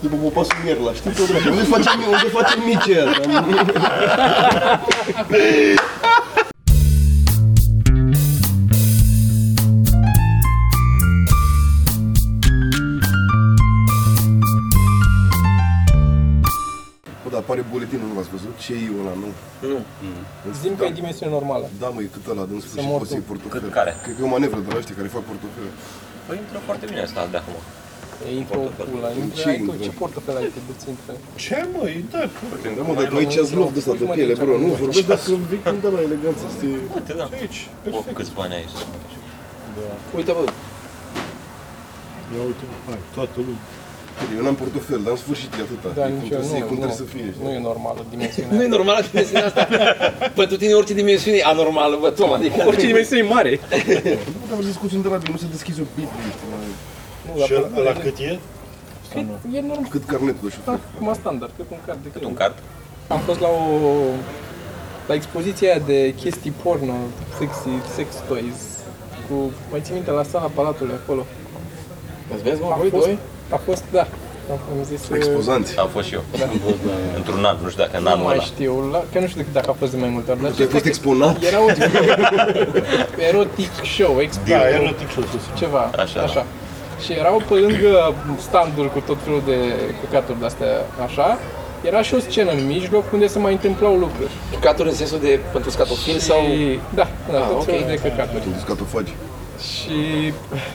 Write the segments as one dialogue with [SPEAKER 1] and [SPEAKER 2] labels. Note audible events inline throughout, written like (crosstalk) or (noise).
[SPEAKER 1] după popasul Mierla, știi tot dracul. Unde facem, unde facem mici aia? Bă, dar apare buletinul, nu l-ați văzut? Ce e ăla, nu?
[SPEAKER 2] Zim pe dimensiune normală.
[SPEAKER 1] Da, măi, cât ăla, dânsul și
[SPEAKER 2] mor
[SPEAKER 1] poți să iei
[SPEAKER 2] tu.
[SPEAKER 1] portofel.
[SPEAKER 3] Cât care?
[SPEAKER 1] Cred că e o manevră de la ăștia care fac portofel.
[SPEAKER 3] Păi intră foarte bine asta de acum.
[SPEAKER 2] E intro pula.
[SPEAKER 1] ce
[SPEAKER 2] Intră, ai tu,
[SPEAKER 1] intră?
[SPEAKER 2] ce portofel ai cât de Deci intră?
[SPEAKER 4] Ce mă, e da,
[SPEAKER 1] Da, mă, dar tu aici ați luat de ăsta de piele, bro, nu? Vorbesc dacă vii cum de la eleganță, știi?
[SPEAKER 3] Uite, da.
[SPEAKER 4] aici,
[SPEAKER 3] O,
[SPEAKER 4] perfect.
[SPEAKER 3] câți bani ai?
[SPEAKER 2] Uite bă,
[SPEAKER 4] Ia uite, hai, toată lumea.
[SPEAKER 1] Eu n-am portofel, dar în sfârșit e atâta.
[SPEAKER 2] da,
[SPEAKER 1] e cum
[SPEAKER 2] nici eu
[SPEAKER 1] trebuie să
[SPEAKER 2] nu,
[SPEAKER 1] iei, cum
[SPEAKER 2] nu,
[SPEAKER 1] trebuie să fie. știi?
[SPEAKER 2] nu e normală
[SPEAKER 5] Nu
[SPEAKER 3] (laughs)
[SPEAKER 2] dimensiunea.
[SPEAKER 5] e normală dimensiunea asta. Pentru tine orice dimensiune e anormală, bă, Tom, adică...
[SPEAKER 6] Orice dimensiune e mare.
[SPEAKER 1] Nu putem discuții între nu se deschizi o biblie, știi, mai-
[SPEAKER 2] Nu, dar
[SPEAKER 4] Și
[SPEAKER 2] pe-
[SPEAKER 4] ăla cât e?
[SPEAKER 2] Cred, e normal.
[SPEAKER 1] Cât carnetul de șofer.
[SPEAKER 2] Acum standard, cât un card de cât
[SPEAKER 3] Un card?
[SPEAKER 2] Am fost la o... La expoziția aia de chestii porno, sexy, sex toys, cu, mai țin minte, la sala Palatului, acolo.
[SPEAKER 5] Îți vezi, mă,
[SPEAKER 2] A
[SPEAKER 5] voi
[SPEAKER 2] fost,
[SPEAKER 5] doi?
[SPEAKER 2] a fost, da, am am zis...
[SPEAKER 1] Expozanți.
[SPEAKER 3] da, Am fost și eu. Într-un an, nu știu dacă în
[SPEAKER 2] Nu
[SPEAKER 3] anul
[SPEAKER 2] mai
[SPEAKER 3] ăla.
[SPEAKER 2] știu, la, că nu știu dacă a fost de mai multe ori, dar
[SPEAKER 1] Tu ai Deci fost exponat?
[SPEAKER 2] era un erotic show, expo,
[SPEAKER 4] Da, e rătic și
[SPEAKER 2] ceva,
[SPEAKER 3] Așa,
[SPEAKER 2] așa.
[SPEAKER 3] da.
[SPEAKER 2] așa. Și erau pe lângă standul cu tot felul de căcaturi de-astea, așa, era și o scenă în mijloc unde se mai întâmplau lucruri.
[SPEAKER 5] Căcaturi în sensul de pentru scatofil sau...
[SPEAKER 2] Și, da, da,
[SPEAKER 5] Ah,
[SPEAKER 2] tot
[SPEAKER 5] ok.
[SPEAKER 2] felul de căcaturi.
[SPEAKER 1] Tu scatofagi.
[SPEAKER 2] Și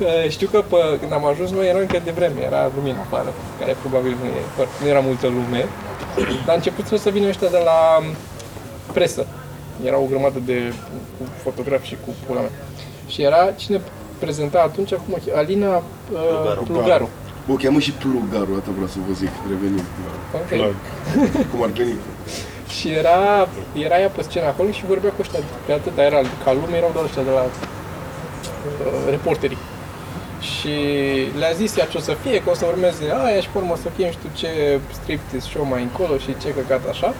[SPEAKER 2] eh, știu că pe, când am ajuns noi era încă de vreme, era lumină afară, care probabil nu, e, foarte- nu era multă lume. (clears throat) Dar a început să vină ăștia de la mm, presă. Era o grămadă de cu fotografi și cu pula mea. Și era cine prezenta atunci, acum, Alina uh, Plugaru. Plugaru.
[SPEAKER 1] Bă, o cheamă și plugarul, atât vreau să vă zic, revenim.
[SPEAKER 2] Ok.
[SPEAKER 1] Cum ar veni?
[SPEAKER 2] Și era, era ea pe scenă acolo și vorbea cu ăștia, pe atâta era ca lume, erau doar ăștia de la uh, reporterii. Și le-a zis ea ce o să fie, că o să urmeze aia și pe urmă o să fie nu știu ce striptease show mai încolo și ce căcat așa.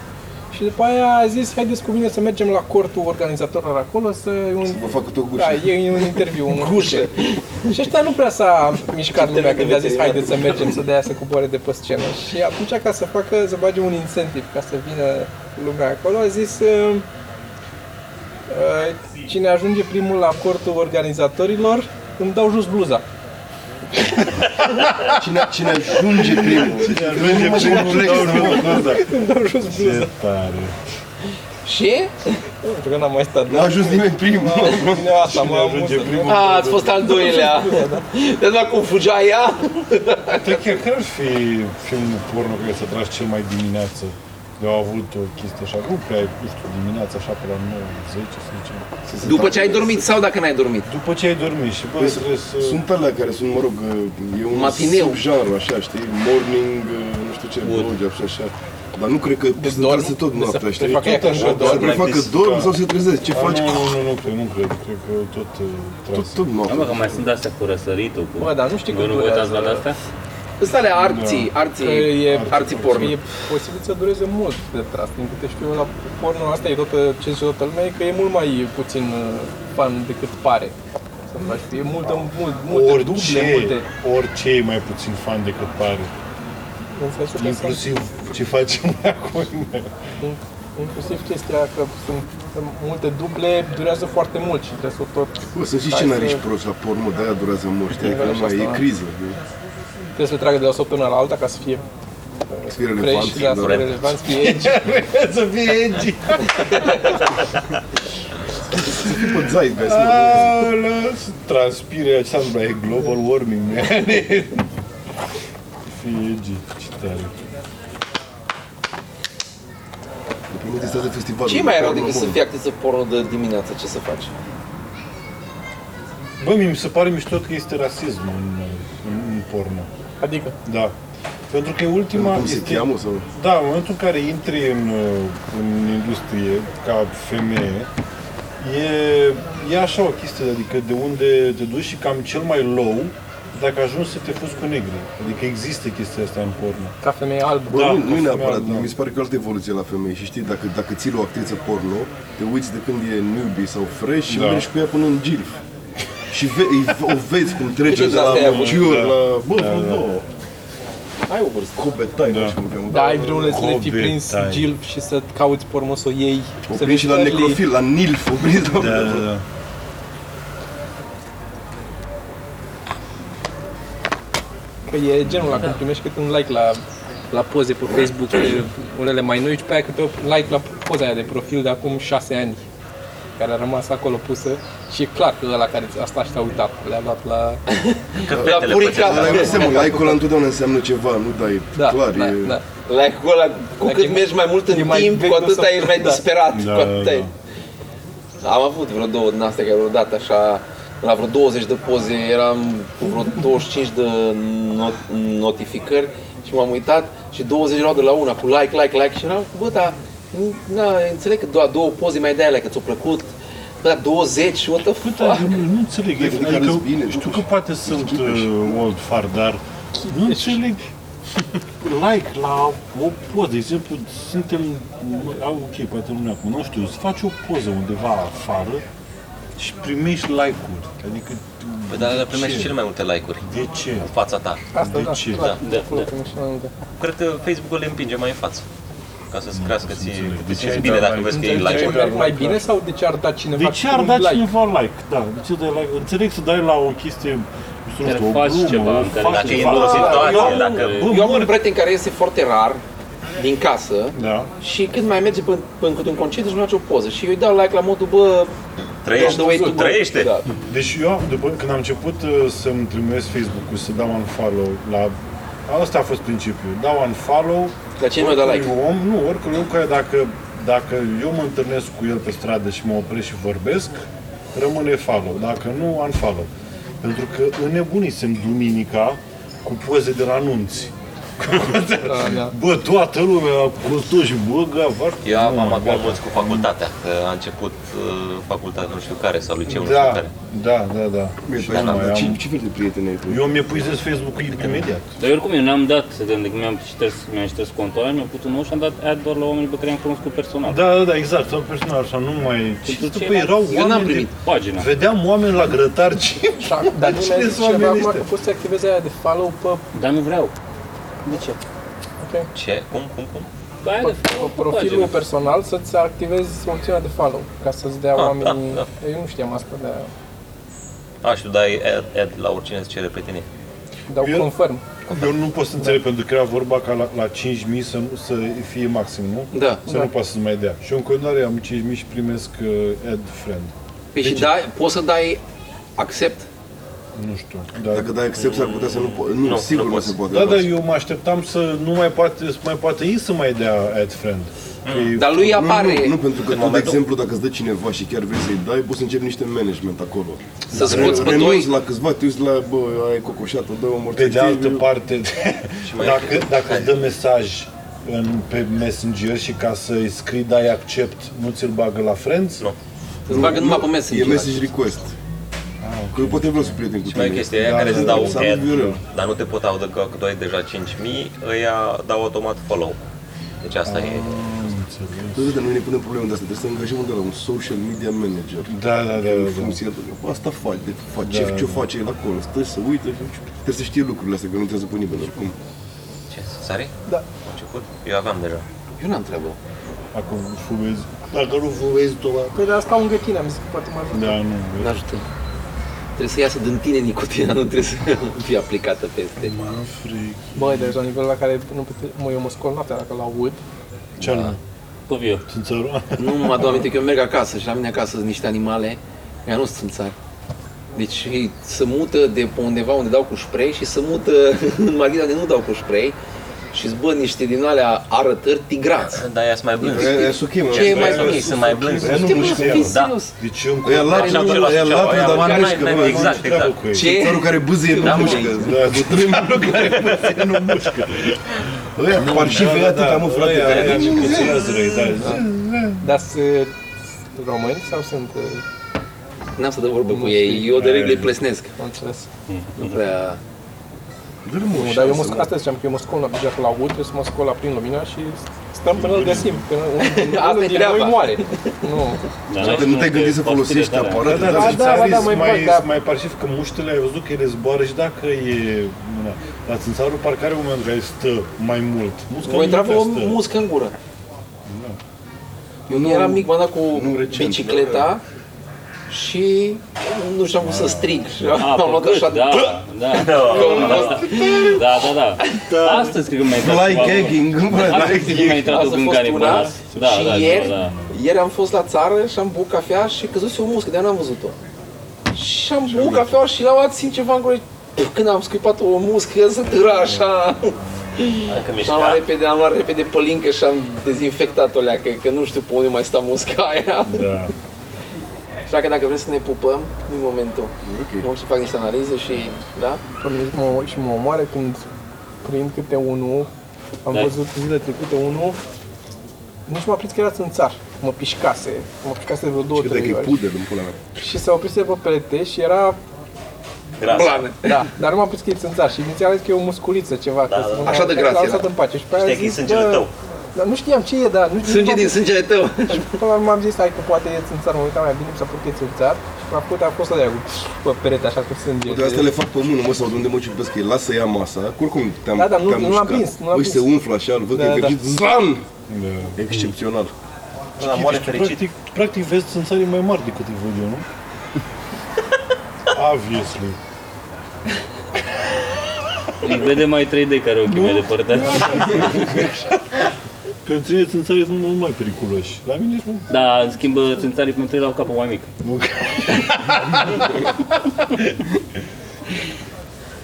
[SPEAKER 2] Și după aia a zis, haideți cu mine să mergem la cortul organizatorilor acolo să... Un...
[SPEAKER 1] Vă fac tot
[SPEAKER 2] Da,
[SPEAKER 1] gușe.
[SPEAKER 2] e un interviu, un gușe. și ăștia nu prea s-a mișcat lumea când a zis haideți să mergem să dea să coboare de pe scenă. Și atunci ca să facă, să bage un incentiv ca să vină lumea acolo, a zis uh, uh, cine ajunge primul la cortul organizatorilor, îmi dau jos bluza.
[SPEAKER 1] Cine, cine ajunge primul? Cine
[SPEAKER 4] Ajunge primul nou da.
[SPEAKER 2] Îmi dau jos bluza.
[SPEAKER 4] Ce tare.
[SPEAKER 2] Și? Nu Da. știu că n-am mai stat.
[SPEAKER 1] N-a ajuns nimeni primul.
[SPEAKER 2] Bine, asta
[SPEAKER 4] Cine
[SPEAKER 2] m-a
[SPEAKER 4] ajunge
[SPEAKER 2] amuzat.
[SPEAKER 4] primul?
[SPEAKER 5] A, Ah, ați fost al doilea. Te (laughs) da cum fugea ea?
[SPEAKER 4] Uite, chiar care ar fi filmul porno care să tragi cel mai dimineață? Eu am avut o chestie așa, nu prea, nu știu, dimineața așa pe la 9, 10, să zicem.
[SPEAKER 5] După ce ai dormit sau dacă n-ai dormit?
[SPEAKER 4] După ce ai dormit și bă, trebuie să...
[SPEAKER 1] Păi, Sunt alea care sunt, mă rog, e un
[SPEAKER 5] Matineu.
[SPEAKER 1] subgenre, așa, știi? Morning, uh, nu știu ce, blowjob și așa. Dar nu cred că să
[SPEAKER 2] dorm?
[SPEAKER 1] trase tot noaptea, știi?
[SPEAKER 2] prefacă ea că
[SPEAKER 1] Să
[SPEAKER 2] dorm,
[SPEAKER 1] se
[SPEAKER 4] mai
[SPEAKER 1] prefacă
[SPEAKER 4] des,
[SPEAKER 1] dorm
[SPEAKER 4] da.
[SPEAKER 1] sau se trezesc. Ce
[SPEAKER 4] A,
[SPEAKER 1] faci?
[SPEAKER 4] nu, nu, nu, nu cred, nu cred, cred că tot uh,
[SPEAKER 1] Tot,
[SPEAKER 4] trase.
[SPEAKER 1] tot
[SPEAKER 6] Da, mă,
[SPEAKER 1] noaptea.
[SPEAKER 6] că mai sunt astea cu răsăritul, cu...
[SPEAKER 2] Bă, dar nu știi
[SPEAKER 6] Voi
[SPEAKER 2] cât
[SPEAKER 6] nu vă uitați la
[SPEAKER 2] durează.
[SPEAKER 6] astea?
[SPEAKER 5] Sunt alea arții, arții,
[SPEAKER 2] Că e-
[SPEAKER 5] arții porno.
[SPEAKER 2] E posibil să dureze mult de tras. Din câte știu, la porno asta e toată ce zice toată lumea, e că e mult mai puțin uh, fan decât pare. Să faci, e multă, mult, multe
[SPEAKER 4] Orice,
[SPEAKER 2] duble, multe.
[SPEAKER 4] orice e mai puțin fan decât pare.
[SPEAKER 2] În sensul că sunt,
[SPEAKER 4] Inclusiv ce facem (laughs) noi acum.
[SPEAKER 2] in- inclusiv chestia că sunt multe duble, durează foarte mult și trebuie să o tot,
[SPEAKER 1] Bă, sunt și
[SPEAKER 2] Hai
[SPEAKER 1] scenarii
[SPEAKER 2] să-
[SPEAKER 1] proști la porno, de-aia durează mult, știi? Că
[SPEAKER 2] Așa
[SPEAKER 1] nu mai
[SPEAKER 2] asta,
[SPEAKER 1] e
[SPEAKER 2] da.
[SPEAKER 1] criză.
[SPEAKER 2] trebuie să tragă de la o săptămână la alta ca să fie
[SPEAKER 1] Să fie
[SPEAKER 2] fresh
[SPEAKER 1] relevant.
[SPEAKER 2] și da, să fie
[SPEAKER 1] da.
[SPEAKER 2] relevant, să fie edgy.
[SPEAKER 4] să fie edgy.
[SPEAKER 1] Să fii pe zeitgeist,
[SPEAKER 4] Ah.
[SPEAKER 1] mă.
[SPEAKER 4] Aoleu, să transpire, ce înseamnă, e global warming, man. (laughs) Fie edgy, ce tare.
[SPEAKER 1] Primul zi de festivalul.
[SPEAKER 5] Ce
[SPEAKER 1] de
[SPEAKER 5] mai erau
[SPEAKER 1] porno,
[SPEAKER 5] decât să
[SPEAKER 1] mă.
[SPEAKER 5] fie actriță porno de dimineață, ce să faci?
[SPEAKER 4] Bă, mi se pare mișto că este rasism în, în, în porno.
[SPEAKER 2] Adică,
[SPEAKER 4] Da. Pentru că e ultima...
[SPEAKER 1] Cum se
[SPEAKER 4] este-
[SPEAKER 1] cheamă sau?
[SPEAKER 4] Da, în momentul în care intri în, uh, în industrie ca femeie, e, e așa o chestie, adică de unde te duci și cam cel mai low, dacă ajungi să te fuzi cu negri. Adică există chestia asta în porno.
[SPEAKER 2] ca femeie albă.
[SPEAKER 1] Bă,
[SPEAKER 4] Da,
[SPEAKER 1] nu, nu e
[SPEAKER 4] ca
[SPEAKER 1] neapărat,
[SPEAKER 4] femeie, da.
[SPEAKER 1] mi se pare că e altă evoluție la femei și știi, dacă, dacă ții la o actriță porno, te uiți de când e newbie sau fresh și
[SPEAKER 4] Da.
[SPEAKER 1] mergi cu ea până în gilf. Și ve- îi- o vezi cum trece
[SPEAKER 5] Câte
[SPEAKER 1] de la
[SPEAKER 2] Deci
[SPEAKER 5] de astea ai avut?
[SPEAKER 1] mature
[SPEAKER 4] Da.
[SPEAKER 1] la... Bă, vreo două.
[SPEAKER 2] Ai o vârstă.
[SPEAKER 1] Cu betai, deci,
[SPEAKER 4] Da.
[SPEAKER 1] nu știu cum cheamă.
[SPEAKER 2] Da, ai vreun
[SPEAKER 4] Hobbit,
[SPEAKER 2] să fi prins
[SPEAKER 4] ai.
[SPEAKER 2] gilf și să cauți pe urmă să o iei.
[SPEAKER 1] O
[SPEAKER 2] să
[SPEAKER 1] prins și la
[SPEAKER 2] tării.
[SPEAKER 1] necrofil, la nilf, o prins la...
[SPEAKER 4] Da, da, da.
[SPEAKER 2] Că Păi e genul la cum primești câte un like la, la poze pe Facebook, e unele mai noi, și pe aia câte un like la poza aia de profil de acum 6 ani, care a rămas acolo pusă și e clar că ăla care asta și-a uitat, le-a luat la...
[SPEAKER 3] Că
[SPEAKER 5] La
[SPEAKER 3] fetele
[SPEAKER 5] purica,
[SPEAKER 1] Dar ai seama, like-ul ăla întotdeauna înseamnă ceva, nu? Dar e
[SPEAKER 2] Da,
[SPEAKER 1] clar,
[SPEAKER 2] da,
[SPEAKER 1] e...
[SPEAKER 2] da.
[SPEAKER 5] la cu ăla, cu
[SPEAKER 2] Dacă e
[SPEAKER 5] cât
[SPEAKER 2] mai-
[SPEAKER 5] mergi mai mult
[SPEAKER 2] e
[SPEAKER 5] în
[SPEAKER 2] mai
[SPEAKER 5] timp,
[SPEAKER 2] vechi,
[SPEAKER 5] cu
[SPEAKER 2] nu
[SPEAKER 5] atâta
[SPEAKER 2] se-
[SPEAKER 5] ești mai
[SPEAKER 2] da.
[SPEAKER 5] disperat,
[SPEAKER 4] Da,
[SPEAKER 5] cu atâta
[SPEAKER 4] da.
[SPEAKER 5] ești. Am avut vreo două din astea care au dat așa, la vreo 20 de poze, eram cu vreo 25 de not- notificări și m-am uitat și 20 erau de la una, cu like, like, like și eram, bă, dar n- na, înțeleg că doar două poze mai de alea, că ți-au plăcut, da, 20, what the
[SPEAKER 4] Bă,
[SPEAKER 5] fuck?
[SPEAKER 4] dar nu, nu înțeleg,
[SPEAKER 1] Cred că
[SPEAKER 4] adică,
[SPEAKER 1] care-s bine,
[SPEAKER 4] știu că
[SPEAKER 1] totuși.
[SPEAKER 4] poate sunt uh, old far, dar nu înțeleg (laughs) like la o poză, de exemplu, suntem, au, ok, poate nu acum, nu știu, îți faci o poză undeva afară și primești like-uri, adică,
[SPEAKER 3] Păi, dar le primești
[SPEAKER 4] Ce?
[SPEAKER 3] cele mai multe like-uri
[SPEAKER 4] de ce?
[SPEAKER 3] în fața ta.
[SPEAKER 2] Asta,
[SPEAKER 4] De
[SPEAKER 2] da,
[SPEAKER 4] ce?
[SPEAKER 2] clar,
[SPEAKER 3] Da,
[SPEAKER 2] acolo
[SPEAKER 3] da.
[SPEAKER 2] primești mai multe.
[SPEAKER 3] Cred că Facebook-ul le împinge mai în față. Ca să-ți crească
[SPEAKER 4] să
[SPEAKER 3] ție,
[SPEAKER 4] înțeleg.
[SPEAKER 3] te
[SPEAKER 4] De ce
[SPEAKER 3] simți
[SPEAKER 4] ai
[SPEAKER 3] bine
[SPEAKER 4] dat
[SPEAKER 3] dacă
[SPEAKER 4] like?
[SPEAKER 3] vezi că
[SPEAKER 2] De
[SPEAKER 3] e
[SPEAKER 2] ce
[SPEAKER 3] like-uri.
[SPEAKER 2] merg mai bine sau de ce ar da cineva
[SPEAKER 4] De ce ar
[SPEAKER 2] un
[SPEAKER 4] da
[SPEAKER 2] like?
[SPEAKER 4] cineva like? Da, de ce dai like? Înțeleg să dai la o chestie, nu știu, o
[SPEAKER 6] faci
[SPEAKER 4] glumă,
[SPEAKER 6] ceva,
[SPEAKER 4] o
[SPEAKER 6] în care
[SPEAKER 4] faci
[SPEAKER 3] Dacă e
[SPEAKER 4] ceva. Da,
[SPEAKER 3] în o
[SPEAKER 5] eu
[SPEAKER 3] situație,
[SPEAKER 5] am-
[SPEAKER 3] dacă...
[SPEAKER 4] Bă,
[SPEAKER 5] Eu am un
[SPEAKER 4] mor.
[SPEAKER 5] prieten care iese foarte rar din casă
[SPEAKER 4] Da.
[SPEAKER 5] și cât mai merge până, până cât un deci concert își face o poză și eu îi dau like la modul, bă,
[SPEAKER 3] Trăiești, Păi, tu trăiește.
[SPEAKER 5] Da.
[SPEAKER 4] Deci eu, după când am început uh, să-mi trimis Facebook-ul, să dau un follow la... Asta a fost principiul. Dau un follow
[SPEAKER 5] Dar cine mi-a dat
[SPEAKER 1] Păi,
[SPEAKER 5] like?
[SPEAKER 4] oricui om, nu, oricui om care dacă, dacă eu mă întâlnesc cu el pe stradă și mă opresc și vorbesc, rămâne follow. Dacă nu, unfollow. Pentru că înnebunisem duminica cu poze de la nunți.
[SPEAKER 2] Da, da.
[SPEAKER 4] (laughs) Bă, toată lumea a costos și bă, gavar.
[SPEAKER 3] Eu am, am acum
[SPEAKER 4] gata.
[SPEAKER 3] mulți cu facultatea, că a început uh, facultatea nu știu care sau liceul nu știu
[SPEAKER 4] Da,
[SPEAKER 3] care.
[SPEAKER 4] da, da, da.
[SPEAKER 1] Mie,
[SPEAKER 4] Și
[SPEAKER 1] pe aia,
[SPEAKER 4] nu mai
[SPEAKER 1] dar ce,
[SPEAKER 4] am.
[SPEAKER 1] ce fel de prieteni ai tu?
[SPEAKER 4] Eu mi-e puizez Facebook-ul imediat.
[SPEAKER 6] Dar eu oricum eu n-am dat, de când mi-am șters, mi-am șters contul mi-am putut nou și am dat ad doar la oameni pe care am cunoscut personal.
[SPEAKER 4] Da, da, da, exact, sau personal așa, nu mai... Și
[SPEAKER 6] Pentru
[SPEAKER 4] după
[SPEAKER 6] ceilalți,
[SPEAKER 4] erau
[SPEAKER 6] eu n-am
[SPEAKER 4] oameni
[SPEAKER 6] primit
[SPEAKER 4] de...
[SPEAKER 6] pagina.
[SPEAKER 4] Vedeam oameni la grătar, (laughs) ce?
[SPEAKER 2] Da, dar nu
[SPEAKER 4] cine
[SPEAKER 2] mi-a zis
[SPEAKER 4] sunt oamenii
[SPEAKER 2] cineva acum
[SPEAKER 4] ăștia?
[SPEAKER 2] că poți să activezi aia de follow pe,
[SPEAKER 6] Dar nu vreau.
[SPEAKER 2] ok,
[SPEAKER 3] Ce? Cum? Cum? Cum?
[SPEAKER 6] Bă, aia Păi, de
[SPEAKER 2] pe
[SPEAKER 6] fapt,
[SPEAKER 2] profilul personal să-ți activezi opțiunea de follow ca să-ți dea
[SPEAKER 3] da,
[SPEAKER 2] oamenii...
[SPEAKER 3] da.
[SPEAKER 2] Eu nu știam asta, dar
[SPEAKER 3] A, și tu dai ad, ad la oricine îți cere pe tine.
[SPEAKER 2] dau
[SPEAKER 4] Eu-
[SPEAKER 2] confirm.
[SPEAKER 4] Eu nu pot să înțeleg, pentru că era vorba ca la, la 5.000 să, nu- să fie maxim, nu?
[SPEAKER 5] Da.
[SPEAKER 4] Să nu poate să mai dea. Și eu în continuare am 5.000 și primesc uh, ad friend.
[SPEAKER 5] Păi
[SPEAKER 1] deci-
[SPEAKER 5] și dai, poți să dai accept?
[SPEAKER 4] Nu știu, dar...
[SPEAKER 1] Dacă dai accept, s-ar putea să nu po- Nu,
[SPEAKER 3] nu
[SPEAKER 1] sigur nu
[SPEAKER 3] poți.
[SPEAKER 1] se poate.
[SPEAKER 4] Da, dar eu mă așteptam să nu mai poate, să mai poate ei să mai dea ad friend. Că e-
[SPEAKER 5] Dar lui
[SPEAKER 1] Nu,
[SPEAKER 5] apare
[SPEAKER 1] nu, nu, pentru că tu, de
[SPEAKER 3] momentul-
[SPEAKER 1] exemplu, dacă îți dă cineva și chiar vrei să-i dai, poți să începi niște management acolo.
[SPEAKER 5] să scoți pe
[SPEAKER 1] Renunți
[SPEAKER 5] doi.
[SPEAKER 1] la câțiva, te uiți la, bă, ai cocoșat, o dă omul.
[SPEAKER 4] Pe de altă parte, (laughs)
[SPEAKER 3] mai
[SPEAKER 4] dacă, dacă îți dă mesaj în, pe Messenger și ca să-i scrii dai accept, nu ți-l bagă la Friends?
[SPEAKER 3] Nu.
[SPEAKER 5] Îți bagă numai pe
[SPEAKER 1] E
[SPEAKER 5] Messenger.
[SPEAKER 1] message request.
[SPEAKER 4] Ah,
[SPEAKER 1] Că eu poate vreau să prieten cu
[SPEAKER 3] Și mai e
[SPEAKER 1] tine.
[SPEAKER 3] chestia aia
[SPEAKER 4] Da,
[SPEAKER 3] care
[SPEAKER 4] da,
[SPEAKER 3] îți
[SPEAKER 4] da,
[SPEAKER 3] dau
[SPEAKER 1] să nu violăm.
[SPEAKER 3] ad, dar nu te pot audă că tu ai deja 5.000, ăia dau automat follow. Deci asta e...
[SPEAKER 4] Ah.
[SPEAKER 1] Tot de noi ne punem probleme de asta. Trebuie să angajăm undeva un social media manager.
[SPEAKER 4] Da, da, da, da,
[SPEAKER 1] În
[SPEAKER 4] da.
[SPEAKER 1] funcție de bă, asta faci, de faci, ce, ce face el acolo, stă să uite, trebuie să știe lucrurile astea, că nu trebuie să pun nimeni oricum.
[SPEAKER 3] Ce? Sare?
[SPEAKER 2] Da.
[SPEAKER 3] A început? Eu aveam deja.
[SPEAKER 5] Eu n-am treabă.
[SPEAKER 4] Acum fumezi. Dacă nu fumezi, tu la...
[SPEAKER 2] Păi de asta un gătine, am zis că poate mă ajută.
[SPEAKER 4] Da, nu.
[SPEAKER 5] Nu ajută. Trebuie să iasă din tine nicotina, nu trebuie să (laughs) fie aplicată peste.
[SPEAKER 4] Mă fric.
[SPEAKER 2] Băi, deci la nivelul la care nu pute... Mă, eu mă scol noaptea dacă la aud.
[SPEAKER 4] Ce da.
[SPEAKER 6] Păviu.
[SPEAKER 4] Țânțăroa?
[SPEAKER 5] Nu mă aduc aminte că eu merg acasă și la mine acasă sunt niște animale, ea nu sunt țânțari. Deci se mută de pe undeva unde dau cu spray și se mută (laughs) în marghina unde nu dau cu spray și zbă niște din alea arătări tigrați.
[SPEAKER 3] Da, aia sunt mai blând.
[SPEAKER 1] E, e suchim,
[SPEAKER 5] Ce e mai
[SPEAKER 3] Sunt-
[SPEAKER 5] bine?
[SPEAKER 3] Sunt mai blând.
[SPEAKER 4] Sunt-
[SPEAKER 5] Nu, nu
[SPEAKER 4] știam.
[SPEAKER 5] știu,
[SPEAKER 3] Da.
[SPEAKER 5] serios.
[SPEAKER 4] Deci eu încă...
[SPEAKER 1] E la
[SPEAKER 3] Așa,
[SPEAKER 1] nu,
[SPEAKER 3] ceva,
[SPEAKER 1] e
[SPEAKER 3] ceva,
[SPEAKER 1] la
[SPEAKER 3] aia,
[SPEAKER 1] dar
[SPEAKER 3] chiar
[SPEAKER 1] nu
[SPEAKER 3] n-ai-
[SPEAKER 1] mișcă,
[SPEAKER 3] n-ai-
[SPEAKER 1] bă,
[SPEAKER 3] exact,
[SPEAKER 4] Exact,
[SPEAKER 3] exact.
[SPEAKER 1] Da.
[SPEAKER 4] exact. Cu ei.
[SPEAKER 5] Ce?
[SPEAKER 1] Țarul care bâzie nu
[SPEAKER 5] Da, mă,
[SPEAKER 1] mușcă.
[SPEAKER 5] aici.
[SPEAKER 1] Da, cu trei țarul care bâzie nu mușcă.
[SPEAKER 4] da,
[SPEAKER 1] Ăia cu arhive atâta, mă, frate.
[SPEAKER 4] Aia,
[SPEAKER 1] care
[SPEAKER 4] aia,
[SPEAKER 1] nici-
[SPEAKER 4] nicotinează răi, da.
[SPEAKER 2] Dar sunt români sau sunt... uh,
[SPEAKER 5] N-am să dă vorbă cu ei, eu de regulă îi plesnesc.
[SPEAKER 2] Am înțeles.
[SPEAKER 5] Nu prea...
[SPEAKER 1] Dă-le mă o
[SPEAKER 2] Nu, dar eu mă,
[SPEAKER 1] șansă, mă.
[SPEAKER 2] asta ziceam, că eu mă scol la Bija la ud, trebuie să mă scol la prin lumina și stăm până îl găsim, până unul,
[SPEAKER 5] Asta
[SPEAKER 2] unul
[SPEAKER 5] e
[SPEAKER 2] din
[SPEAKER 5] treaba.
[SPEAKER 2] noi moare. Nu,
[SPEAKER 1] Dacă nu te-ai gândit să folosești aparatul,
[SPEAKER 4] Da, da,
[SPEAKER 1] dar
[SPEAKER 4] da,
[SPEAKER 1] zici,
[SPEAKER 4] da, da,
[SPEAKER 2] da,
[SPEAKER 4] mai,
[SPEAKER 2] mai
[SPEAKER 4] mai,
[SPEAKER 2] bag, da.
[SPEAKER 4] mai pasiv că muștele ai văzut că ele zboară și dacă e mâna. La țânțarul parcă are un moment în care stă mai mult. Musca
[SPEAKER 5] Voi
[SPEAKER 4] nu
[SPEAKER 5] intra
[SPEAKER 4] prea
[SPEAKER 5] o
[SPEAKER 4] stă.
[SPEAKER 5] muscă în gură.
[SPEAKER 1] Eu nu
[SPEAKER 5] Eram mic, m-am dat cu
[SPEAKER 1] nu recent, da.
[SPEAKER 5] bicicleta și nu știu, am vrut să strig și (laughs) am luat așa.
[SPEAKER 6] da, da, da, da, da, da. Astăzi cred că mi-ai dat
[SPEAKER 1] Fly
[SPEAKER 6] ceva, bă.
[SPEAKER 1] gagging, bă,
[SPEAKER 6] Astăzi cred că mi-ai
[SPEAKER 5] Asta
[SPEAKER 6] intrat
[SPEAKER 5] a
[SPEAKER 6] o
[SPEAKER 5] fost
[SPEAKER 6] gâncare în
[SPEAKER 5] una
[SPEAKER 6] nas. Da,
[SPEAKER 5] și
[SPEAKER 6] da,
[SPEAKER 5] ieri,
[SPEAKER 6] da, da.
[SPEAKER 5] ieri am fost la țară și am băut cafea și căzuse o muscă, de-aia n-am văzut-o. Și am băut cafea și la luat simt ceva în gură. Pf, Când am scuipat o muscă, ea se târa așa.
[SPEAKER 3] Dacă
[SPEAKER 5] Și am luat
[SPEAKER 3] mișca,
[SPEAKER 5] repede, am luat repede pălincă și am dezinfectat-o leacă, că nu știu pe unde mai sta musca (laughs) aia.
[SPEAKER 4] Da.
[SPEAKER 5] Așa că dacă vreți să ne pupăm, nu momentul. Okay. O să fac niște analize și, da?
[SPEAKER 2] Mă- mă- și mă omoare când prind câte unul. Am
[SPEAKER 6] Da.
[SPEAKER 2] văzut zilele trecute unul. Nici m-a prins că era țânțar. Mă pișcase. Mă pișcase de vreo două,
[SPEAKER 1] Cred că
[SPEAKER 2] trei
[SPEAKER 1] e
[SPEAKER 2] ori.
[SPEAKER 1] pudel în pula mea.
[SPEAKER 2] Și s-a oprit pe perete și era...
[SPEAKER 3] grasă.
[SPEAKER 5] Blană.
[SPEAKER 2] Da, dar nu m-a prins că e țânțar. Și inițial a zis că e o musculiță ceva.
[SPEAKER 3] Da, da.
[SPEAKER 5] Așa de gras
[SPEAKER 2] L-am
[SPEAKER 5] era.
[SPEAKER 2] lăsat în pace. Și pe aia
[SPEAKER 3] Știai
[SPEAKER 2] a
[SPEAKER 3] că e
[SPEAKER 2] zis,
[SPEAKER 3] sângele
[SPEAKER 2] "Bă,
[SPEAKER 3] tău."
[SPEAKER 2] Dar nu știam ce e, dar nu știu
[SPEAKER 5] Sânge din sângele tău.
[SPEAKER 2] Până la urmă am zis, hai că poate e țânțar, mă uitam mai bine, mi s-a părut că e țânțar și m-a făcut a fost alea cu pe perete, așa cu sânge.
[SPEAKER 1] De asta le fac pe mână, mă, sau de unde mă ciupesc, că lasă ia masa, că oricum te-am
[SPEAKER 2] Da, dar nu-
[SPEAKER 1] te-am
[SPEAKER 2] nu l-am
[SPEAKER 1] mușcat.
[SPEAKER 2] prins, nu l-am
[SPEAKER 1] Băi,
[SPEAKER 2] prins.
[SPEAKER 1] se umflă așa, îl văd că
[SPEAKER 2] Da,
[SPEAKER 1] e
[SPEAKER 2] da.
[SPEAKER 1] fericit, zan!
[SPEAKER 4] da.
[SPEAKER 1] Excepțional.
[SPEAKER 3] Da, moare fericit.
[SPEAKER 4] deci, Practic, practic vezi țânțarii mai mari decât îi văd eu, nu? Obviously.
[SPEAKER 6] Îi vede mai 3D care ochii mai depărtați.
[SPEAKER 4] Pentru tine țânțarii sunt mult mai periculoși. La mine sunt...
[SPEAKER 6] Da, în schimb, țânțarii pentru ei la o capă mai mică.
[SPEAKER 4] Nu.
[SPEAKER 6] (laughs)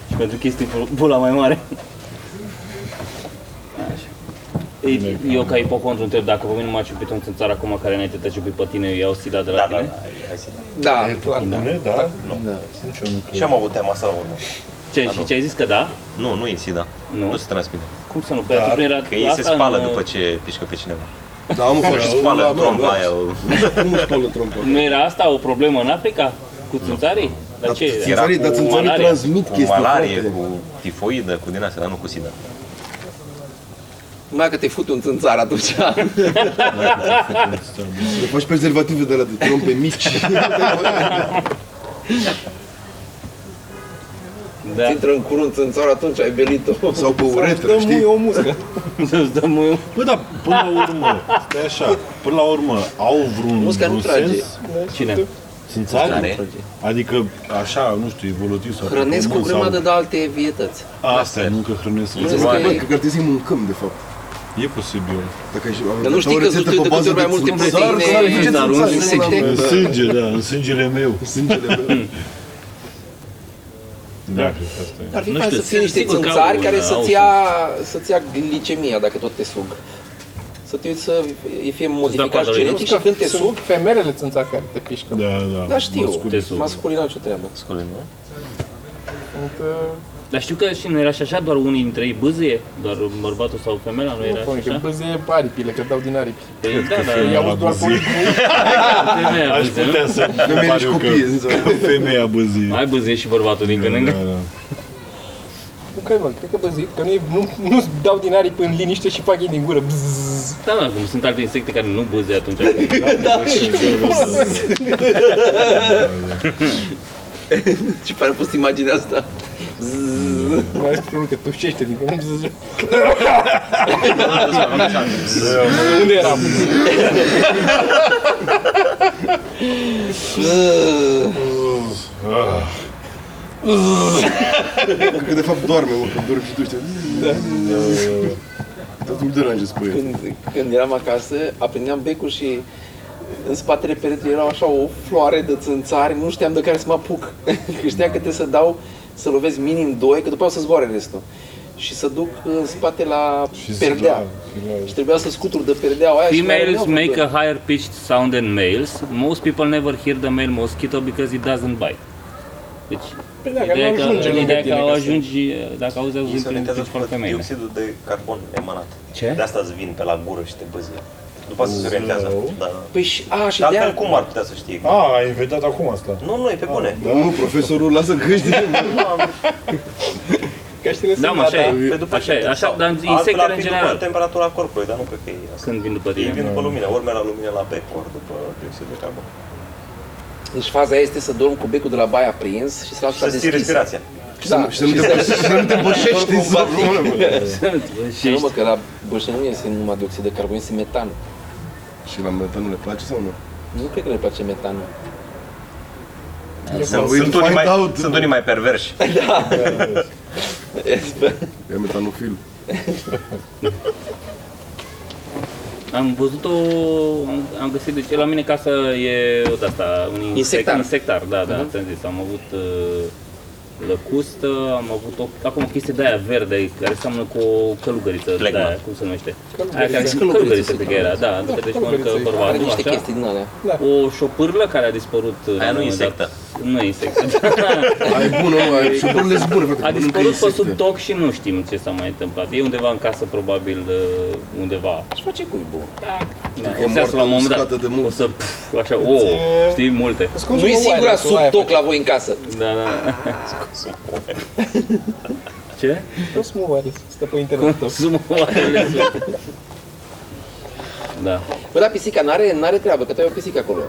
[SPEAKER 6] Și pentru chestii pul- pula mai mare. Așa. Ei, eu ca ipocontru întreb dacă pe mine m-a ciupit un țânțar acum care înainte te-a ciupit pe tine, eu iau stila de la
[SPEAKER 3] Da, da, da.
[SPEAKER 6] tine?
[SPEAKER 3] hai să-
[SPEAKER 5] Da, clar.
[SPEAKER 4] Bune, da?
[SPEAKER 3] Nu.
[SPEAKER 4] Nici eu nu cred.
[SPEAKER 3] Și am avut teama asta la urmă.
[SPEAKER 6] Ce, și ce ai zis că da?
[SPEAKER 3] Nu, nu e sida.
[SPEAKER 6] Nu?
[SPEAKER 3] Nu se transmite.
[SPEAKER 6] Cum să nu? Pe atunci era
[SPEAKER 3] Da, Că ei se
[SPEAKER 6] asta
[SPEAKER 3] spală
[SPEAKER 6] în-
[SPEAKER 3] după ce pișcă pe cineva.
[SPEAKER 1] Da, mă, fac
[SPEAKER 3] Și spală trompa aia.
[SPEAKER 1] Cum își spală trompa?
[SPEAKER 6] Nu era asta o problemă în Africa? Cu țânțarii? Dar
[SPEAKER 3] Da,
[SPEAKER 6] ce era?
[SPEAKER 1] Țânțarii, dar
[SPEAKER 3] cu
[SPEAKER 1] țânțarii
[SPEAKER 6] malarie,
[SPEAKER 1] transmit
[SPEAKER 3] Cu
[SPEAKER 1] chestii.
[SPEAKER 3] malarie,
[SPEAKER 1] frate.
[SPEAKER 3] cu tifoidă, cu din astea, dar nu cu
[SPEAKER 4] (laughs)
[SPEAKER 3] sida.
[SPEAKER 5] Numai că te fut un țânțar atunci.
[SPEAKER 6] Da.
[SPEAKER 1] Le faci prezervative de la de trompe mici.
[SPEAKER 6] Da.
[SPEAKER 5] Intră în curând țânțar, atunci ai belit-o.
[SPEAKER 1] sau pe uretră,
[SPEAKER 2] Dă mui
[SPEAKER 1] știi?
[SPEAKER 2] o muscă.
[SPEAKER 6] Să-ți dăm mâinul.
[SPEAKER 4] Bă, dar până la urmă, stai așa, până la urmă, au vreun,
[SPEAKER 5] Musca nu
[SPEAKER 4] vreun
[SPEAKER 5] trage.
[SPEAKER 4] sens?
[SPEAKER 6] Cine?
[SPEAKER 4] Țânțarii?
[SPEAKER 3] Care?
[SPEAKER 4] Adică, așa, nu știu, evolutiv sau...
[SPEAKER 5] Hrănesc o
[SPEAKER 4] mult sau-
[SPEAKER 5] grămadă de alte vietăți.
[SPEAKER 4] Asta e, nu că hrănesc.
[SPEAKER 5] Hrănesc
[SPEAKER 1] Bă,
[SPEAKER 5] că
[SPEAKER 1] bă,
[SPEAKER 5] e-
[SPEAKER 1] că ar trebui să-i mâncăm, de fapt.
[SPEAKER 4] E posibil.
[SPEAKER 1] Dacă ai
[SPEAKER 5] Dar nu știi că zutui de câte ori mai multe proteine, dar un
[SPEAKER 4] În sânge, da, în sângele meu.
[SPEAKER 1] Sângele meu.
[SPEAKER 4] Da, cred că asta e.
[SPEAKER 5] Ar fi
[SPEAKER 6] Nu
[SPEAKER 5] fain
[SPEAKER 6] știu,
[SPEAKER 5] să ții niște
[SPEAKER 6] sigur că au,
[SPEAKER 5] țânțari care
[SPEAKER 6] au
[SPEAKER 5] să-ți ia, să-ți ia glicemia dacă tot te sug. Să te uiți să îi fie modificat
[SPEAKER 6] coadă lui
[SPEAKER 5] genetic și când te sug,
[SPEAKER 2] femerele țânțar care te pișcă.
[SPEAKER 4] Da, da.
[SPEAKER 5] da știu,
[SPEAKER 4] Masculin.
[SPEAKER 6] Te sug.
[SPEAKER 5] masculin n-am ce treabă.
[SPEAKER 3] Scule, nu?
[SPEAKER 2] Sunt, uh,
[SPEAKER 6] Dar știu că și nu era și așa doar unii dintre ei bâzie? Doar bărbatul sau femeia nu era
[SPEAKER 2] Nu,
[SPEAKER 6] și
[SPEAKER 2] că
[SPEAKER 6] așa?
[SPEAKER 2] bâzie pe aripile, că dau din aripi.
[SPEAKER 6] Păi, da, dar
[SPEAKER 2] Ei
[SPEAKER 4] era
[SPEAKER 2] auzi doar
[SPEAKER 4] bâzie.
[SPEAKER 2] pe
[SPEAKER 6] femeia
[SPEAKER 4] Aș
[SPEAKER 6] bâzie, nu?
[SPEAKER 4] putea să
[SPEAKER 1] Femeile și
[SPEAKER 4] pariu că-
[SPEAKER 1] copiii, înțelegi?
[SPEAKER 4] că femeia băzie.
[SPEAKER 6] Mai da. bâzie și bărbatul din când în
[SPEAKER 4] Da,
[SPEAKER 6] când.
[SPEAKER 4] da.
[SPEAKER 2] Nu cred, mă, cred că băzit, că nu, e- nu, nu dau din aripi în liniște și fac ei din gură. Bzzz.
[SPEAKER 6] Da, da, cum sunt alte insecte care nu bâzie
[SPEAKER 4] (laughs)
[SPEAKER 6] atunci.
[SPEAKER 5] Ce pare pus imaginea asta?
[SPEAKER 2] Nu ai spus că tușește din gură. Bzzz. Unde eram?
[SPEAKER 1] Că de fapt doarme, mă, că dormi și tu știi. Tot îmi deranjez pe el.
[SPEAKER 5] Când, când eram acasă, aprindeam becul și în spatele peretelui era așa o floare de țânțari, nu știam de care să mă apuc. (laughs) Că știam că trebuie să dau, să lovesc minim doi, că după aia o să zboare restul. Și să duc în spate la
[SPEAKER 4] Și
[SPEAKER 5] perdea.
[SPEAKER 4] la- la-
[SPEAKER 5] Și trebuia să scutur de perdeaua aia și mai
[SPEAKER 6] Females
[SPEAKER 5] rămâneau
[SPEAKER 6] make
[SPEAKER 5] vreo
[SPEAKER 6] a higher pitched sound than males. Most people never hear the male mosquito because it doesn't bite. Deci,
[SPEAKER 2] Păi da, că
[SPEAKER 6] ideea
[SPEAKER 2] nu
[SPEAKER 6] e că,
[SPEAKER 2] ajunge lângă
[SPEAKER 6] ideea e că
[SPEAKER 2] tine,
[SPEAKER 6] au
[SPEAKER 2] că
[SPEAKER 6] ajungi, dacă auzi,
[SPEAKER 3] Ei
[SPEAKER 6] auzi
[SPEAKER 3] se
[SPEAKER 6] un
[SPEAKER 3] orientează
[SPEAKER 6] pitch for
[SPEAKER 3] pe
[SPEAKER 6] femeile.
[SPEAKER 3] dioxidul de carbon emanat.
[SPEAKER 6] Ce?
[SPEAKER 3] De asta îți vin pe la gură și te bâzie. După asta se orientează. Da.
[SPEAKER 5] doi. Păi și, a, și
[SPEAKER 3] Dar
[SPEAKER 5] de
[SPEAKER 3] altfel cum ar putea să știe?
[SPEAKER 4] A, ai inventat acum asta.
[SPEAKER 1] Da,
[SPEAKER 3] Nu, nu, e pe bune.
[SPEAKER 1] (laughs) Dar nu, profesorul lasă căștile.
[SPEAKER 2] Căștile
[SPEAKER 6] Da,
[SPEAKER 2] sunt
[SPEAKER 6] mă, așa
[SPEAKER 2] gata.
[SPEAKER 6] e.
[SPEAKER 3] Pe după
[SPEAKER 6] Așa e,
[SPEAKER 3] ce-
[SPEAKER 6] așa,
[SPEAKER 3] sau-
[SPEAKER 6] dar
[SPEAKER 3] altfel
[SPEAKER 6] insectele
[SPEAKER 3] ar
[SPEAKER 6] în
[SPEAKER 3] fi
[SPEAKER 6] general.
[SPEAKER 3] După temperatura corpului, dar nu cred că e asta.
[SPEAKER 6] Când vin după
[SPEAKER 3] Ei
[SPEAKER 6] tine. (laughs)
[SPEAKER 3] vin după lumină, ori merg la lumină la bec, ori după dioxid de carbon.
[SPEAKER 5] Deci faza este să dorm cu becul de la baia prins și să-l
[SPEAKER 3] Și
[SPEAKER 5] lași
[SPEAKER 3] să
[SPEAKER 5] așa
[SPEAKER 3] ții
[SPEAKER 5] deschis. Da.
[SPEAKER 3] respirația.
[SPEAKER 1] Și să nu- și să nu te- și să nu te bășești în zonă.
[SPEAKER 5] Și nu mă, că la bășină nu este numai dioxid de carbon, este metan.
[SPEAKER 1] Și la metan nu le place sau nu?
[SPEAKER 5] Nu cred că le place metanul.
[SPEAKER 6] Da.
[SPEAKER 3] Sunt,
[SPEAKER 1] We'll
[SPEAKER 3] sunt, unii
[SPEAKER 1] find
[SPEAKER 3] mai,
[SPEAKER 1] out.
[SPEAKER 3] sunt unii mai perverși.
[SPEAKER 1] E metanofil.
[SPEAKER 6] Am văzut o... am- Am găsit, deci la mine casă e o asta, un insect-
[SPEAKER 5] Insectar.
[SPEAKER 6] Insectar, da, da, ți-am zis. Am avut uh, lăcustă, am avut o, acum o chestie de aia verde, care seamănă cu o călugăriță,
[SPEAKER 3] Flegma.
[SPEAKER 6] de aia, cum se numește?
[SPEAKER 2] Călugăriță.
[SPEAKER 6] Aia
[SPEAKER 5] Călugăriță,
[SPEAKER 6] care călugăriță,
[SPEAKER 5] se
[SPEAKER 6] cred că era, da,
[SPEAKER 2] Da,
[SPEAKER 6] deci mănâncă
[SPEAKER 2] călugăriță.
[SPEAKER 6] vorba
[SPEAKER 5] Are
[SPEAKER 6] bună,
[SPEAKER 5] niște
[SPEAKER 6] așa.
[SPEAKER 5] chestii din alea.
[SPEAKER 6] O șopârlă care a dispărut uh, la
[SPEAKER 3] nu
[SPEAKER 6] un moment
[SPEAKER 3] insectă.
[SPEAKER 6] dat. Nu e insectă.
[SPEAKER 1] Ai bun, nu, ai șuburile zbor, frate.
[SPEAKER 6] A
[SPEAKER 1] mănâncă
[SPEAKER 6] dispărut pe
[SPEAKER 1] insecte.
[SPEAKER 6] sub toc și nu știm ce s-a mai întâmplat. E undeva în casă, probabil, uh, undeva.
[SPEAKER 5] Și face cuibul.
[SPEAKER 6] Da,
[SPEAKER 1] E
[SPEAKER 6] o să la un moment dat,
[SPEAKER 1] uscată de mult.
[SPEAKER 6] o să, pf, așa, o, știi, multe.
[SPEAKER 2] Scoți
[SPEAKER 5] Nu e
[SPEAKER 2] cu
[SPEAKER 5] singura
[SPEAKER 2] wireless-ul, aia
[SPEAKER 5] sub toc la voi în casă.
[SPEAKER 6] Da, da,
[SPEAKER 1] (laughs)
[SPEAKER 6] da. Ce?
[SPEAKER 2] faci. Scoți mă wireless, stă pe internet.
[SPEAKER 6] Consumă oarele. Da.
[SPEAKER 5] Bă, dar pisica n-are, n-are treabă, că tu ai o pisică acolo.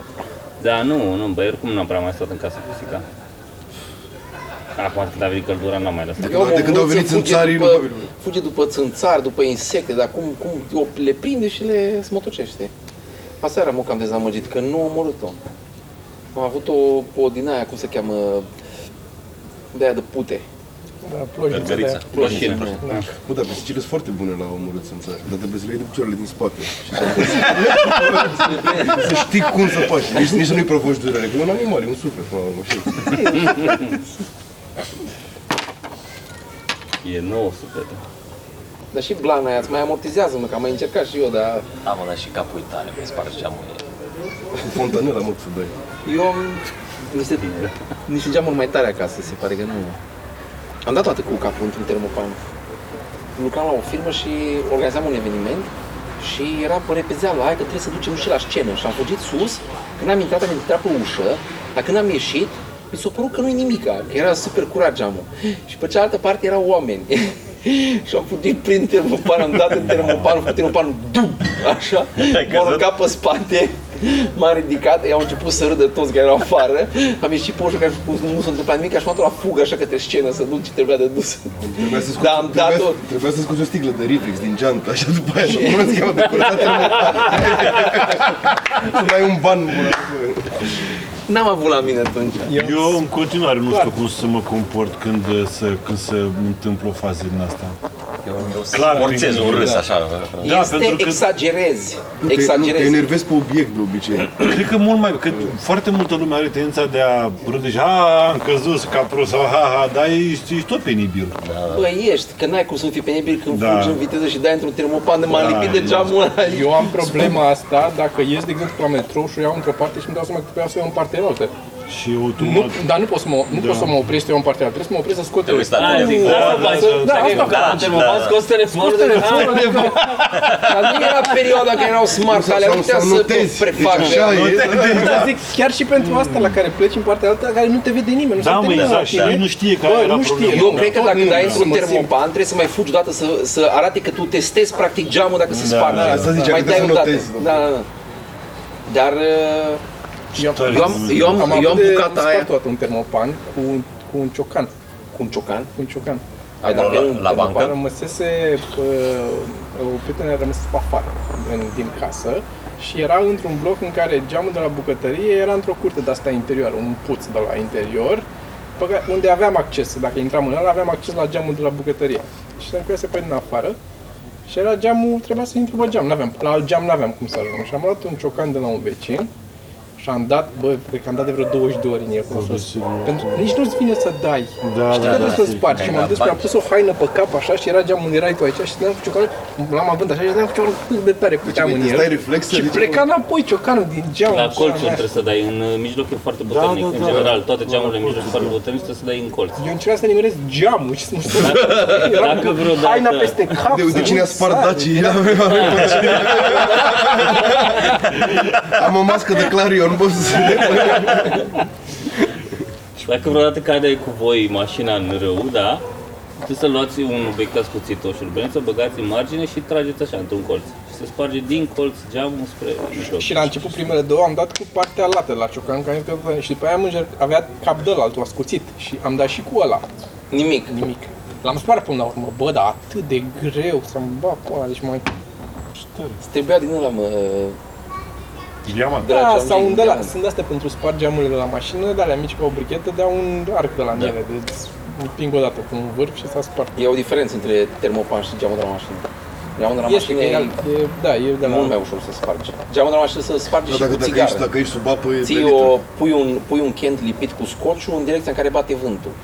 [SPEAKER 6] Da, nu, nu, băi, oricum n-am prea mai stat în casă cu pisica. Acum când a venit căldura, n-am mai lăsat.
[SPEAKER 1] Eu am o când au venit
[SPEAKER 5] fuge
[SPEAKER 1] țânțarii, nu
[SPEAKER 5] după, fuge după țânțari, după insecte, dar cum, cum o- le prinde și le smotocește. Aseară mă cam dezamăgit, că nu am omorât-o. Am avut o, o din aia, cum se cheamă, de aia de pute.
[SPEAKER 2] Da, plojița de
[SPEAKER 3] Gărița.
[SPEAKER 2] aia.
[SPEAKER 6] Ploșină.
[SPEAKER 1] Bă, dar pisicile sunt foarte bune la omorât în țară, dar trebuie să le iei de picioarele din spate. Și să, să știi cum să faci, nici, nici să nu-i provoci durere, că e un animal, e un suflet, până la urmă, știi?
[SPEAKER 6] E 900.
[SPEAKER 5] Dar și blana aia îți mai amortizează, mă, că am mai încercat și eu, dar
[SPEAKER 3] Am ăla și capul tare, mi sparge geamul.
[SPEAKER 1] Cu fontanela, mă, să dai.
[SPEAKER 5] eu am niște, niște geamuri mai tare acasă, se pare că nu. Am dat toate cu capul într-un termopan. Lucram la o firmă și organizam un eveniment și era pe repezeală aia că trebuie să ducem și la scenă. Și am fugit sus, când am intrat am intrat pe ușă, dar când am ieșit, mi s-a părut că nu-i nimica, că era super curat geamul. Și pe cealaltă parte erau oameni. (laughs) și am fugit prin termopan, am dat în termopan, cu termopanul, dum, așa, m-am
[SPEAKER 3] căzut?
[SPEAKER 5] aruncat pe spate, m-am ridicat, ei au început să râdă toți care erau afară, am ieșit pe ușă, că nu s-a întâmplat nimic, și am luat la fugă așa către scenă, să duc ce trebuia de dus.
[SPEAKER 1] Trebuia să scoți,
[SPEAKER 5] Da, am
[SPEAKER 1] trebuia,
[SPEAKER 5] dat-o.
[SPEAKER 1] trebuia să scoți o sticlă de Ritrix din geantă, așa după aia, și mă că am
[SPEAKER 5] (laughs)
[SPEAKER 1] decorat Să dai un ban, mă,
[SPEAKER 5] N-am avut la mine atunci.
[SPEAKER 4] Eu în continuare nu știu cum să mă comport când uh, să, când se întâmplă o fază din asta.
[SPEAKER 3] Eu, eu
[SPEAKER 4] Clar,
[SPEAKER 3] Clar, forțez un
[SPEAKER 4] bine,
[SPEAKER 3] râs
[SPEAKER 4] da.
[SPEAKER 3] așa.
[SPEAKER 4] Da,
[SPEAKER 5] este
[SPEAKER 4] pentru că-
[SPEAKER 5] exagerezi.
[SPEAKER 1] te, nu, te
[SPEAKER 5] exagerezi.
[SPEAKER 1] enervezi pe obiect de obicei.
[SPEAKER 4] Cred că mult mai, că foarte multă lume are tendința de a râde și "Ha, am căzut ca prost sau ha, ha, dar ești, ești tot penibil.
[SPEAKER 5] Bă, ești, că n-ai cum să nu fii penibil când
[SPEAKER 4] Da.
[SPEAKER 5] fugi în viteză și dai într-un termopan de m-am
[SPEAKER 4] Da,
[SPEAKER 5] lipit de
[SPEAKER 4] da.
[SPEAKER 5] geamul ăla.
[SPEAKER 2] Eu am problema asta dacă ies, de exemplu, la metrou și o iau într-o parte și îmi dau seama că trebuia să o iau în partea altă.
[SPEAKER 4] Și eu tu
[SPEAKER 2] Nu, dar nu pot să mă, nu pot să mă opresc să iau în partea altă. Trebuie să mă opresc să scot
[SPEAKER 3] Trebuie să
[SPEAKER 2] telefonul.
[SPEAKER 3] stai
[SPEAKER 6] Ai,
[SPEAKER 3] de
[SPEAKER 6] lasă-o,
[SPEAKER 4] da,
[SPEAKER 6] lasă-o.
[SPEAKER 4] da,
[SPEAKER 6] Da,
[SPEAKER 3] da,
[SPEAKER 6] asta fac.
[SPEAKER 3] da.
[SPEAKER 6] Telefon, scoți telefonul. Da, Hai.
[SPEAKER 5] Dar nu era perioada când erau smart, alea
[SPEAKER 1] Sau-
[SPEAKER 5] nu putea
[SPEAKER 1] sau
[SPEAKER 5] să
[SPEAKER 1] notezi.
[SPEAKER 5] prefacă.
[SPEAKER 1] Deci așa e.
[SPEAKER 2] Da, zic, chiar și pentru asta la care pleci în partea alta, care nu te vede nimeni, nu se
[SPEAKER 4] Da, mă,
[SPEAKER 2] întâmplă
[SPEAKER 4] exact, și
[SPEAKER 2] la tine.
[SPEAKER 4] nu știe care
[SPEAKER 2] Bă,
[SPEAKER 4] era
[SPEAKER 2] nu știe.
[SPEAKER 4] problema.
[SPEAKER 5] Eu cred că dacă
[SPEAKER 1] Da. Nu,
[SPEAKER 5] dai
[SPEAKER 1] nu,
[SPEAKER 5] într-un
[SPEAKER 1] mă simt.
[SPEAKER 5] termopan, trebuie să mai fugi odată să, să arate că tu testezi practic geamul dacă se
[SPEAKER 4] Da,
[SPEAKER 5] sparge.
[SPEAKER 4] da,
[SPEAKER 1] asta zicea,
[SPEAKER 5] mai
[SPEAKER 1] că trebuie
[SPEAKER 5] dai
[SPEAKER 1] să
[SPEAKER 5] odată.
[SPEAKER 1] notezi,
[SPEAKER 5] Da, da, da. Dar uh, eu am, eu am,
[SPEAKER 2] Am
[SPEAKER 5] eu am
[SPEAKER 2] avut de
[SPEAKER 5] bucata aia
[SPEAKER 2] spart toată un termopan cu, un- cu un ciocan.
[SPEAKER 5] cu un ciocan.
[SPEAKER 2] Cu un ciocan.
[SPEAKER 5] Ai dat
[SPEAKER 3] la-
[SPEAKER 5] pe un
[SPEAKER 3] la bancă?
[SPEAKER 2] După rămăsese, uh, o prietenă a rămas pe afară în, din casă și era într-un bloc în care geamul de la bucătărie era într-o curte de asta interioară, un puț de la interior, pe care, unde aveam acces, dacă intram în ăla, aveam acces la geamul de la bucătărie. Și ne să pe din afară și era geamul, trebuia să intru pe geam, n-aveam, la alt geam n-aveam cum să ajung. Și am luat un ciocan de la un vecin și am dat, bă, cred că am dat de vreo 20 de ori în el până sus. Pentru că nici nu-ți vine să dai.
[SPEAKER 4] Da,
[SPEAKER 2] Știi
[SPEAKER 4] da,
[SPEAKER 2] că
[SPEAKER 4] da,
[SPEAKER 2] trebuie să
[SPEAKER 4] știi.
[SPEAKER 2] spargi. Și m-am
[SPEAKER 3] Ai
[SPEAKER 2] dus,
[SPEAKER 3] dat
[SPEAKER 2] mi-am pus o haină pe cap așa și era geamul unde erai tu aici și dădeam cu ciocanul, l-am având așa și dădeam cu ciocanul cât de tare puteam
[SPEAKER 1] uite,
[SPEAKER 2] în el.
[SPEAKER 1] Deci stai reflexe,
[SPEAKER 2] și
[SPEAKER 1] deci-
[SPEAKER 2] pleca înapoi ciocanul din geam.
[SPEAKER 6] La
[SPEAKER 2] așa,
[SPEAKER 6] colțul
[SPEAKER 2] mea.
[SPEAKER 6] trebuie să dai, în uh, mijloc e foarte puternic,
[SPEAKER 4] da,
[SPEAKER 6] în
[SPEAKER 4] da.
[SPEAKER 6] general, toate geamurile în mijloc sunt foarte puternic, trebuie să dai în colț.
[SPEAKER 2] Eu încercam să nimeresc geamul și să mă
[SPEAKER 6] (laughs)
[SPEAKER 2] știu. Era
[SPEAKER 6] dacă vreodată-
[SPEAKER 2] haina peste cap.
[SPEAKER 1] De, de
[SPEAKER 2] să
[SPEAKER 1] cine
[SPEAKER 2] nu
[SPEAKER 1] a spart
[SPEAKER 2] sară.
[SPEAKER 1] dacii? Am o mască de Clarion, bă, să
[SPEAKER 6] Dacă vreodată cade cu voi mașina în râu, da, Trebuie să luați un obiectat scuțit, o șurubelniță, băgați în margine și trageți așa, într-un colț. Și se sparge din colț geamul spre mijloc.
[SPEAKER 2] Și la început primele două am dat cu partea lată la ciocan, că am zis că- și după aia am încercat, avea cap de altul ascuțit și am dat și cu ăla,
[SPEAKER 5] Nimic.
[SPEAKER 2] nimic. L-am spart până la urmă, bă, dar atât de greu să-mi bag cu ăla, deci mai...
[SPEAKER 5] Îți trebuia din ăla, mă,
[SPEAKER 4] Diamant.
[SPEAKER 5] la
[SPEAKER 2] Da,
[SPEAKER 5] cea
[SPEAKER 2] sau
[SPEAKER 5] mică,
[SPEAKER 2] un de la,
[SPEAKER 5] da.
[SPEAKER 2] sunt astea pentru spart geamurile de la mașină, de alea mici ca o brichetă, dea un arc de la
[SPEAKER 6] Da.
[SPEAKER 2] mine, deci împing o dată cu un vârf și s-a spart.
[SPEAKER 5] E o diferență între termopan și geamul de la mașină. Geamul de la
[SPEAKER 2] Este
[SPEAKER 5] mașină
[SPEAKER 2] că
[SPEAKER 5] e,
[SPEAKER 2] e, alt- e, da, e de la...
[SPEAKER 5] mult mai ușor să spargi. Geamul de la mașină se sparge
[SPEAKER 1] Da,
[SPEAKER 5] și cu
[SPEAKER 1] dacă, dacă, ești,
[SPEAKER 5] țigară.
[SPEAKER 1] dacă ești sub apă, e
[SPEAKER 5] Ții
[SPEAKER 1] pe
[SPEAKER 5] o,
[SPEAKER 1] litră.
[SPEAKER 5] pui, un, pui un chent lipit cu scociul în direcția în care bate vântul.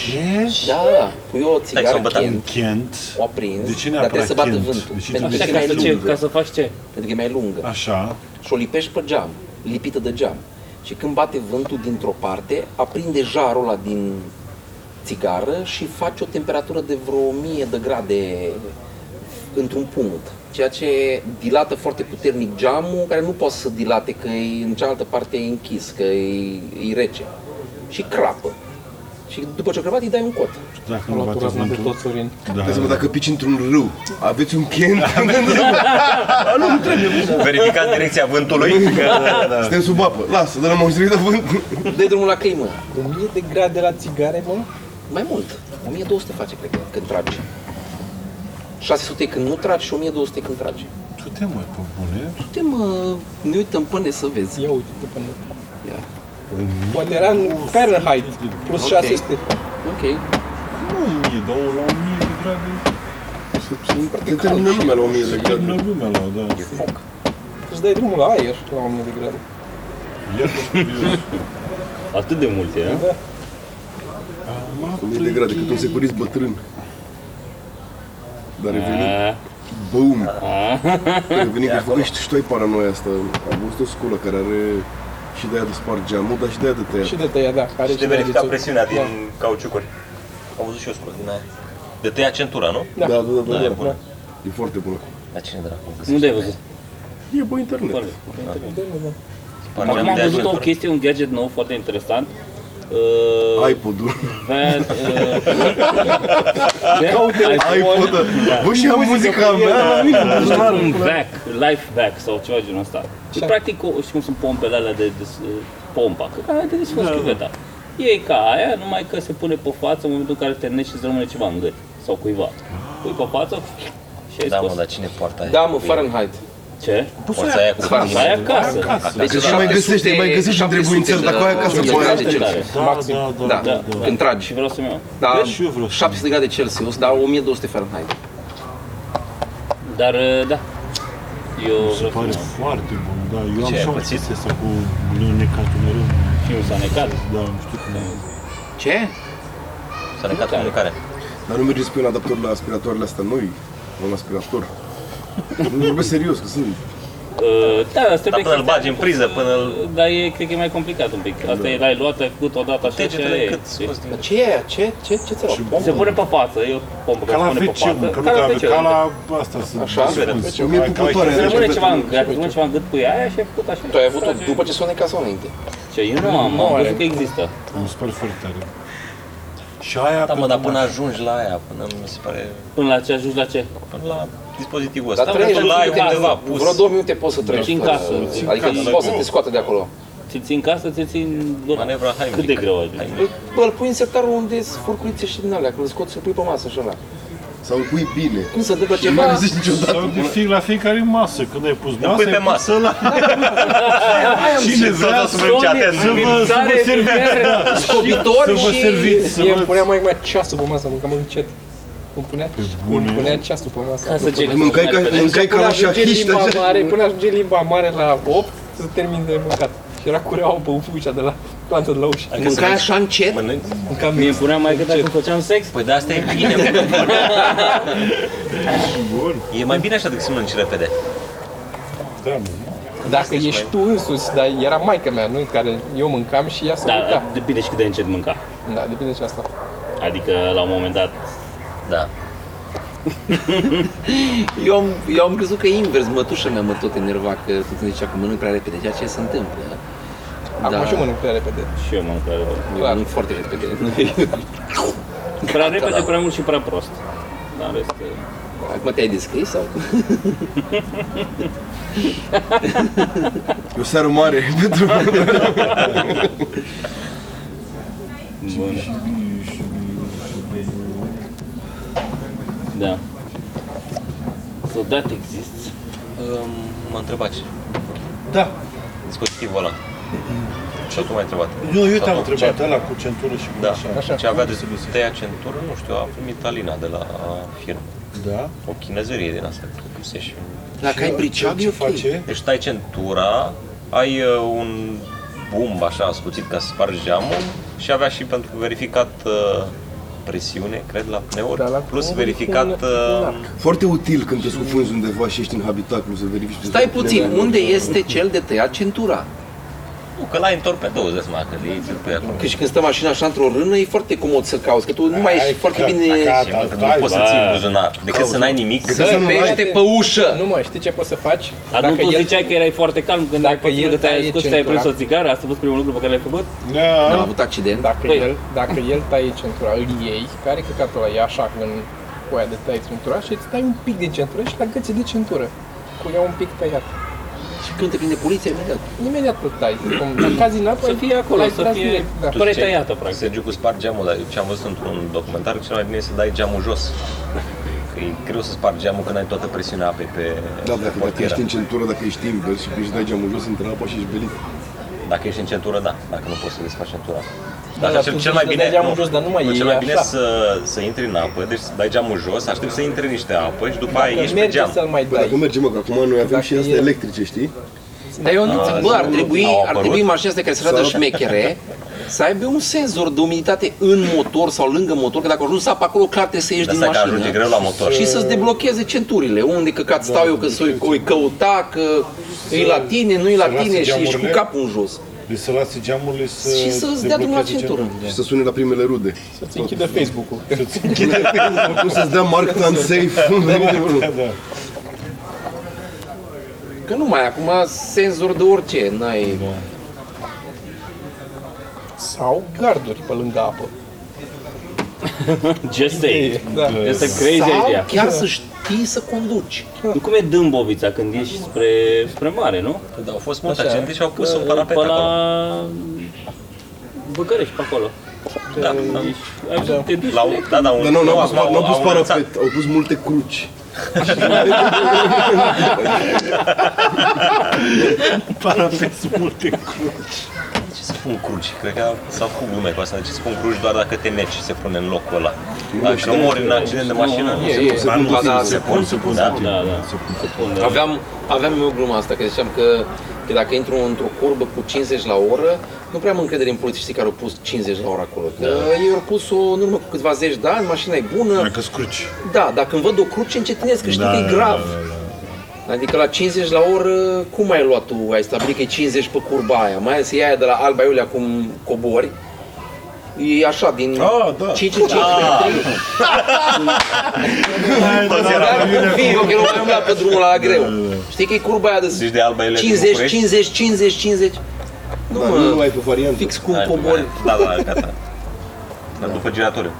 [SPEAKER 4] Ce?
[SPEAKER 5] Da, da, pui o
[SPEAKER 3] Stai să
[SPEAKER 5] țigară
[SPEAKER 3] o bătam.
[SPEAKER 5] chent,
[SPEAKER 4] Kent.
[SPEAKER 5] o aprins,
[SPEAKER 4] De ce
[SPEAKER 5] dar
[SPEAKER 4] neapărat
[SPEAKER 5] trebuie să bată
[SPEAKER 4] chent?
[SPEAKER 5] vântul.
[SPEAKER 4] De ce
[SPEAKER 5] pentru
[SPEAKER 4] trebuie
[SPEAKER 5] că
[SPEAKER 6] Așa,
[SPEAKER 5] e
[SPEAKER 6] ca
[SPEAKER 5] mai
[SPEAKER 6] să, ce,
[SPEAKER 5] lungă.
[SPEAKER 6] ca să faci ce?
[SPEAKER 5] Pentru că e mai lungă.
[SPEAKER 4] Așa.
[SPEAKER 5] și o lipești pe geam, lipită de geam. Și când bate vântul dintr-o parte, aprinde jarul ăla din țigară și face o temperatură de vreo 1000 de grade într-un punct. Ceea ce dilată foarte puternic geamul, care nu poate să dilate, că e, în cealaltă parte e închis, că e, e rece. Și crapă. Și după ce a crăpat, îi dai un cot.
[SPEAKER 4] Și Dacă
[SPEAKER 2] Am
[SPEAKER 4] nu
[SPEAKER 2] luat o
[SPEAKER 4] bate
[SPEAKER 2] raznă de
[SPEAKER 4] vântul...
[SPEAKER 2] tot, Sorin.
[SPEAKER 4] Da.
[SPEAKER 1] Deci, mă, dacă pici într-un râu, aveți un
[SPEAKER 5] Da,
[SPEAKER 1] chent?
[SPEAKER 3] Verificați direcția
[SPEAKER 5] da,
[SPEAKER 3] vântului.
[SPEAKER 1] (laughs) Suntem sub apă. Lasă, dar am auzit de vânt.
[SPEAKER 5] Dai drumul la căi, mă.
[SPEAKER 2] 1000 de grade la țigare, mă?
[SPEAKER 5] Mai mult. 1200 face, cred că, când tragi. 600 e când nu tragi și 1200 e când tragi.
[SPEAKER 4] Tu te mai pe bune?
[SPEAKER 5] Uite mă, ne uităm până să vezi.
[SPEAKER 2] Ia uite-te până.
[SPEAKER 5] Ia.
[SPEAKER 2] Poate era în Fahrenheit, plus
[SPEAKER 5] Ok.
[SPEAKER 2] 600.
[SPEAKER 5] Ok.
[SPEAKER 4] Nu, mie, dar la 1000 de grade.
[SPEAKER 1] Te termină lumea la 1000 de
[SPEAKER 4] Termină
[SPEAKER 1] grade.
[SPEAKER 4] lumea la, da.
[SPEAKER 2] Îți dai drumul la aer la 1000 de grade.
[SPEAKER 4] Iar
[SPEAKER 6] Atât de da? mult e, a?
[SPEAKER 1] 1000 de grade, cât un securist bătrân. Dar revenim.
[SPEAKER 6] A,
[SPEAKER 1] Băum!
[SPEAKER 6] a.
[SPEAKER 1] Revenim că făcut și tu știi paranoia asta. Am văzut o sculă care are și de aia de spart geamul, dar și de aia de
[SPEAKER 2] Și
[SPEAKER 1] tăiat.
[SPEAKER 2] de tăia, da. Are
[SPEAKER 3] Și de verificat
[SPEAKER 2] agețuri.
[SPEAKER 3] presiunea
[SPEAKER 2] Da.
[SPEAKER 3] din cauciucuri. Am văzut și eu da. scos din aia. De tăia centura, nu?
[SPEAKER 1] Da, da, da, da,
[SPEAKER 3] Da, e
[SPEAKER 1] da.
[SPEAKER 3] bună.
[SPEAKER 1] E foarte bună.
[SPEAKER 3] La Da, cine dracu?
[SPEAKER 6] Unde ai văzut?
[SPEAKER 1] E pe internet.
[SPEAKER 6] Foarte.
[SPEAKER 3] Parcă
[SPEAKER 6] Acum
[SPEAKER 3] am
[SPEAKER 6] am
[SPEAKER 3] de
[SPEAKER 6] văzut o
[SPEAKER 3] centură.
[SPEAKER 6] chestie, un gadget nou foarte interesant. Uh,
[SPEAKER 1] iPod-ul.
[SPEAKER 6] Avea, uh, ce? iPhone,
[SPEAKER 1] iPod-ul. Bă, și am muzica mea.
[SPEAKER 6] nu știu, un back, life back sau ceva genul ăsta. Și practic, o- știi cum sunt pompele alea de, de pompa, că aia de
[SPEAKER 4] Da,
[SPEAKER 6] desfăți cuveta. E ca aia, numai că se pune pe față în momentul în care terminești și îți rămâne ceva în gât sau cuiva. Pui pe față și ai
[SPEAKER 3] Da, mă,
[SPEAKER 6] scos.
[SPEAKER 3] dar cine poartă aia?
[SPEAKER 5] Da, mă, Fahrenheit.
[SPEAKER 6] Ce?
[SPEAKER 3] Forța aia cu
[SPEAKER 4] Da,
[SPEAKER 6] Așa e acasă.
[SPEAKER 5] Deci
[SPEAKER 1] Că și mai găsești, mai găsești întrebuințări, dacă ai acasă
[SPEAKER 5] de
[SPEAKER 1] pe aia.
[SPEAKER 5] grade Celsius.
[SPEAKER 4] Da,
[SPEAKER 2] Maxim.
[SPEAKER 4] da, da,
[SPEAKER 5] Da,
[SPEAKER 4] da, da.
[SPEAKER 5] când
[SPEAKER 6] Și
[SPEAKER 5] tragi.
[SPEAKER 6] vreau să-mi iau.
[SPEAKER 5] Da,
[SPEAKER 4] și eu vreau să-
[SPEAKER 5] 700 grade Celsius, da, dar 1200 Fahrenheit.
[SPEAKER 6] Dar, uh, da, eu
[SPEAKER 4] Se
[SPEAKER 6] vreau să-mi
[SPEAKER 4] pare
[SPEAKER 6] iau.
[SPEAKER 4] foarte bun, da. Eu am
[SPEAKER 3] Ce,
[SPEAKER 4] și o
[SPEAKER 3] ai pățit?
[SPEAKER 4] chestie asta cu necatul mereu.
[SPEAKER 6] Fiul s-a necat.
[SPEAKER 4] Da, nu știu cum e.
[SPEAKER 5] Ce?
[SPEAKER 3] S-a necat în care?
[SPEAKER 1] Dar nu mergeți pe un adaptor la aspiratoarele astea noi? La Un aspirator? Nu vorbesc serios, că sunt.
[SPEAKER 6] Uh, Da, dar
[SPEAKER 3] Dar
[SPEAKER 6] trebuie
[SPEAKER 3] până îl
[SPEAKER 6] chestia-
[SPEAKER 3] bagi în priză, până îl...
[SPEAKER 6] Dar e, cred că e mai complicat un pic. Asta e, l-ai luat, ai făcut odată așa și aia
[SPEAKER 3] Degetele
[SPEAKER 6] e.
[SPEAKER 3] cât scos din...
[SPEAKER 5] Ce e aia? Ce? Ce? Ce ți-a luat?
[SPEAKER 6] Se pune pe față, e o pompă
[SPEAKER 4] Ca
[SPEAKER 6] care
[SPEAKER 4] la
[SPEAKER 6] se pune pe față.
[SPEAKER 4] feceu, că nu ca la- ca la asta să
[SPEAKER 5] Așa?
[SPEAKER 4] să spun.
[SPEAKER 5] Deci
[SPEAKER 1] Feceu. Mie
[SPEAKER 4] Ca la-
[SPEAKER 1] pupătoare.
[SPEAKER 6] Se rămâne
[SPEAKER 1] Așa,
[SPEAKER 6] da. ceva în
[SPEAKER 1] așa,
[SPEAKER 6] gât, rămâne ceva în gât cu aia și ai făcut așa.
[SPEAKER 5] Tu ai avut-o după ce s-a necat sau înainte?
[SPEAKER 6] Ce, eu nu am, am văzut că există.
[SPEAKER 4] Mi se pare foarte tare. Și aia
[SPEAKER 3] Da, mă,
[SPEAKER 4] pe
[SPEAKER 3] dar până
[SPEAKER 4] mașină.
[SPEAKER 3] ajungi la aia, până mi se pare...
[SPEAKER 6] Până la ce ajungi la ce?
[SPEAKER 3] Până la dispozitivul ăsta.
[SPEAKER 5] Dar
[SPEAKER 3] Până
[SPEAKER 5] trăiești
[SPEAKER 3] la ai
[SPEAKER 5] puțin
[SPEAKER 3] undeva
[SPEAKER 5] acasă. Vreo
[SPEAKER 3] pus.
[SPEAKER 5] două minute poți să treci.
[SPEAKER 6] Și în
[SPEAKER 5] fără-
[SPEAKER 6] casă.
[SPEAKER 5] Adică
[SPEAKER 3] casă.
[SPEAKER 5] poți să te scoată de acolo.
[SPEAKER 6] Ți-l ții în casă, ți-l ții în bă,
[SPEAKER 3] Manevra Heimlich.
[SPEAKER 6] Cât de greu ajungi?
[SPEAKER 3] Heimlich.
[SPEAKER 5] Îl- Bă, îl pui în sertarul unde sunt furculițe și din alea, că îl scoți, îl pui pe masă și ăla.
[SPEAKER 1] Sau îl pui bine.
[SPEAKER 5] Când se întâmplă
[SPEAKER 1] Nu mai
[SPEAKER 5] ceva,
[SPEAKER 1] găsești niciodată.
[SPEAKER 4] Sau de fie, la fiecare masă, când ai pus
[SPEAKER 3] Îl
[SPEAKER 4] masă,
[SPEAKER 3] pui
[SPEAKER 4] ai
[SPEAKER 3] pe
[SPEAKER 4] pus
[SPEAKER 3] masă.
[SPEAKER 4] ăla. Cine vrea
[SPEAKER 3] Toată
[SPEAKER 4] să
[SPEAKER 3] suntem
[SPEAKER 4] să
[SPEAKER 3] atenți.
[SPEAKER 4] vă, să vă serviți, (laughs) să
[SPEAKER 5] scobitor
[SPEAKER 4] vă
[SPEAKER 5] și...
[SPEAKER 4] serviți, să
[SPEAKER 2] Mie îmi punea
[SPEAKER 4] vă...
[SPEAKER 2] mai mai ceasul pe masă, mâncam încet. Îmi punea,
[SPEAKER 4] bune.
[SPEAKER 2] îmi punea ceasul pe masă.
[SPEAKER 6] Ca să ce?
[SPEAKER 1] Mâncai ca, mâncai ca
[SPEAKER 2] Până
[SPEAKER 1] la
[SPEAKER 2] ajunge
[SPEAKER 1] șahist,
[SPEAKER 2] limba
[SPEAKER 1] așa.
[SPEAKER 2] mare, până ajunge limba mare la 8, să termin de mâncat. Și era cureaua pe ușa de la plantă de la ușă.
[SPEAKER 6] Adică
[SPEAKER 5] Mâncai așa încet?
[SPEAKER 3] Mănânc?
[SPEAKER 2] Mâncam
[SPEAKER 6] Mie îmi punea mai că dacă făceam sex?
[SPEAKER 3] Păi de asta e bine, mă. E mai bine așa decât să mănânci repede.
[SPEAKER 4] Da, mă.
[SPEAKER 2] Dacă ești tu însuți, dar era maica mea, nu? Care eu mâncam și ea să
[SPEAKER 6] Da,
[SPEAKER 2] mânca.
[SPEAKER 6] depinde și cât de încet mânca.
[SPEAKER 2] Da, depinde și asta.
[SPEAKER 6] Adică la un moment dat
[SPEAKER 3] Da.
[SPEAKER 5] Eu am, eu am crezut că e invers, mătușa mea mă tot enerva că tot îmi zicea că mănânc prea repede, ceea ce se întâmplă.
[SPEAKER 2] Acum
[SPEAKER 5] Da.
[SPEAKER 2] și eu mănânc prea repede.
[SPEAKER 6] și eu mănânc la
[SPEAKER 5] Eu
[SPEAKER 2] Clar.
[SPEAKER 5] mănânc foarte repede.
[SPEAKER 6] Prea repede, prea mult și prea prost. Dar rest, e-
[SPEAKER 5] (laughs) Acum te-ai descris sau?
[SPEAKER 1] E o seară (laughs) mare pentru
[SPEAKER 6] da. So that exists.
[SPEAKER 3] Um, mă întrebați
[SPEAKER 4] Da.
[SPEAKER 3] dispozitivul ăla. Și tu m-ai întrebat.
[SPEAKER 4] Nu, eu te-am
[SPEAKER 3] Sau tu,
[SPEAKER 4] întrebat,
[SPEAKER 3] ce-
[SPEAKER 4] ăla cu centură și cu
[SPEAKER 3] Da,
[SPEAKER 4] așa.
[SPEAKER 3] așa, ce avea de
[SPEAKER 4] Unde se găsește?
[SPEAKER 3] tăia centură, nu știu, a primit Alina de la firmă.
[SPEAKER 4] Da. uh,
[SPEAKER 3] O chinezărie din asta, cred că găsești.
[SPEAKER 5] Dacă ai briceag, e
[SPEAKER 4] ce
[SPEAKER 5] ok.
[SPEAKER 4] face?
[SPEAKER 3] Deci tai centura, ai uh, un bumb așa ascuțit ca să spargi geamul și avea și pentru verificat uh, presiune, cred, la pneuri,
[SPEAKER 2] Da, la
[SPEAKER 3] plus
[SPEAKER 2] pneuri, un-
[SPEAKER 3] verificat
[SPEAKER 2] un
[SPEAKER 3] uh,
[SPEAKER 2] arc.
[SPEAKER 1] Foarte util când te scufunzi undeva și ești în habitacul să verifici
[SPEAKER 5] Stai
[SPEAKER 3] Da.
[SPEAKER 5] puțin, unde este cel de tăiat centura?
[SPEAKER 3] Nu, că l-ai întors pe 20, mă, că de ți-l pui acolo.
[SPEAKER 5] Că și când stă mașina așa într-o rână, e foarte comod să cauzi, că tu nu mai ești
[SPEAKER 4] Hai,
[SPEAKER 5] foarte
[SPEAKER 4] gata,
[SPEAKER 5] bine...
[SPEAKER 4] gata,
[SPEAKER 3] Că
[SPEAKER 4] gata,
[SPEAKER 3] nu poți să
[SPEAKER 6] bă.
[SPEAKER 3] ții în buzunar, decât să n-ai nimic.
[SPEAKER 1] Să nu
[SPEAKER 5] Pește pe ușă!
[SPEAKER 2] Nu mă, știi ce poți să faci?
[SPEAKER 6] Da. Dar nu tu ziceai că erai foarte calm când ai
[SPEAKER 2] Dacă
[SPEAKER 6] fost
[SPEAKER 2] el
[SPEAKER 6] că te-ai
[SPEAKER 2] taie
[SPEAKER 6] scos și te-ai
[SPEAKER 2] centura.
[SPEAKER 6] prins o țigară, asta a fost primul lucru pe care l-ai făcut?
[SPEAKER 2] Păi,
[SPEAKER 5] Am
[SPEAKER 4] Da.
[SPEAKER 5] avut accident.
[SPEAKER 2] Dacă
[SPEAKER 6] Păi.
[SPEAKER 2] el, dacă el taie centura, îl iei, care căcatul ăla e așa în coaia de taie centura și îți tai un pic din centură și la gâții de centură. Cu ea un pic tăiat.
[SPEAKER 5] Și când te prinde poliția, imediat.
[SPEAKER 2] Imediat îl tai.
[SPEAKER 6] (clears throat)
[SPEAKER 2] Cum, dacă cazi în apă,
[SPEAKER 6] Să fie acolo,
[SPEAKER 2] l-ai
[SPEAKER 6] să
[SPEAKER 2] tras
[SPEAKER 6] fie
[SPEAKER 2] direct, da.
[SPEAKER 3] Tu
[SPEAKER 6] părere
[SPEAKER 3] ziceai,
[SPEAKER 6] tăiată, practic.
[SPEAKER 3] Sergiu cu spar geamul, dar ce am văzut într-un documentar, că cel mai bine e să dai geamul jos. Că e greu să spar geamul când ai toată presiunea apei pe
[SPEAKER 1] Da, dacă, dacă
[SPEAKER 3] portieră.
[SPEAKER 1] ești în centură, dacă ești invers și ești dai geamul jos între apa și ești belit.
[SPEAKER 3] Dacă ești în centură, da. Dacă nu poți să desfaci centura. Dar
[SPEAKER 2] dar
[SPEAKER 3] cel,
[SPEAKER 2] tu
[SPEAKER 3] cel
[SPEAKER 2] zici
[SPEAKER 3] mai
[SPEAKER 2] că
[SPEAKER 3] bine,
[SPEAKER 2] dai geamul jos, dar nu mai
[SPEAKER 3] nu,
[SPEAKER 2] e
[SPEAKER 3] cel mai
[SPEAKER 2] așa.
[SPEAKER 3] bine să, să intri în apă, deci să dai geamul jos, aștept să intri niște apă și după aia
[SPEAKER 2] Dacă
[SPEAKER 3] ieși pe
[SPEAKER 2] merge
[SPEAKER 3] geam.
[SPEAKER 2] să-l mai
[SPEAKER 1] Bă, dacă
[SPEAKER 2] dai.
[SPEAKER 1] mergem, mă, că acum noi avem
[SPEAKER 2] Dacă
[SPEAKER 1] și astea
[SPEAKER 2] e-
[SPEAKER 1] electrice, știi?
[SPEAKER 5] Dar eu nu înțeleg, bă, ar trebui,
[SPEAKER 3] Au
[SPEAKER 5] ar
[SPEAKER 3] apărut?
[SPEAKER 5] trebui mașina asta care se arată
[SPEAKER 1] Sau-
[SPEAKER 5] șmechere
[SPEAKER 3] (laughs)
[SPEAKER 5] să aibă un senzor de umiditate în motor sau lângă motor, că dacă ajungi să apă acolo, clar trebuie să ieși
[SPEAKER 3] Dar
[SPEAKER 5] din
[SPEAKER 3] stai că ajunge greu
[SPEAKER 5] mașină.
[SPEAKER 3] la motor.
[SPEAKER 5] Și să-ți deblocheze centurile, unde căcat stau eu, că să o căuta, că e la tine, nu e la
[SPEAKER 4] să lase
[SPEAKER 5] tine și ești cu
[SPEAKER 4] geamurile.
[SPEAKER 5] capul în jos.
[SPEAKER 4] Deci să lase geamurile să
[SPEAKER 5] Și să-ți dea drumul la
[SPEAKER 4] deblocheze
[SPEAKER 5] centură.
[SPEAKER 4] geamul.
[SPEAKER 1] Și să sune la primele rude.
[SPEAKER 2] Să-ți închide Facebook-ul.
[SPEAKER 1] Oricum să-ți dea mark unsafe.
[SPEAKER 4] Da, da.
[SPEAKER 5] Că nu mai acum senzor de orice, n-ai...
[SPEAKER 2] Sau garduri pe lângă apă.
[SPEAKER 6] Just say.
[SPEAKER 2] Da.
[SPEAKER 6] Este crazy
[SPEAKER 5] Sau
[SPEAKER 6] idea.
[SPEAKER 5] chiar să știi să conduci.
[SPEAKER 6] Cum e Dâmbovița când ieși spre, spre mare, nu?
[SPEAKER 3] Dar au fost multe
[SPEAKER 2] Așa,
[SPEAKER 3] accidente și au pus un
[SPEAKER 6] Că
[SPEAKER 3] parapet
[SPEAKER 6] pe
[SPEAKER 3] acolo.
[SPEAKER 6] la... Bucărești, pe acolo.
[SPEAKER 3] Da,
[SPEAKER 6] Ai văzut, te duci
[SPEAKER 3] la, un- da, da,
[SPEAKER 1] (laughs)
[SPEAKER 3] un,
[SPEAKER 1] Dar nu, n-au pus,
[SPEAKER 3] acum
[SPEAKER 1] n-au pus
[SPEAKER 3] au anunțat.
[SPEAKER 1] parapet, au pus multe cruci.
[SPEAKER 3] De ce se pun Deci cruci? Cred că s-au făcut glume cu asta. De ce se pun cruci doar dacă te neci se pune în locul ăla? Dacă mori în accident de mașină, nu se
[SPEAKER 5] E,
[SPEAKER 1] Se pun
[SPEAKER 5] ba, da,
[SPEAKER 1] puțin, se pun.
[SPEAKER 3] pun. Da?
[SPEAKER 6] Da, da. Se pun, da.
[SPEAKER 5] Aveam, aveam eu gluma asta, că ziceam că, că dacă intru într-o curbă cu 50 la oră, nu prea am încredere în polițiștii care au pus 50 la oră acolo. Că Da. ei au pus-o în urmă cu câțiva zeci de ani, mașina e bună.
[SPEAKER 4] Dacă scurci.
[SPEAKER 5] Da, dacă îmi văd o cruce, încetinez, că știu
[SPEAKER 4] Da,
[SPEAKER 5] că e
[SPEAKER 4] da,
[SPEAKER 5] grav.
[SPEAKER 4] da,
[SPEAKER 5] Adică la 50 la oră, cum ai luat tu? Ai stabilit că e 50 pe curba aia, mai ales e aia de la Alba Iulia cum cobori. E așa, din
[SPEAKER 4] Ah, da.
[SPEAKER 5] 5 în 5
[SPEAKER 3] Ah, Toți erau
[SPEAKER 5] Dar cum vii, eu chiar am umblat pe drumul
[SPEAKER 4] Da,
[SPEAKER 5] ăla greu. Știi că e curba aia de
[SPEAKER 3] Deci de Alba Iulia din
[SPEAKER 5] 50,
[SPEAKER 3] București?
[SPEAKER 5] 50, 50, 50. Nu,
[SPEAKER 1] Dar
[SPEAKER 5] mă,
[SPEAKER 1] Ah, nu ai pe variantă.
[SPEAKER 5] fix cum
[SPEAKER 3] Hai,
[SPEAKER 5] cobori.
[SPEAKER 3] Da, da, gata. Dar după giratoriu.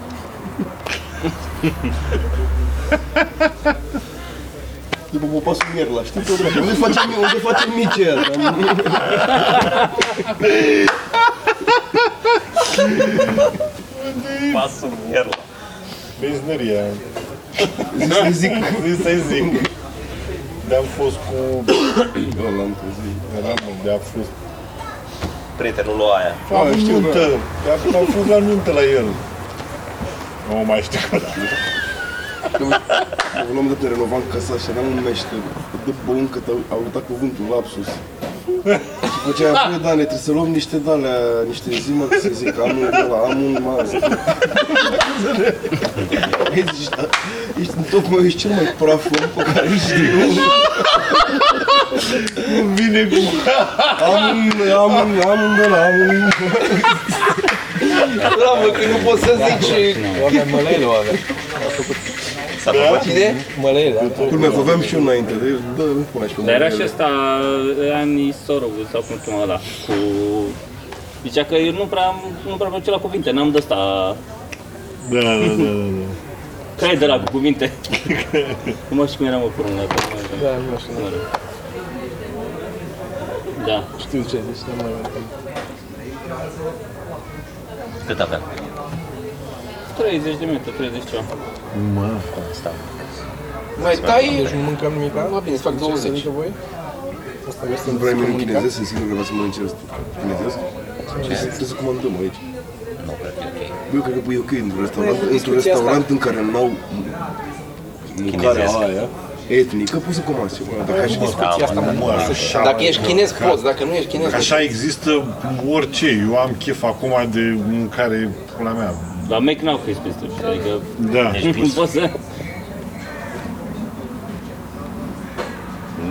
[SPEAKER 1] După popasul Mierla, știi tot dracul. Unde facem, unde facem mici aia? Dar-
[SPEAKER 3] Pasul Mierla.
[SPEAKER 4] Bezneria. Să (laughs) zic. Să zic. De-am fost cu...
[SPEAKER 1] Eu l-am trezit.
[SPEAKER 4] De-am fost
[SPEAKER 3] Prietenul lui aia.
[SPEAKER 4] Am avut nuntă. Acum am fost la nuntă la el. Nu mă mai știu.
[SPEAKER 1] Eu l-am dat în renovam casa și aveam un meșter de bun cât au, au uitat cuvântul lapsus. Și făcea apoi, Dane, trebuie să luăm niște dale, niște zimă, că să zic, am un ăla, am un maz. (laughs) Ești, ești, tocmai, ești cel mai praf om pe care îl știu.
[SPEAKER 4] Vine cu...
[SPEAKER 1] Am un, am un, am un ăla, am un...
[SPEAKER 5] Bravă, Da, că nu poți să zici.
[SPEAKER 2] Oameni mălăile o avea.
[SPEAKER 3] S-a făcut
[SPEAKER 5] Cine?
[SPEAKER 2] Mălăile, da.
[SPEAKER 1] Culmea, că aveam și eu înainte de el, dă, nu pune așa pe
[SPEAKER 6] Dar era
[SPEAKER 1] mâinile.
[SPEAKER 6] și ăsta, Ani Sorogu sau cum se cheamă ăla, cu... Zicea că eu nu prea, am- nu prea plăcea la cuvinte, n-am de ăsta
[SPEAKER 4] Da, da, da, da. da.
[SPEAKER 6] Care e de la cu cuvinte? nu mai știu cum era mă până la cap.
[SPEAKER 2] Da, nu știu.
[SPEAKER 6] Mă rog. Da.
[SPEAKER 2] Știu ce zici, nu mai merg.
[SPEAKER 3] Cât aveam?
[SPEAKER 6] 30 de minute, 30 ceva.
[SPEAKER 4] Mă,
[SPEAKER 3] Asta.
[SPEAKER 5] Mai
[SPEAKER 2] Deci
[SPEAKER 5] tai,
[SPEAKER 2] nu mâncăm nimic, da?
[SPEAKER 5] m-a prins, fac 20.
[SPEAKER 2] voi? Asta vreau să
[SPEAKER 1] Sunt vreo meniu
[SPEAKER 2] comunicat.
[SPEAKER 1] chinezesc, sunt sigur că vreau să mănânc chinezesc. Chinezesc? Ce? Trebuie să comandăm aici.
[SPEAKER 3] Nu cred că e ok.
[SPEAKER 1] Eu cred că e ok într-un restaurant,
[SPEAKER 2] Noi,
[SPEAKER 1] într-un
[SPEAKER 2] Păi, discuția
[SPEAKER 1] restaurant în care n-au mâncarea
[SPEAKER 3] Chinezesc.
[SPEAKER 1] aia etnică, poți să comanzi ceva. Dacă
[SPEAKER 2] (laughs)
[SPEAKER 1] ai și
[SPEAKER 2] Discuția asta mă
[SPEAKER 4] mă, așa,
[SPEAKER 5] Dacă ești chinez,
[SPEAKER 4] ca-
[SPEAKER 5] poți, dacă nu ești chinez, nu.
[SPEAKER 4] Așa există orice. Eu am chef acum de mâncare, pula mea.
[SPEAKER 6] La Mac n-au Crispy Stuff, adică
[SPEAKER 4] Da.
[SPEAKER 3] Deci-
[SPEAKER 6] nu poți să...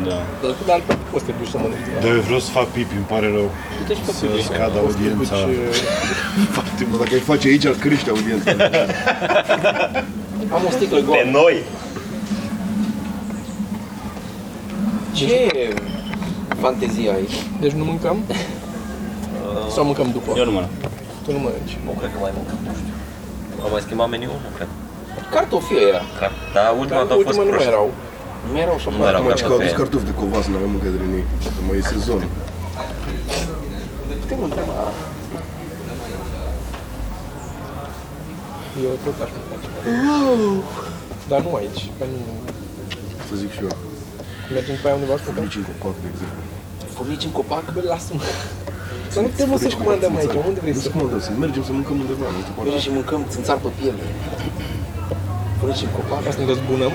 [SPEAKER 6] Da.
[SPEAKER 2] Dar tu poți să te duci să mănânci.
[SPEAKER 3] Da.
[SPEAKER 4] Dar eu vreau să fac pipi, îmi pare rău.
[SPEAKER 6] Du-te și
[SPEAKER 4] Să
[SPEAKER 6] pe
[SPEAKER 4] scadă audiența.
[SPEAKER 2] Deci, eh,
[SPEAKER 1] Dacă ai face aici, ar crește
[SPEAKER 3] (laughs)
[SPEAKER 1] audiența.
[SPEAKER 5] am o sticlă
[SPEAKER 3] Pe
[SPEAKER 5] goală.
[SPEAKER 3] noi?
[SPEAKER 5] Ce fantezie ai?
[SPEAKER 2] Deci nu mâncăm?
[SPEAKER 3] Uh,
[SPEAKER 2] Sau mâncăm după?
[SPEAKER 6] Eu nu mănânc.
[SPEAKER 2] Tu nu mănânci.
[SPEAKER 3] Nu cred că mai mâncăm, nu știu. Am mai schimbat meniul? Nu cred.
[SPEAKER 5] Cartofiu era.
[SPEAKER 3] Car- Da, ultima dată
[SPEAKER 2] Dar
[SPEAKER 3] a fost
[SPEAKER 2] ultima nu mai
[SPEAKER 3] prost.
[SPEAKER 2] erau.
[SPEAKER 5] Nu erau așa
[SPEAKER 3] Nu erau
[SPEAKER 1] Mă,
[SPEAKER 3] ca
[SPEAKER 1] și că au adus
[SPEAKER 3] pe
[SPEAKER 1] cartofi de covas, n-am mai mâncat de ei. Că Mai e sezon.
[SPEAKER 5] Putem întreba.
[SPEAKER 2] Eu tot aș mânca ceva. Dar nu aici, că nu...
[SPEAKER 1] Să zic și eu.
[SPEAKER 2] Mergem pe aia undeva și mâncăm.
[SPEAKER 1] Nici în copac, de exemplu.
[SPEAKER 5] Fumici în copac?
[SPEAKER 2] Bă, lasă-mă. Dar nu putem să-și comandăm aici, unde vrei
[SPEAKER 1] Nu
[SPEAKER 2] să... Deci
[SPEAKER 1] să comandăm, să mergem să mâncăm undeva, nu știu pe
[SPEAKER 5] Mergem și mâncăm țânțar pe piele. Fumici în copac,
[SPEAKER 2] Ca să ne răzbunăm.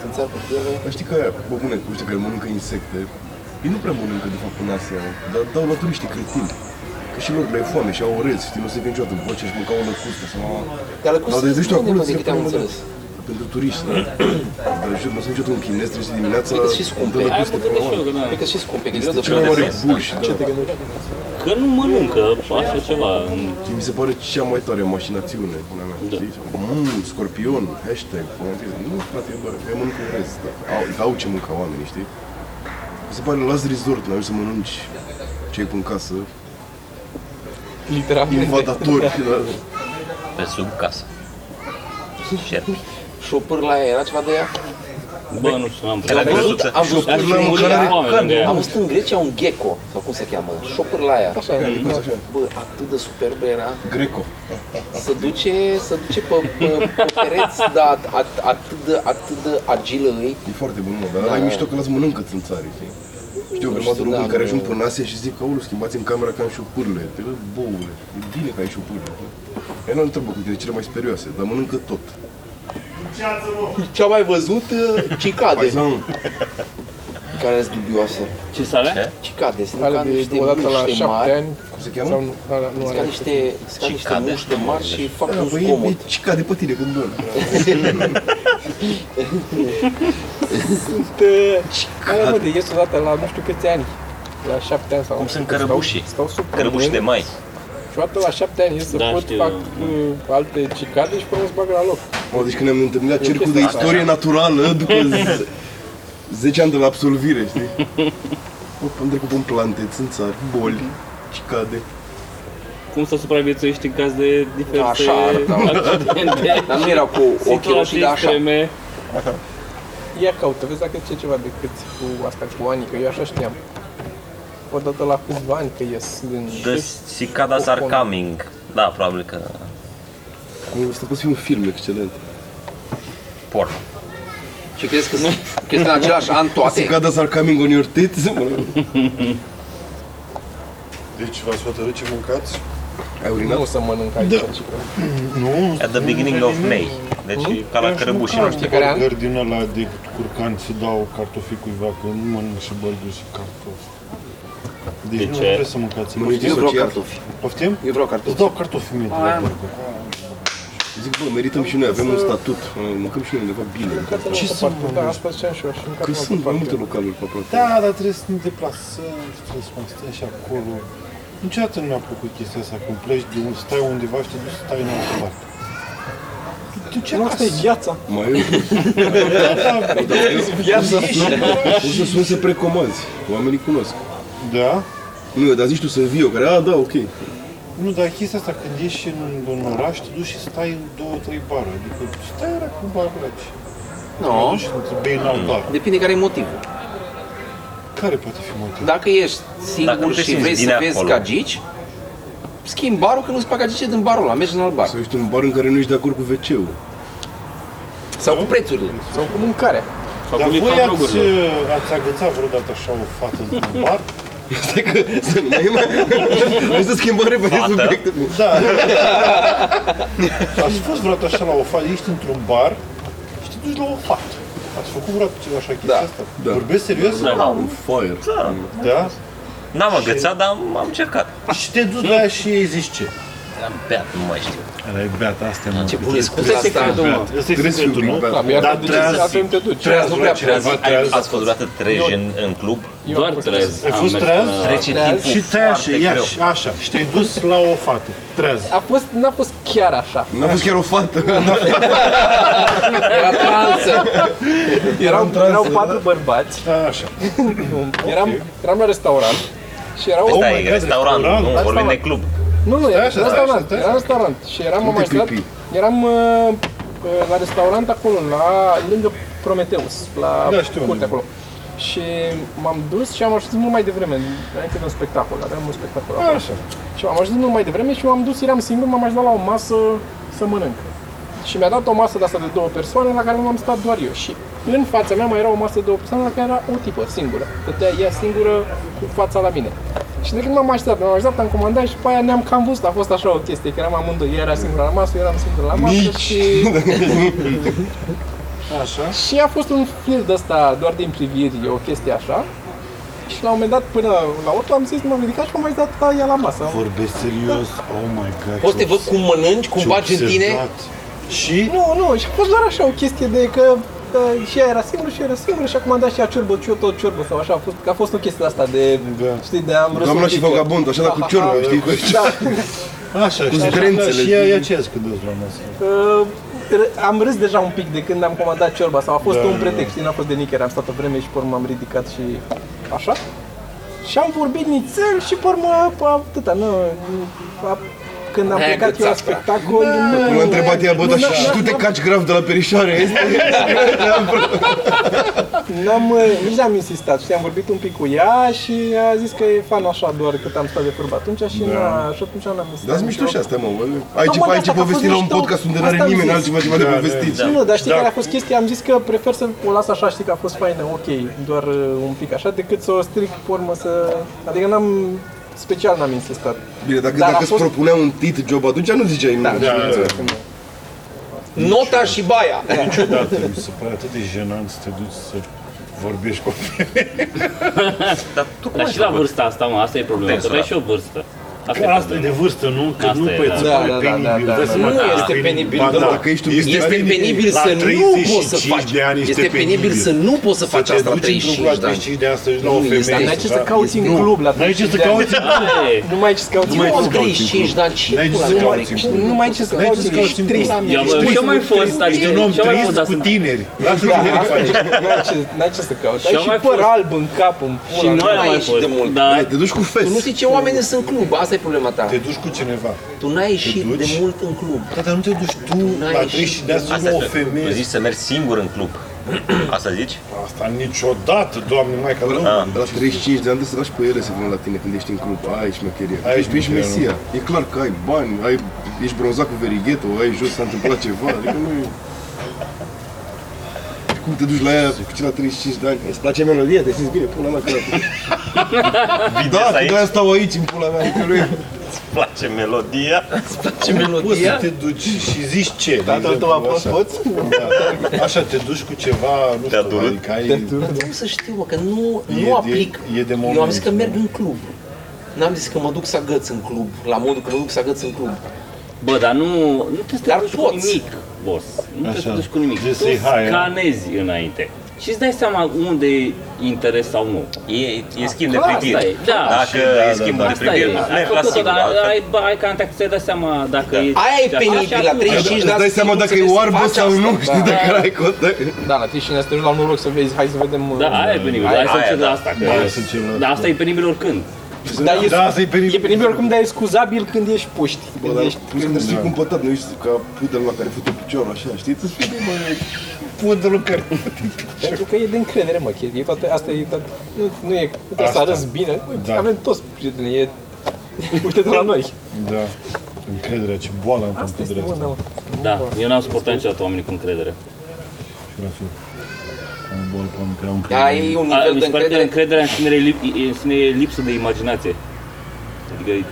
[SPEAKER 5] țânțar pe piele.
[SPEAKER 1] Dar știi că aia, bă, bune, cu ăștia care mănâncă insecte, ei nu prea mănâncă, de fapt, în Asia, dar dau la turiștii cretini. Că și lor le e foame și au orez, știi, nu se vede niciodată după ce își mâncau o lăcustă sau...
[SPEAKER 5] Dar la cum
[SPEAKER 1] Dar de
[SPEAKER 5] se
[SPEAKER 1] zici tu
[SPEAKER 5] spune,
[SPEAKER 1] acolo,
[SPEAKER 5] mă,
[SPEAKER 1] ți se
[SPEAKER 5] decât am
[SPEAKER 1] pune mă,
[SPEAKER 5] înțeles?
[SPEAKER 1] Pentru turiști, da? Dar jur, nu se niciodată un chinez, trebuie să dimineața...
[SPEAKER 5] Cred că și scumpe.
[SPEAKER 1] dă
[SPEAKER 5] Hai,
[SPEAKER 6] Aia mă
[SPEAKER 1] lăcustă pe oameni.
[SPEAKER 5] Cred că
[SPEAKER 6] gândesc și eu că nu-
[SPEAKER 5] și scumpe, că e greu de
[SPEAKER 1] Cel mai mare
[SPEAKER 5] procesat.
[SPEAKER 1] buș, da.
[SPEAKER 6] Că nu mănâncă așa ceva.
[SPEAKER 1] Și mi se pare cea mai tare mașinațiune, până mea,
[SPEAKER 6] Da.
[SPEAKER 1] știi? Mmm, scorpion, hashtag, până mea, nu, frate, bă, eu mănânc în rest, da. Au, că au ce mânca oamenii, știi? Mi se pare las resort, n-ai să mănânci ce ai pe în casă,
[SPEAKER 2] Literalmente.
[SPEAKER 1] invadatori, da.
[SPEAKER 3] pe sub casă. Șerpi.
[SPEAKER 5] Șopâr la ea, era ceva de ea?
[SPEAKER 6] Bă, Păi, nu știu, n-am
[SPEAKER 3] Era
[SPEAKER 5] Am văzut,
[SPEAKER 3] căsuță.
[SPEAKER 5] am văzut,
[SPEAKER 6] Dar
[SPEAKER 1] Șopârla
[SPEAKER 6] și murit
[SPEAKER 1] mâncare
[SPEAKER 6] oameni lângă ea.
[SPEAKER 5] am văzut în Grecia un gecko, sau cum se cheamă, șopâr la ea.
[SPEAKER 2] Așa e.
[SPEAKER 1] Adică, așa,
[SPEAKER 5] Bă, atât de superbă era,
[SPEAKER 1] greco.
[SPEAKER 5] se duce, se duce pe, pe, pe pereți, dar at, at, atât, de, atât de agilă îi.
[SPEAKER 1] E foarte bun, mă, dar ăla e mișto că las mănâncă țânțarii, știi? Știu, o grămadă
[SPEAKER 5] știu,
[SPEAKER 1] de români
[SPEAKER 5] da,
[SPEAKER 1] care
[SPEAKER 5] bă.
[SPEAKER 1] ajung până în Asia și zic, aulu, schimbați în camera că am șopârle. Te bă, boule, e bine că ai șopârle. Ei nu întrebă cu tine cele mai serioase, dar mănâncă tot.
[SPEAKER 5] Ce am mai văzut? uh, Cicade,
[SPEAKER 1] Paizan,
[SPEAKER 5] care sunt dubioase.
[SPEAKER 6] Ce sale?
[SPEAKER 5] Cicade, sunt
[SPEAKER 2] Ale
[SPEAKER 5] ca
[SPEAKER 2] de
[SPEAKER 5] niște
[SPEAKER 2] odată la
[SPEAKER 5] mușchi de
[SPEAKER 2] șapte
[SPEAKER 5] mari,
[SPEAKER 2] ani.
[SPEAKER 1] cum se
[SPEAKER 2] Sau
[SPEAKER 1] cheamă?
[SPEAKER 2] nu, da, da, nu
[SPEAKER 5] sunt ca
[SPEAKER 2] are.
[SPEAKER 5] niște, sunt ca niște
[SPEAKER 3] Cicade.
[SPEAKER 5] mușchi de mari și fac
[SPEAKER 1] Da,
[SPEAKER 5] un
[SPEAKER 1] păi e, e
[SPEAKER 5] zgomot.
[SPEAKER 1] cica de pe tine când dormi.
[SPEAKER 2] Sunt... uh, Aia mă, de ies odată la nu știu câți ani. La șapte ani sau...
[SPEAKER 3] Cum sunt
[SPEAKER 2] stau-
[SPEAKER 3] cărăbușii.
[SPEAKER 2] Stau sub
[SPEAKER 3] Cărbuși de
[SPEAKER 2] pământ.
[SPEAKER 3] mai.
[SPEAKER 2] Și odată la șapte ani ies să
[SPEAKER 6] Da,
[SPEAKER 2] pot,
[SPEAKER 6] știu,
[SPEAKER 2] fac
[SPEAKER 6] da.
[SPEAKER 2] uh, alte cicade și până îți bag la loc.
[SPEAKER 1] Mă, deci când ne-am întâlnit la cercul de
[SPEAKER 2] chestie
[SPEAKER 1] istorie naturală după z- 10 ani de la absolvire, știi? Bă, am trecut în plante, țânțari, boli, cicade.
[SPEAKER 6] Cum să supraviețuiești în caz de diferite
[SPEAKER 5] Da, așa arătau.
[SPEAKER 6] accidente?
[SPEAKER 5] Dar nu erau cu ochii roșii,
[SPEAKER 6] Situații
[SPEAKER 5] dar așa.
[SPEAKER 6] extreme.
[SPEAKER 2] Ia caută, vezi dacă ce ceva decât cu asta cu ani, că eu așa știam. Odată la câțiva ani că ies din...
[SPEAKER 3] The cicadas are coming. Da, probabil că
[SPEAKER 1] Cum Asta poate fi un film excelent.
[SPEAKER 3] porn.
[SPEAKER 5] Și crezi că sunt crezi că în același an toate?
[SPEAKER 1] Cicadas are coming on your tits?
[SPEAKER 4] Deci v-ați hotărât ce mâncați?
[SPEAKER 1] Ai
[SPEAKER 2] Nu o
[SPEAKER 1] urinat?
[SPEAKER 2] să mănânc aici.
[SPEAKER 5] Da.
[SPEAKER 2] deci,
[SPEAKER 4] Nu,
[SPEAKER 3] At the beginning of May. Deci e ca la cărăbușii noștri.
[SPEAKER 2] De care an?
[SPEAKER 4] burger din ăla de curcan să dau cartofi cuiva, că nu mănânc și burger și cartofi. Deci
[SPEAKER 6] De
[SPEAKER 4] nu
[SPEAKER 6] ce?
[SPEAKER 4] trebuie să mâncați.
[SPEAKER 1] Mănânci
[SPEAKER 5] Eu
[SPEAKER 4] Poftim?
[SPEAKER 5] vreau
[SPEAKER 1] Social.
[SPEAKER 5] cartofi.
[SPEAKER 4] Poftim?
[SPEAKER 5] Eu vreau
[SPEAKER 4] Îți
[SPEAKER 5] cartofi.
[SPEAKER 4] dau cartofi mie de la burger.
[SPEAKER 1] Zic, bă, merităm și noi, avem un statut. Mă, Mâncăm și noi undeva bine.
[SPEAKER 2] Ce să mănânc? Da, asta ziceam și eu. și încă
[SPEAKER 1] Că
[SPEAKER 2] nu
[SPEAKER 1] păi sunt
[SPEAKER 2] fac
[SPEAKER 1] mai multe
[SPEAKER 2] eu.
[SPEAKER 1] localuri pe aproape.
[SPEAKER 4] Da, dar trebuie să ne deplasăm, și trebuie să mai stai și acolo. Niciodată nu mi-a plăcut chestia asta, când pleci de un, stai undeva și te duci să stai în altă parte. Tu ce
[SPEAKER 2] Nu, asta e viața.
[SPEAKER 1] Mai eu.
[SPEAKER 2] Viața.
[SPEAKER 1] O să sun să precomanzi. Oamenii cunosc.
[SPEAKER 4] Da?
[SPEAKER 1] Nu, dar zici tu, sunt viu, care, a, da, ok.
[SPEAKER 4] Nu, dar chestia asta, când ieși în, în oraș, te duci și stai două, trei bare. Adică stai era cu barele și...
[SPEAKER 5] Nu,
[SPEAKER 4] Te duci și te bei în
[SPEAKER 6] Mm.
[SPEAKER 4] alt bar.
[SPEAKER 5] depinde care e motivul.
[SPEAKER 4] Care poate fi motivul?
[SPEAKER 5] Dacă ești singur
[SPEAKER 3] Dacă nu te
[SPEAKER 5] și
[SPEAKER 3] simți
[SPEAKER 5] vrei
[SPEAKER 3] bine
[SPEAKER 5] să vezi
[SPEAKER 3] acolo.
[SPEAKER 5] gagici, schimbi barul că nu-ți plac gagice din barul ăla, mergi în alt bar.
[SPEAKER 1] Să ești un bar în care nu ești de acord cu wc
[SPEAKER 5] Sau cu prețurile.
[SPEAKER 2] Sau cu mâncarea.
[SPEAKER 6] Sau
[SPEAKER 4] Dar
[SPEAKER 6] cu
[SPEAKER 4] voi
[SPEAKER 6] lipsa
[SPEAKER 4] ați, uh,
[SPEAKER 6] drogurilor.
[SPEAKER 4] ați agățat vreodată așa o fată
[SPEAKER 3] (laughs)
[SPEAKER 4] din bar?
[SPEAKER 1] Stai că să nu mai Hai să schimbăm repede
[SPEAKER 3] Fată?
[SPEAKER 1] subiectul.
[SPEAKER 4] Da. ați fost vreodată așa la o fată, ești într-un bar și te duci la o fată. Ați făcut vreodată ceva așa chestia asta?
[SPEAKER 1] Da.
[SPEAKER 4] Vorbesc serios?
[SPEAKER 3] Da.
[SPEAKER 1] Un foaie.
[SPEAKER 3] Da.
[SPEAKER 4] Da?
[SPEAKER 3] N-am agățat, dar am, am încercat.
[SPEAKER 4] Și te duci la ea și ei zici ce?
[SPEAKER 3] Am beat, nu mai știu.
[SPEAKER 4] Ăla e beata asta, mă. Ce
[SPEAKER 5] Da, Bune, scuze
[SPEAKER 6] Asta e
[SPEAKER 5] asta.
[SPEAKER 6] secretul, mă.
[SPEAKER 4] Ăsta e secretul, nu?
[SPEAKER 1] Da.
[SPEAKER 2] La biar
[SPEAKER 4] Dar
[SPEAKER 2] te duci,
[SPEAKER 4] treaz-
[SPEAKER 2] atunci te duci.
[SPEAKER 5] Treaz nu prea
[SPEAKER 3] Treaz,
[SPEAKER 5] treaz.
[SPEAKER 3] ai, ați fost vreodată treji în, în club?
[SPEAKER 2] Eu am
[SPEAKER 6] Doar
[SPEAKER 2] fost
[SPEAKER 6] trez.
[SPEAKER 4] Ai
[SPEAKER 6] Am
[SPEAKER 4] fost
[SPEAKER 6] mers
[SPEAKER 4] treaz?
[SPEAKER 6] până-
[SPEAKER 3] Trece
[SPEAKER 2] Treaz
[SPEAKER 3] timpul
[SPEAKER 4] Și te așa,
[SPEAKER 3] foarte
[SPEAKER 4] ia
[SPEAKER 3] greu.
[SPEAKER 4] și așa. Și te-ai dus la o fată, trează.
[SPEAKER 2] A fost, n-a fost chiar așa.
[SPEAKER 1] N-a fost chiar o fată.
[SPEAKER 5] Era
[SPEAKER 2] (laughs)
[SPEAKER 5] transă.
[SPEAKER 2] Erau,
[SPEAKER 1] transă,
[SPEAKER 2] erau
[SPEAKER 1] da.
[SPEAKER 2] patru bărbați.
[SPEAKER 4] A, Așa.
[SPEAKER 2] Eram, eram la restaurant și erau...
[SPEAKER 3] Păi
[SPEAKER 2] Oh,
[SPEAKER 3] stai, e restaurant,
[SPEAKER 4] restaurant,
[SPEAKER 3] nu,
[SPEAKER 2] asta
[SPEAKER 3] vorbim
[SPEAKER 2] mă.
[SPEAKER 3] de club.
[SPEAKER 2] nu, nu, era
[SPEAKER 4] așa, stai
[SPEAKER 2] restaurant,
[SPEAKER 4] așa, stai
[SPEAKER 2] era
[SPEAKER 4] așa.
[SPEAKER 2] restaurant. Și eram
[SPEAKER 1] Nu
[SPEAKER 2] am
[SPEAKER 1] te
[SPEAKER 2] ajutat,
[SPEAKER 1] pipi.
[SPEAKER 2] eram uh, uh, la restaurant acolo, la, lângă Prometeus, la
[SPEAKER 4] Da, știu unde.
[SPEAKER 2] curte acolo. Și m-am dus și am ajuns mult mai devreme, înainte de un spectacol, aveam un spectacol acolo.
[SPEAKER 4] Așa.
[SPEAKER 2] Și am ajuns mult mai devreme și m-am dus, eram singur, m-am ajutat la o masă să mănânc. Și mi-a dat o masă de asta de două persoane la care m-am stat doar eu. Și în fața mea mai era o masă de două persoane la care era o tipă singură. Stătea ea singură cu fața la mine. Și de când m-am așteptat, m-am așteptat, am comandat și pe aia ne-am cam văzut. A fost așa o chestie, că eram amândoi. Ea era singură la masă, eu eram singur la masă și...
[SPEAKER 4] Așa.
[SPEAKER 2] și a fost un fir de ăsta, doar din priviri, o chestie așa. Și la un moment dat, până la urmă, am zis, m-am ridicat și m-am mai dat la ea la masă.
[SPEAKER 4] Vorbesc serios? Oh my god.
[SPEAKER 5] Poți să te văd cum mănânci, cum bagi în tine.
[SPEAKER 4] Și?
[SPEAKER 2] Nu, nu, și a fost doar așa o chestie de că da, și ea era singură și eu era singură și acum am dat și ea ciorbă, și eu tot ciorbă sau așa, a fost, că a fost o chestie de asta de,
[SPEAKER 4] Da.
[SPEAKER 2] știi, de am râs
[SPEAKER 1] Am
[SPEAKER 2] un
[SPEAKER 1] luat și
[SPEAKER 2] pic, că-
[SPEAKER 1] vagabond, așa, dar cu ciorbă, știi? Cu
[SPEAKER 2] (laughs) Da,
[SPEAKER 4] Așa, și
[SPEAKER 1] zdrențele.
[SPEAKER 4] și ea, ea ce azi când îți la masă?
[SPEAKER 2] uh, r- am râs deja un pic de când am comandat ciorba sau a fost
[SPEAKER 4] Da,
[SPEAKER 2] un
[SPEAKER 4] da,
[SPEAKER 2] pretext, știi, n-a fost de nicăieri, am stat o vreme și pe urmă am ridicat și așa. Și am vorbit nițel și pe urmă, pe atâta, nu, a, când am
[SPEAKER 5] Ne-ai
[SPEAKER 2] plecat eu la
[SPEAKER 5] agățat, frate.
[SPEAKER 2] spectacol, nu,
[SPEAKER 1] Da. M-a întrebat ea, bă, dar
[SPEAKER 2] Nu,
[SPEAKER 1] și
[SPEAKER 2] nu,
[SPEAKER 1] tu te
[SPEAKER 2] nu.
[SPEAKER 1] caci grav de la perișoare?
[SPEAKER 2] N-am, uh, nici n-am insistat, știi, am vorbit un pic cu ea și a zis că e fan așa doar cât am stat de vorbă atunci și, n-a, și atunci n-am insistat.
[SPEAKER 1] Dar Da. mișto și asta, mă, bă. Ai ce,
[SPEAKER 2] mă,
[SPEAKER 1] ai
[SPEAKER 2] da,
[SPEAKER 1] ce
[SPEAKER 2] asta a fost
[SPEAKER 1] povesti la un
[SPEAKER 2] mișto.
[SPEAKER 1] podcast unde nu
[SPEAKER 2] Asta
[SPEAKER 1] are
[SPEAKER 2] am
[SPEAKER 1] nimeni
[SPEAKER 2] zis.
[SPEAKER 1] altceva ceva de povestit.
[SPEAKER 2] Nu, dar știi
[SPEAKER 4] Da.
[SPEAKER 2] care a fost chestia? Am zis că prefer să o las așa, știi că a fost faină, ok, doar uh, un pic așa, decât să o stric pe urmă să... Adică n-am... Special n-am insistat.
[SPEAKER 1] Bine, dacă,
[SPEAKER 2] Dar a
[SPEAKER 1] dacă îți
[SPEAKER 2] fost-
[SPEAKER 1] propunea un tit job atunci, nu ziceai nu. Da,
[SPEAKER 5] Nota și baia.
[SPEAKER 4] Niciodată mi se pare atât de jenant să te duci să vorbești cu o femeie.
[SPEAKER 3] Dar tu cum
[SPEAKER 6] Dar
[SPEAKER 3] ai
[SPEAKER 6] și la
[SPEAKER 3] făcut?
[SPEAKER 6] vârsta asta, mă, asta e problema, că
[SPEAKER 3] Tensul
[SPEAKER 6] aveai
[SPEAKER 3] ăla.
[SPEAKER 6] și o vârstă. Asta e
[SPEAKER 4] Că Asta e de
[SPEAKER 6] problema.
[SPEAKER 4] vârstă, nu? Că
[SPEAKER 6] Asta
[SPEAKER 4] nu
[SPEAKER 6] e,
[SPEAKER 4] păi
[SPEAKER 6] da.
[SPEAKER 4] îți
[SPEAKER 2] Da,
[SPEAKER 4] pare
[SPEAKER 2] da, da, da,
[SPEAKER 4] penibil.
[SPEAKER 2] da.
[SPEAKER 4] dai seama
[SPEAKER 5] Nu
[SPEAKER 4] că e
[SPEAKER 5] este penibil,
[SPEAKER 4] Ba
[SPEAKER 5] da.
[SPEAKER 4] da.
[SPEAKER 1] Dacă ești un
[SPEAKER 5] Este
[SPEAKER 1] businessman,
[SPEAKER 5] penibil
[SPEAKER 4] la
[SPEAKER 5] să nu poți să
[SPEAKER 4] 35
[SPEAKER 5] faci.
[SPEAKER 4] de ani este
[SPEAKER 5] Este penibil
[SPEAKER 4] penibil.
[SPEAKER 5] să nu poți să
[SPEAKER 4] Să
[SPEAKER 5] faci
[SPEAKER 4] te
[SPEAKER 5] asta la
[SPEAKER 4] duci într-un
[SPEAKER 5] 35
[SPEAKER 4] club la
[SPEAKER 5] de ani.
[SPEAKER 4] 35 de ani să la o
[SPEAKER 5] Nu,
[SPEAKER 4] femeie.
[SPEAKER 5] este-
[SPEAKER 2] N-ai ce să
[SPEAKER 4] da.
[SPEAKER 2] cauți în
[SPEAKER 5] nu.
[SPEAKER 2] club la
[SPEAKER 4] N-ai ce să
[SPEAKER 2] 35 de ani.
[SPEAKER 4] cauți
[SPEAKER 6] Ei,
[SPEAKER 2] Nu mai ai ce să cauți în
[SPEAKER 5] Nu,
[SPEAKER 2] club.
[SPEAKER 5] 35 de ani, ce
[SPEAKER 4] N-ai ce
[SPEAKER 5] pula
[SPEAKER 4] să
[SPEAKER 5] mea
[SPEAKER 4] cauți
[SPEAKER 5] mare,
[SPEAKER 4] în
[SPEAKER 5] ce-
[SPEAKER 4] club.
[SPEAKER 2] Nu mai ai ce să
[SPEAKER 4] N-ai ce
[SPEAKER 2] cauți,
[SPEAKER 4] să cauți
[SPEAKER 2] ești
[SPEAKER 4] în
[SPEAKER 2] trist.
[SPEAKER 4] club.
[SPEAKER 6] Ia, bă,
[SPEAKER 2] Ești
[SPEAKER 6] și eu mai fost, adică,
[SPEAKER 4] Ești un om
[SPEAKER 6] și eu mai fost
[SPEAKER 4] trist cu
[SPEAKER 6] asta.
[SPEAKER 4] tineri. Lasă
[SPEAKER 2] Da,
[SPEAKER 4] tinerii
[SPEAKER 2] asta
[SPEAKER 4] face.
[SPEAKER 2] e. N-ai ce- N-ai ce să cauți. Ai
[SPEAKER 6] Și-am
[SPEAKER 2] și
[SPEAKER 6] mai
[SPEAKER 2] păr
[SPEAKER 6] fost.
[SPEAKER 2] alb în cap, în pula
[SPEAKER 5] Și
[SPEAKER 2] mea.
[SPEAKER 5] noi
[SPEAKER 6] Nu
[SPEAKER 5] am
[SPEAKER 6] am mai
[SPEAKER 5] ieșit de
[SPEAKER 6] fost,
[SPEAKER 5] mult.
[SPEAKER 6] dar
[SPEAKER 1] te duci cu
[SPEAKER 5] Tu nu
[SPEAKER 1] fest.
[SPEAKER 5] știi ce oameni sunt în club, asta e problema ta.
[SPEAKER 4] Te duci cu cineva.
[SPEAKER 5] Tu n-ai ieșit
[SPEAKER 4] duci?
[SPEAKER 5] de mult în club.
[SPEAKER 4] Da, dar nu te duci tu
[SPEAKER 5] N-ai
[SPEAKER 4] la
[SPEAKER 5] ieșit.
[SPEAKER 4] 30 de ani să
[SPEAKER 3] Asta
[SPEAKER 4] la o
[SPEAKER 3] zici, tu
[SPEAKER 4] femeie.
[SPEAKER 3] zici să mergi singur în club. Asta zici?
[SPEAKER 4] Asta niciodată, doamne, mai că nu.
[SPEAKER 3] Ah.
[SPEAKER 1] La 35 de ani trebuie să lași pe ele să vină la tine când ești în club. Ai șmecherie.
[SPEAKER 4] Ai
[SPEAKER 1] Ești, ești
[SPEAKER 4] șmecherie,
[SPEAKER 1] mesia. E clar că ai bani, ai, ești bronzat cu verighetul, ai jos, s-a întâmplat ceva. Adică nu e... Cum te duci la ea cu cei la 35 de ani? Îți place melodia? Te simți bine? Pula mea că
[SPEAKER 3] Vindeți
[SPEAKER 1] Da,
[SPEAKER 3] aici,
[SPEAKER 1] de aia stau aici, în pula mea. Adică nu e...
[SPEAKER 3] îți place melodia.
[SPEAKER 5] Ce
[SPEAKER 4] Poți să
[SPEAKER 5] melodie?
[SPEAKER 4] te duci și zici ce. de
[SPEAKER 2] Tatăl
[SPEAKER 4] exemplu,
[SPEAKER 2] tău a fost
[SPEAKER 4] așa.
[SPEAKER 2] poți?
[SPEAKER 4] Da. Așa te duci cu ceva, nu
[SPEAKER 3] Te-a
[SPEAKER 4] știu,
[SPEAKER 3] durut?
[SPEAKER 4] adică ai...
[SPEAKER 5] Dar cum să știu, mă, că nu,
[SPEAKER 4] E
[SPEAKER 5] nu
[SPEAKER 4] de-
[SPEAKER 5] aplic.
[SPEAKER 4] e de
[SPEAKER 5] Eu am
[SPEAKER 4] moment,
[SPEAKER 5] zis că
[SPEAKER 4] nu?
[SPEAKER 5] merg în club. N-am zis că mă duc să agăț în club, la modul că mă duc să agăț în club.
[SPEAKER 6] Bă, dar nu, nu te
[SPEAKER 5] Dar
[SPEAKER 6] te duci cu
[SPEAKER 5] poți.
[SPEAKER 6] nimic, boss. Nu te
[SPEAKER 4] Așa.
[SPEAKER 6] duci cu nimic.
[SPEAKER 4] Just
[SPEAKER 6] Tu
[SPEAKER 4] say hi, eh?
[SPEAKER 6] scanezi înainte. Și îți dai seama unde e interes sau nu.
[SPEAKER 3] E, e schimb de
[SPEAKER 6] Clar, asta e,
[SPEAKER 3] priviri.
[SPEAKER 6] da.
[SPEAKER 3] Dacă
[SPEAKER 4] Da, da,
[SPEAKER 3] e schimb
[SPEAKER 4] da.
[SPEAKER 3] de
[SPEAKER 6] Asta e,
[SPEAKER 3] priviri, da,
[SPEAKER 6] ai
[SPEAKER 3] mergi la
[SPEAKER 6] făcut-o,
[SPEAKER 3] singur.
[SPEAKER 6] dar
[SPEAKER 3] altfel-
[SPEAKER 6] ai, ai contact, să-ți dai seama dacă e...
[SPEAKER 5] Aia e
[SPEAKER 6] și
[SPEAKER 5] penibil,
[SPEAKER 6] așa
[SPEAKER 5] la
[SPEAKER 6] atunci.
[SPEAKER 5] 35
[SPEAKER 1] Îți
[SPEAKER 5] de ani.
[SPEAKER 1] dai seama dacă e
[SPEAKER 5] trebuie să
[SPEAKER 1] oarbă
[SPEAKER 5] faci
[SPEAKER 1] sau
[SPEAKER 5] asta.
[SPEAKER 1] nu, știi, dacă ai contact.
[SPEAKER 2] Da, la 35 de ani te duci la noroc să vezi, hai să vedem...
[SPEAKER 6] Da, aia e penibil,
[SPEAKER 2] Aia-
[SPEAKER 6] hai să
[SPEAKER 3] aia,
[SPEAKER 6] încep de
[SPEAKER 3] da.
[SPEAKER 6] asta. că-
[SPEAKER 4] Hai să încep la
[SPEAKER 6] Dar asta e penibil oricând.
[SPEAKER 2] Dar e,
[SPEAKER 4] Da, asta e penibil.
[SPEAKER 2] e penibil oricum, dar e scuzabil când ești puști.
[SPEAKER 1] Bă,
[SPEAKER 2] Când
[SPEAKER 1] dar
[SPEAKER 2] ești,
[SPEAKER 1] tu când știi cum pătat, nu ești ca pudel la care fute piciorul așa, știi? Tu spui, mă,
[SPEAKER 4] Pudelul care...
[SPEAKER 2] pentru că e de încredere, mă, chestia. E toată, asta e, toată, nu, nu e, trebuie să
[SPEAKER 4] Asta.
[SPEAKER 2] arăți bine. Uite,
[SPEAKER 4] Da.
[SPEAKER 2] avem toți prieteni, e, uite de la noi.
[SPEAKER 4] Da. Încrederea, ce boală am
[SPEAKER 2] Asta
[SPEAKER 4] cu
[SPEAKER 2] este
[SPEAKER 4] puderea
[SPEAKER 2] bună,
[SPEAKER 4] asta.
[SPEAKER 2] mă.
[SPEAKER 6] Da, eu n-am suportat niciodată oamenii cu încredere.
[SPEAKER 4] Și la fel. Am boală pe oameni care au
[SPEAKER 5] Da,
[SPEAKER 4] încredere.
[SPEAKER 5] e un
[SPEAKER 6] A,
[SPEAKER 5] nivel
[SPEAKER 6] mi
[SPEAKER 5] de
[SPEAKER 6] se pare că
[SPEAKER 5] încredere.
[SPEAKER 6] încrederea în sine e, lip- e- în sine e lipsă de imaginație. Adică e-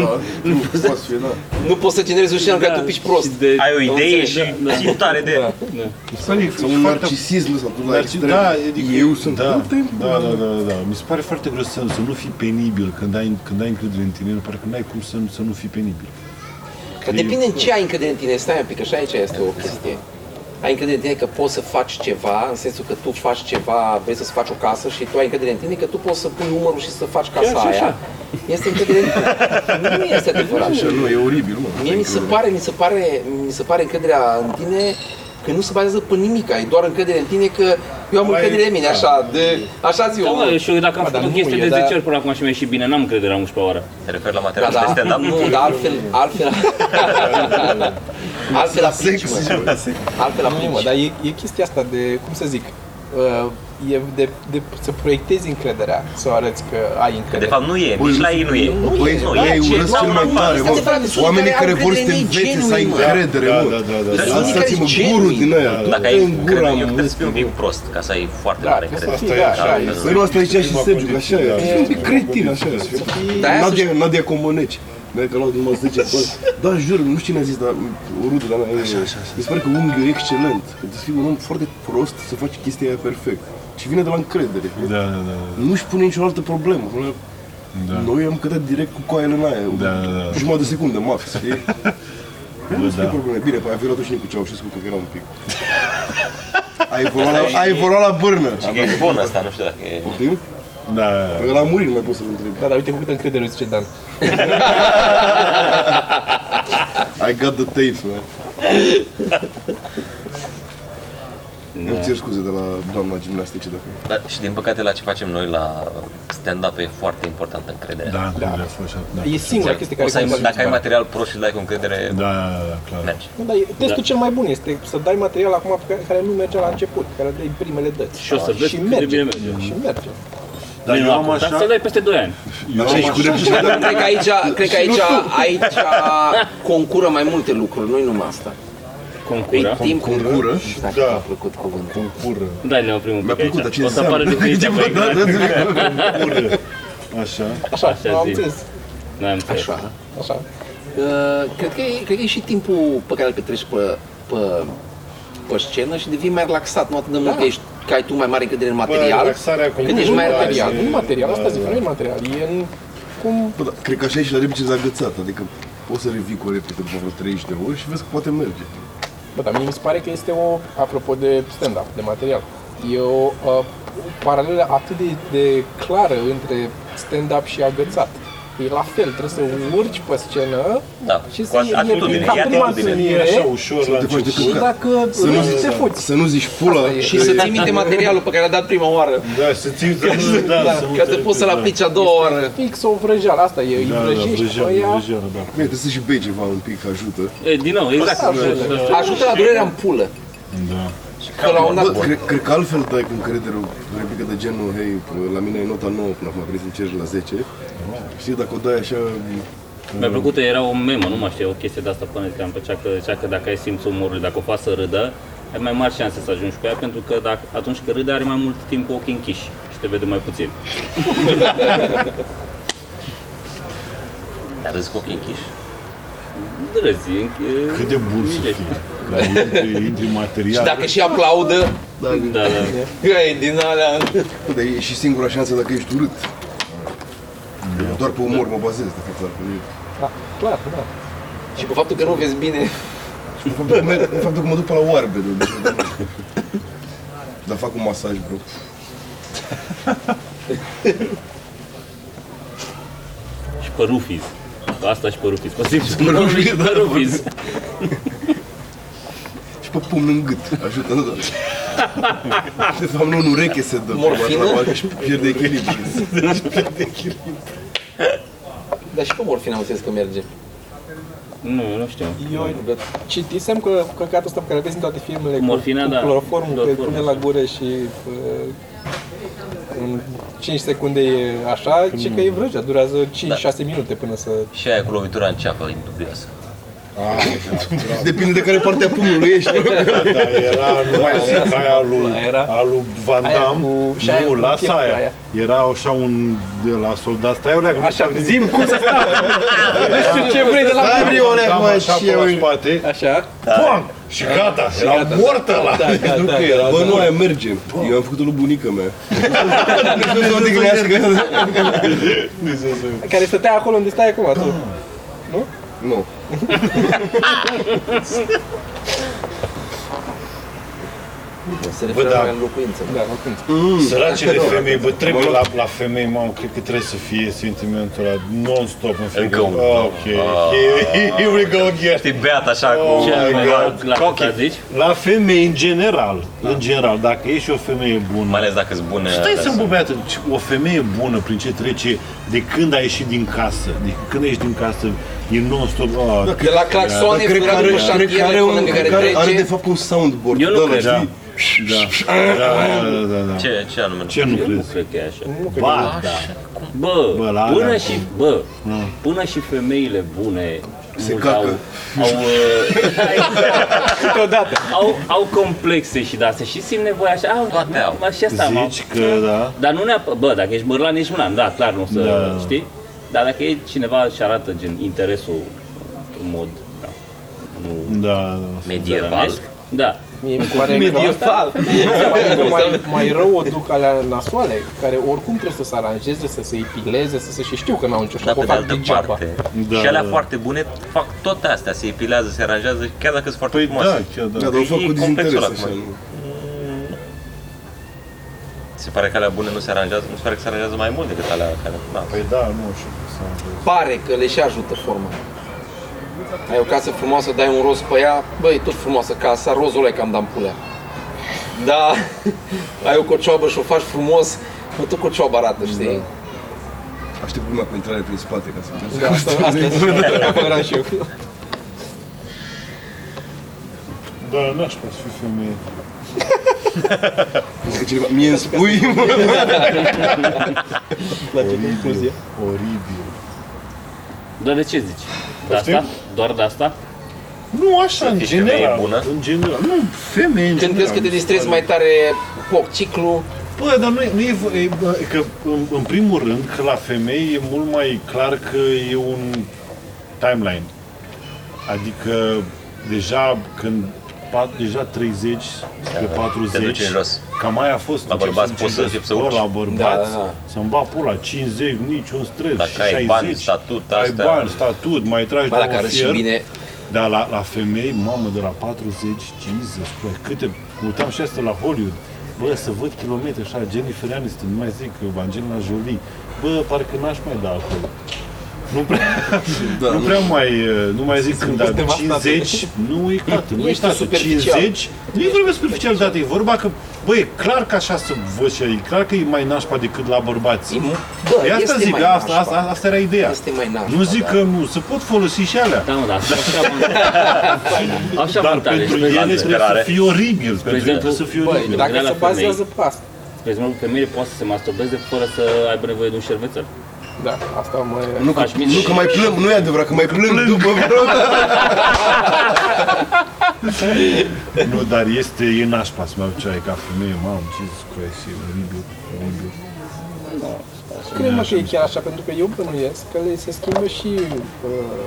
[SPEAKER 1] da, nu, poate fi, da.
[SPEAKER 5] Nu poți să generezi un scenariu în care
[SPEAKER 6] da,
[SPEAKER 5] tu pici prost.
[SPEAKER 6] și de-
[SPEAKER 3] Ai o idee
[SPEAKER 6] înțeleg,
[SPEAKER 3] și
[SPEAKER 6] da, da.
[SPEAKER 3] țintare de ea.
[SPEAKER 4] Săric,
[SPEAKER 1] Sau un narcisism sau tu la
[SPEAKER 4] Narcis-
[SPEAKER 1] extrem.
[SPEAKER 4] da, adică,
[SPEAKER 1] eu sunt
[SPEAKER 4] da,
[SPEAKER 1] da.
[SPEAKER 4] da, da, da, da, Mi se pare foarte greu să, să nu fii penibil când ai, când ai încredere în tine, parcă n-ai cum să, nu- să nu fii penibil.
[SPEAKER 1] Da.
[SPEAKER 5] Că depinde în ce ai încredere în tine, stai un pic, că și aici este o chestie. Ai încredere în tine că poți să faci ceva, în sensul că tu faci ceva, vrei să-ți faci o casă și tu ai încredere în tine că tu poți să pui numărul și să faci casa
[SPEAKER 6] Chiar și așa.
[SPEAKER 5] aia. Este încredere în tine. Nu este adevărat.
[SPEAKER 1] Așa, nu, e oribil, mă.
[SPEAKER 5] Mie mi se pare, mi se pare, mi se pare încrederea în tine că nu se bazează pe nimic, ai doar încredere în tine că eu
[SPEAKER 6] Păi,
[SPEAKER 5] am încredere în mine, așa, de, așa zi
[SPEAKER 6] Da, mă,
[SPEAKER 5] eu.
[SPEAKER 6] și eu dacă am
[SPEAKER 2] Ba,
[SPEAKER 6] făcut
[SPEAKER 2] dar
[SPEAKER 6] o
[SPEAKER 2] nu
[SPEAKER 6] chestie
[SPEAKER 2] e,
[SPEAKER 6] de
[SPEAKER 2] dar-
[SPEAKER 6] 10 ori până acum și mi-a ieșit bine, n-am încredere la 11 oară.
[SPEAKER 3] Te referi la
[SPEAKER 5] Da,
[SPEAKER 3] materialul
[SPEAKER 5] da,
[SPEAKER 3] de stand-up?
[SPEAKER 5] nu, dar altfel,
[SPEAKER 6] (laughs)
[SPEAKER 5] altfel, altfel aplici, mă, altfel
[SPEAKER 2] Nu, mă,
[SPEAKER 5] aplici.
[SPEAKER 2] dar e, e chestia asta de, cum să zic, uh, e de, de, să proiectezi încrederea, să arăți că ai
[SPEAKER 3] Că de
[SPEAKER 2] încredere.
[SPEAKER 3] fapt nu e, nici la ei nu e.
[SPEAKER 1] Băi,
[SPEAKER 3] Nu
[SPEAKER 1] ei
[SPEAKER 3] e.
[SPEAKER 1] urăsc Păi, cel mai tare,
[SPEAKER 5] asta se frate,
[SPEAKER 1] mă.
[SPEAKER 5] sunt
[SPEAKER 1] Oamenii
[SPEAKER 5] care
[SPEAKER 1] care
[SPEAKER 5] au
[SPEAKER 1] vor să te
[SPEAKER 5] încredere în ei,
[SPEAKER 1] învețe să ai
[SPEAKER 5] genuine, mă.
[SPEAKER 1] încredere,
[SPEAKER 4] Da,
[SPEAKER 1] mă.
[SPEAKER 4] da, da, da.
[SPEAKER 1] Dar
[SPEAKER 5] Sunt
[SPEAKER 1] Lăsați-mă
[SPEAKER 5] care-i
[SPEAKER 1] gurul
[SPEAKER 5] genuine.
[SPEAKER 1] din aia.
[SPEAKER 3] Dacă
[SPEAKER 1] dă-i
[SPEAKER 3] ai
[SPEAKER 1] în
[SPEAKER 3] încredere,
[SPEAKER 1] gura,
[SPEAKER 3] Da, eu
[SPEAKER 1] mă.
[SPEAKER 3] trebuie să fii un pic prost, ca să ai foarte
[SPEAKER 2] Da,
[SPEAKER 3] mare
[SPEAKER 2] trebuie
[SPEAKER 3] încredere.
[SPEAKER 2] să fii, da, așa e.
[SPEAKER 1] Păi nu, asta e și Sergiu, că așa e. Fii un pic cretin, așa e.
[SPEAKER 5] Da, aia
[SPEAKER 1] Nadia, Nadia Comăneci. Noi că luat numai 10 bani. Da, jur, nu știu cine a zis, dar o rudă de la mea. Mi se pare că unghiul e excelent. Că trebuie să fii un om foarte prost să faci chestia aia perfect. Și vine de la încredere.
[SPEAKER 4] Da, da, da.
[SPEAKER 1] Nu-și pune nicio altă problemă. Da. Noi am cădat direct cu coaiele în aia.
[SPEAKER 4] Da, da, da.
[SPEAKER 1] Jumătate de secundă, max, știi? Nu
[SPEAKER 4] Bă,
[SPEAKER 1] sunt
[SPEAKER 4] da.
[SPEAKER 1] probleme. Bine, păi, pe aia a violat și cu Ceaușescu, că era un pic. Ai evoluat la, ai evoluat la bârnă.
[SPEAKER 3] Și că e bun asta, nu știu dacă e...
[SPEAKER 1] Poftim?
[SPEAKER 4] Da,
[SPEAKER 1] Că la muri nu mai poți să-l întrebi.
[SPEAKER 2] Da, dar uite cu câtă încredere îți zice Dan.
[SPEAKER 1] I got the tapes, man. Îmi cer scuze de la doamna gimnastice dacă...
[SPEAKER 3] Dar, și din păcate la ce facem noi la stand-up e foarte importantă încrederea.
[SPEAKER 4] da, da, da, fost așa, da.
[SPEAKER 2] E
[SPEAKER 6] Exact.
[SPEAKER 2] singura chestie care
[SPEAKER 3] Poți să ai,
[SPEAKER 2] contează.
[SPEAKER 3] dacă ai material prost și dai cu încredere,
[SPEAKER 4] Da, da, da, clar.
[SPEAKER 3] mergi.
[SPEAKER 2] Nu, dar e- testul
[SPEAKER 6] Da.
[SPEAKER 2] cel mai bun este să dai material acum pe care, care nu mergea la început, care dai primele dăți.
[SPEAKER 6] Și o să vezi
[SPEAKER 2] și
[SPEAKER 6] cât de
[SPEAKER 2] merge.
[SPEAKER 6] bine merge.
[SPEAKER 2] Și merge.
[SPEAKER 4] Dar Păi eu am
[SPEAKER 6] Dar
[SPEAKER 4] așa,
[SPEAKER 6] să dai peste 2 ani.
[SPEAKER 4] eu am
[SPEAKER 1] cu
[SPEAKER 4] așa,
[SPEAKER 1] replica, da?
[SPEAKER 5] Cred că aici, cred că aici, aici concură mai multe lucruri, nu-i numai asta. Păi
[SPEAKER 6] Concura.
[SPEAKER 5] Ei, timp,
[SPEAKER 1] Concură.
[SPEAKER 5] Stai,
[SPEAKER 4] Da.
[SPEAKER 5] mi-a plăcut cuvântul.
[SPEAKER 4] concură,
[SPEAKER 6] Dai, ne oprim un
[SPEAKER 1] Mi-a
[SPEAKER 6] pic
[SPEAKER 1] plăcut, dar
[SPEAKER 6] aici.
[SPEAKER 1] ce
[SPEAKER 6] O să
[SPEAKER 1] înseamnă?
[SPEAKER 6] apară definiția
[SPEAKER 1] (laughs)
[SPEAKER 6] pe ecran.
[SPEAKER 4] concură, așa,
[SPEAKER 2] Așa,
[SPEAKER 6] Așa
[SPEAKER 2] am
[SPEAKER 6] zi.
[SPEAKER 2] înțeles.
[SPEAKER 6] N-am înțeles.
[SPEAKER 5] Așa.
[SPEAKER 2] Așa.
[SPEAKER 5] Uh, cred, că e, cred că e și timpul pe care îl petreci pe, pe, pe scenă și devii mai relaxat, nu atât de mult că, ești, că ai tu mai mare încredere în material,
[SPEAKER 4] relaxarea
[SPEAKER 5] cât ești
[SPEAKER 4] cu-
[SPEAKER 5] mai
[SPEAKER 4] da,
[SPEAKER 5] material.
[SPEAKER 4] e-
[SPEAKER 2] Nu material, asta
[SPEAKER 4] da,
[SPEAKER 2] zic,
[SPEAKER 4] da.
[SPEAKER 2] nu e material, e în cum
[SPEAKER 1] Bă, da, cred că așa e și la replice zagățat, adică poți să revii cu o replică după vreo 30 de ori și vezi că poate merge.
[SPEAKER 2] Bă, dar mie mi se pare că este o, apropo de stand-up, de material, e o, uh, o paralelă atât de, de clară între stand-up și agățat. E la fel, trebuie să urci pe scenă
[SPEAKER 3] Da,
[SPEAKER 2] și să
[SPEAKER 3] cu
[SPEAKER 2] iei
[SPEAKER 3] atitudine,
[SPEAKER 2] replica
[SPEAKER 3] e
[SPEAKER 2] prima
[SPEAKER 3] atitudine.
[SPEAKER 4] Nu e așa
[SPEAKER 2] întâlnire
[SPEAKER 4] ușor la
[SPEAKER 1] eh? te faci de
[SPEAKER 4] început.
[SPEAKER 2] și dacă
[SPEAKER 1] Să nu
[SPEAKER 2] râzi,
[SPEAKER 1] zici-
[SPEAKER 2] te fuți.
[SPEAKER 1] Să nu zici pula
[SPEAKER 2] e.
[SPEAKER 5] Și să ții minte materialul pe care l-a dat prima oară,
[SPEAKER 4] Da, să ții da, da, da,
[SPEAKER 5] ca să poți să-l aplici a doua oară.
[SPEAKER 2] Fix o vrăjeală, asta e,
[SPEAKER 4] Da,
[SPEAKER 2] îi
[SPEAKER 4] da,
[SPEAKER 2] vrăjești
[SPEAKER 4] vrăjeală,
[SPEAKER 2] pe ea.
[SPEAKER 4] vrăjeală, da.
[SPEAKER 1] Bine, trebuie să și bei ceva un pic, că ajută.
[SPEAKER 6] E, Din nou, exact.
[SPEAKER 5] Ajută la durerea în pulă.
[SPEAKER 4] Da.
[SPEAKER 3] Și
[SPEAKER 5] Că la un
[SPEAKER 1] Bă,
[SPEAKER 5] dat,
[SPEAKER 1] cred, cred că altfel dai cu încredere o replică de genul, hei, la mine e nota 9 până acum, vrei să încerci la 10? Știi, dacă o dai așa,
[SPEAKER 6] Mi-a plăcut, era o memă, nu mai știu, o chestie de asta până ziceam, pe cea că, cea că dacă ai simțul umorului, dacă o faci să râdă, ai mai mari șanse să ajungi cu ea, pentru că dacă, atunci când râde are mai mult timp cu ochii închiși și te vede mai puțin.
[SPEAKER 3] Dar râzi cu ochii închiși.
[SPEAKER 6] Râzi, închi-
[SPEAKER 4] Cât de bun să
[SPEAKER 6] închiși.
[SPEAKER 4] fii. Da, intri, intri în
[SPEAKER 5] și
[SPEAKER 4] material.
[SPEAKER 5] dacă și aplaudă,
[SPEAKER 6] Da, da.
[SPEAKER 5] e din alea.
[SPEAKER 1] Bă, Dar e și singura șansă dacă ești urât. Eu doar pe umor mă bazez, de fapt, dar pe-
[SPEAKER 2] Da, clar, da.
[SPEAKER 5] Și pe faptul că nu vezi bine,
[SPEAKER 1] de faptul că, merg- de faptul că mă duc pe la oarbe de obicei. dar- Dar fac un masaj, bro.
[SPEAKER 6] Și pe rufiz. Pe Asta și pe rufiz. Pe Simpson, pe rufiz,
[SPEAKER 4] da.
[SPEAKER 6] pe rufiz.
[SPEAKER 1] Și pe pumn în gât. Ajută, nu da. (laughs) De fapt, nu în ureche se dă.
[SPEAKER 5] Morfină?
[SPEAKER 1] probabil, Și pierde echilibru.
[SPEAKER 5] Dar și cum vor finanțez că merge?
[SPEAKER 6] Nu, eu nu știu.
[SPEAKER 2] Eu citisem că căcatul ăsta pe care îl vezi în toate filmele, cu-
[SPEAKER 6] Morfina,
[SPEAKER 2] cu
[SPEAKER 6] da.
[SPEAKER 2] cloroformul, că îl
[SPEAKER 6] Cloroform,
[SPEAKER 2] pune
[SPEAKER 6] așa.
[SPEAKER 2] la
[SPEAKER 3] da.
[SPEAKER 2] gură și uh, în 5 secunde e așa, ci că e vrăjea, durează 5-6
[SPEAKER 3] Da.
[SPEAKER 2] minute până să...
[SPEAKER 3] Și aia cu lovitura în ceapă, e dubioasă.
[SPEAKER 1] Depinde de care parte a pumnului
[SPEAKER 2] (laughs)
[SPEAKER 1] ești.
[SPEAKER 4] Da, era aia, aia lui,
[SPEAKER 2] era-
[SPEAKER 4] a lui Van
[SPEAKER 2] aia
[SPEAKER 4] Damme,
[SPEAKER 2] cu- și aia
[SPEAKER 4] nu,
[SPEAKER 2] cu
[SPEAKER 4] lasă
[SPEAKER 2] pieptul
[SPEAKER 4] aia.
[SPEAKER 2] aia.
[SPEAKER 4] Era așa un de la soldat, stai o leagă, nu
[SPEAKER 2] Așa,
[SPEAKER 4] știu de-
[SPEAKER 2] zim cum să stau! Nu știu ce vrei de la
[SPEAKER 1] Stai,
[SPEAKER 2] mine!
[SPEAKER 1] Brio,
[SPEAKER 4] Van Damme
[SPEAKER 1] mă,
[SPEAKER 4] așa
[SPEAKER 1] și
[SPEAKER 4] pe la
[SPEAKER 1] eu.
[SPEAKER 4] spate,
[SPEAKER 2] Așa,
[SPEAKER 4] Bam! Și gata, era
[SPEAKER 2] Da. gata,
[SPEAKER 4] moartă la.
[SPEAKER 2] da, da, da.
[SPEAKER 1] Bă, nu, aia merge. Eu am făcut-o lui bunica
[SPEAKER 2] (laughs)
[SPEAKER 1] mea. adică Dumnezeu să o odihnească.
[SPEAKER 2] care stătea acolo unde stai acum tu.
[SPEAKER 1] Nu.
[SPEAKER 5] Se
[SPEAKER 4] Bă,
[SPEAKER 5] referă
[SPEAKER 4] da.
[SPEAKER 5] la locuință.
[SPEAKER 2] Da, oricum.
[SPEAKER 4] Săracele femei, bă, trebuie la, la femei, mamă, cred că trebuie să fie sentimentul ăla non-stop în fiecare.
[SPEAKER 3] Încă unul.
[SPEAKER 4] Ok,
[SPEAKER 2] Ah.
[SPEAKER 4] (laughs) here we go again.
[SPEAKER 3] Știi, beat așa cu...
[SPEAKER 4] Oh
[SPEAKER 6] Ce
[SPEAKER 4] my
[SPEAKER 6] mai
[SPEAKER 4] God.
[SPEAKER 6] la, la,
[SPEAKER 4] Ok.
[SPEAKER 6] la zici?
[SPEAKER 4] La femei, în general, în general, dacă ești o femeie bună,
[SPEAKER 3] Mai ales dacă sunt bune.
[SPEAKER 4] Stai
[SPEAKER 3] dar
[SPEAKER 4] să
[SPEAKER 3] sunt-
[SPEAKER 4] mă beată, o femeie bună prin ce trece de când ai ieșit din casă, de când ieși din casă, e non-stop, oh,
[SPEAKER 5] De la claxoane
[SPEAKER 1] Cred că
[SPEAKER 5] până
[SPEAKER 1] are,
[SPEAKER 5] la
[SPEAKER 1] cred că
[SPEAKER 5] șantierele
[SPEAKER 1] are,
[SPEAKER 5] până
[SPEAKER 1] un,
[SPEAKER 5] pe care
[SPEAKER 1] care are de
[SPEAKER 5] trece.
[SPEAKER 1] fapt un soundboard.
[SPEAKER 6] Eu nu
[SPEAKER 1] de ăla,
[SPEAKER 6] cred.
[SPEAKER 1] știi?
[SPEAKER 4] da, da, da, da, da.
[SPEAKER 3] Ce, ce anume?
[SPEAKER 4] Ce nu
[SPEAKER 6] Eu nu
[SPEAKER 4] crezi?
[SPEAKER 6] cred că e așa.
[SPEAKER 4] Ba, da.
[SPEAKER 6] Bă,
[SPEAKER 4] Bă, la
[SPEAKER 6] până
[SPEAKER 4] alea- Da.
[SPEAKER 6] și, bă, până și femeile bune
[SPEAKER 1] Se
[SPEAKER 6] mult
[SPEAKER 1] cacă.
[SPEAKER 6] au,
[SPEAKER 4] (laughs)
[SPEAKER 6] au, uh,
[SPEAKER 2] Câteodată.
[SPEAKER 6] au, au, complexe și de astea și simt nevoia așa, au,
[SPEAKER 3] Toate au.
[SPEAKER 6] așa asta, m-am-
[SPEAKER 4] Zici că da?
[SPEAKER 6] Dar nu neapărat, bă, dacă ești mărlan, ești mărlan, da, clar, nu o să,
[SPEAKER 4] Da.
[SPEAKER 6] știi? Dar dacă e cineva și arată gen interesul în mod, da, nu
[SPEAKER 4] Da,
[SPEAKER 3] Medieval.
[SPEAKER 6] zărănesc, da,
[SPEAKER 2] Mie mi se pare că asta
[SPEAKER 3] Da.
[SPEAKER 2] mai, mai, mai rău o duc alea nasoale, care oricum trebuie să se aranjeze, să se epileze, să se și știu că n-au nicio
[SPEAKER 3] Dar Da, pe
[SPEAKER 2] șapă,
[SPEAKER 3] de
[SPEAKER 2] fac
[SPEAKER 3] altă
[SPEAKER 2] degeaba.
[SPEAKER 3] parte,
[SPEAKER 4] Da,
[SPEAKER 3] și alea
[SPEAKER 4] da.
[SPEAKER 3] foarte bune fac tot astea, se epilează, se aranjează, chiar dacă sunt foarte
[SPEAKER 4] Păi da,
[SPEAKER 3] frumoase.
[SPEAKER 4] chiar
[SPEAKER 1] Da,
[SPEAKER 4] da.
[SPEAKER 1] dar o fac
[SPEAKER 3] E
[SPEAKER 1] cu
[SPEAKER 3] complexul
[SPEAKER 1] dezinteres
[SPEAKER 3] acum.
[SPEAKER 1] așa. nu?
[SPEAKER 3] Se pare că alea bune nu se aranjează, nu se pare că se aranjează mai mult decât alea care... Da.
[SPEAKER 4] Păi da, nu știu cum să
[SPEAKER 5] Pare că le și ajută forma. Ai o casă frumoasă, dai un roz pe ea, băi, tot frumoasă casa, rozul ăla e cam dampulea.
[SPEAKER 2] (laughs)
[SPEAKER 5] Da, ai o cocioabă și o faci frumos, mă, tot cocioaba arată,
[SPEAKER 2] Da.
[SPEAKER 5] știi?
[SPEAKER 1] Aștept lumea cu intrare prin spate ca să
[SPEAKER 2] Da,
[SPEAKER 1] vedem.
[SPEAKER 2] (laughs) asta, asta e și eu.
[SPEAKER 4] Da, n-aș putea să fiu femeie.
[SPEAKER 1] Zice cineva, mie îmi
[SPEAKER 2] (laughs)
[SPEAKER 1] spui, (laughs) mă,
[SPEAKER 2] La ce concluzie?
[SPEAKER 4] Oribil, oribil.
[SPEAKER 6] dar de ce zici? De
[SPEAKER 4] Poftim?
[SPEAKER 6] asta? Doar de asta?
[SPEAKER 4] Nu așa, în
[SPEAKER 3] fii femeie
[SPEAKER 4] general.
[SPEAKER 3] bună?
[SPEAKER 4] În general, nu, femeie în
[SPEAKER 5] Când
[SPEAKER 4] general.
[SPEAKER 5] crezi că te distrezi mai tare, poc ciclu,
[SPEAKER 4] Bă, dar nu e, nu e, v- e bă, e că în, în primul rând că la femei e mult mai clar că e un timeline. Adică deja când pat, deja 30 spre
[SPEAKER 3] da.
[SPEAKER 4] 40
[SPEAKER 3] Te duci în jos.
[SPEAKER 4] Cam aia a fost
[SPEAKER 3] La
[SPEAKER 4] începi
[SPEAKER 3] bărbați poți să
[SPEAKER 4] încerci
[SPEAKER 3] începi să urci.
[SPEAKER 4] La bărbați
[SPEAKER 5] Da, da, da.
[SPEAKER 4] să-mi bat pula 50, niciun stres.
[SPEAKER 3] Dacă ai
[SPEAKER 4] 60,
[SPEAKER 3] bani, statut,
[SPEAKER 4] Ai
[SPEAKER 3] astea.
[SPEAKER 4] bani, statut, mai tragi
[SPEAKER 5] ba
[SPEAKER 4] de
[SPEAKER 5] dacă
[SPEAKER 4] un
[SPEAKER 5] arăți și
[SPEAKER 4] fier.
[SPEAKER 5] bine,
[SPEAKER 4] Dar la, la femei, mamă, de la 40, 50, bă, câte... mă Uitam și asta la Hollywood. Bă, să văd kilometri așa, Jennifer Aniston, nu mai zic, Angelina Jolie. Bă, parcă n-aș mai da acolo. Nu prea,
[SPEAKER 1] Da,
[SPEAKER 4] da, nu
[SPEAKER 1] nu
[SPEAKER 4] prea mai, uh, nu mai zic când
[SPEAKER 2] pus
[SPEAKER 4] dar
[SPEAKER 2] devastate.
[SPEAKER 4] 50, nu e tată, nu e
[SPEAKER 5] Ești
[SPEAKER 4] tată,
[SPEAKER 5] superficial.
[SPEAKER 4] 50, nu e vorba superficial, dar e vorba că, bă, e clar că așa să văd și ea, e clar că e mai nașpa decât la bărbați.
[SPEAKER 5] e-
[SPEAKER 4] Păi
[SPEAKER 5] bă,
[SPEAKER 4] asta
[SPEAKER 5] este
[SPEAKER 4] zic,
[SPEAKER 5] mai
[SPEAKER 4] asta,
[SPEAKER 5] nașpa.
[SPEAKER 4] asta, asta era ideea.
[SPEAKER 5] Este mai nașpa,
[SPEAKER 4] Nu zic
[SPEAKER 5] da.
[SPEAKER 4] că nu, se pot folosi și alea.
[SPEAKER 6] Da, mă, da, așa
[SPEAKER 4] (laughs)
[SPEAKER 6] Așa
[SPEAKER 4] Dar
[SPEAKER 6] avantaje.
[SPEAKER 4] pentru ele
[SPEAKER 6] Spre exemplu,
[SPEAKER 4] trebuie să
[SPEAKER 3] disperare.
[SPEAKER 4] fie oribil. Pentru ele
[SPEAKER 6] exemplu,
[SPEAKER 4] trebuie să fie
[SPEAKER 6] băi,
[SPEAKER 4] oribil.
[SPEAKER 6] da.
[SPEAKER 2] Dacă
[SPEAKER 6] la
[SPEAKER 2] se bazează pe asta.
[SPEAKER 6] Spre exemplu, femeile poate să se masturbeze fără să aibă nevoie de un șervețel.
[SPEAKER 2] Da, asta mă...
[SPEAKER 1] Nu că,
[SPEAKER 6] Faci mici.
[SPEAKER 1] nu că mai plâng, nu e adevărat, că mai plâng după vreo
[SPEAKER 4] Nu, dar este, e nașpa să mă aduce aia ca femeie, mamă, Jesus Christ, e oribil, oribil.
[SPEAKER 2] Cred mă că e chiar așa, pentru că eu bănuiesc că le se schimbă și uh,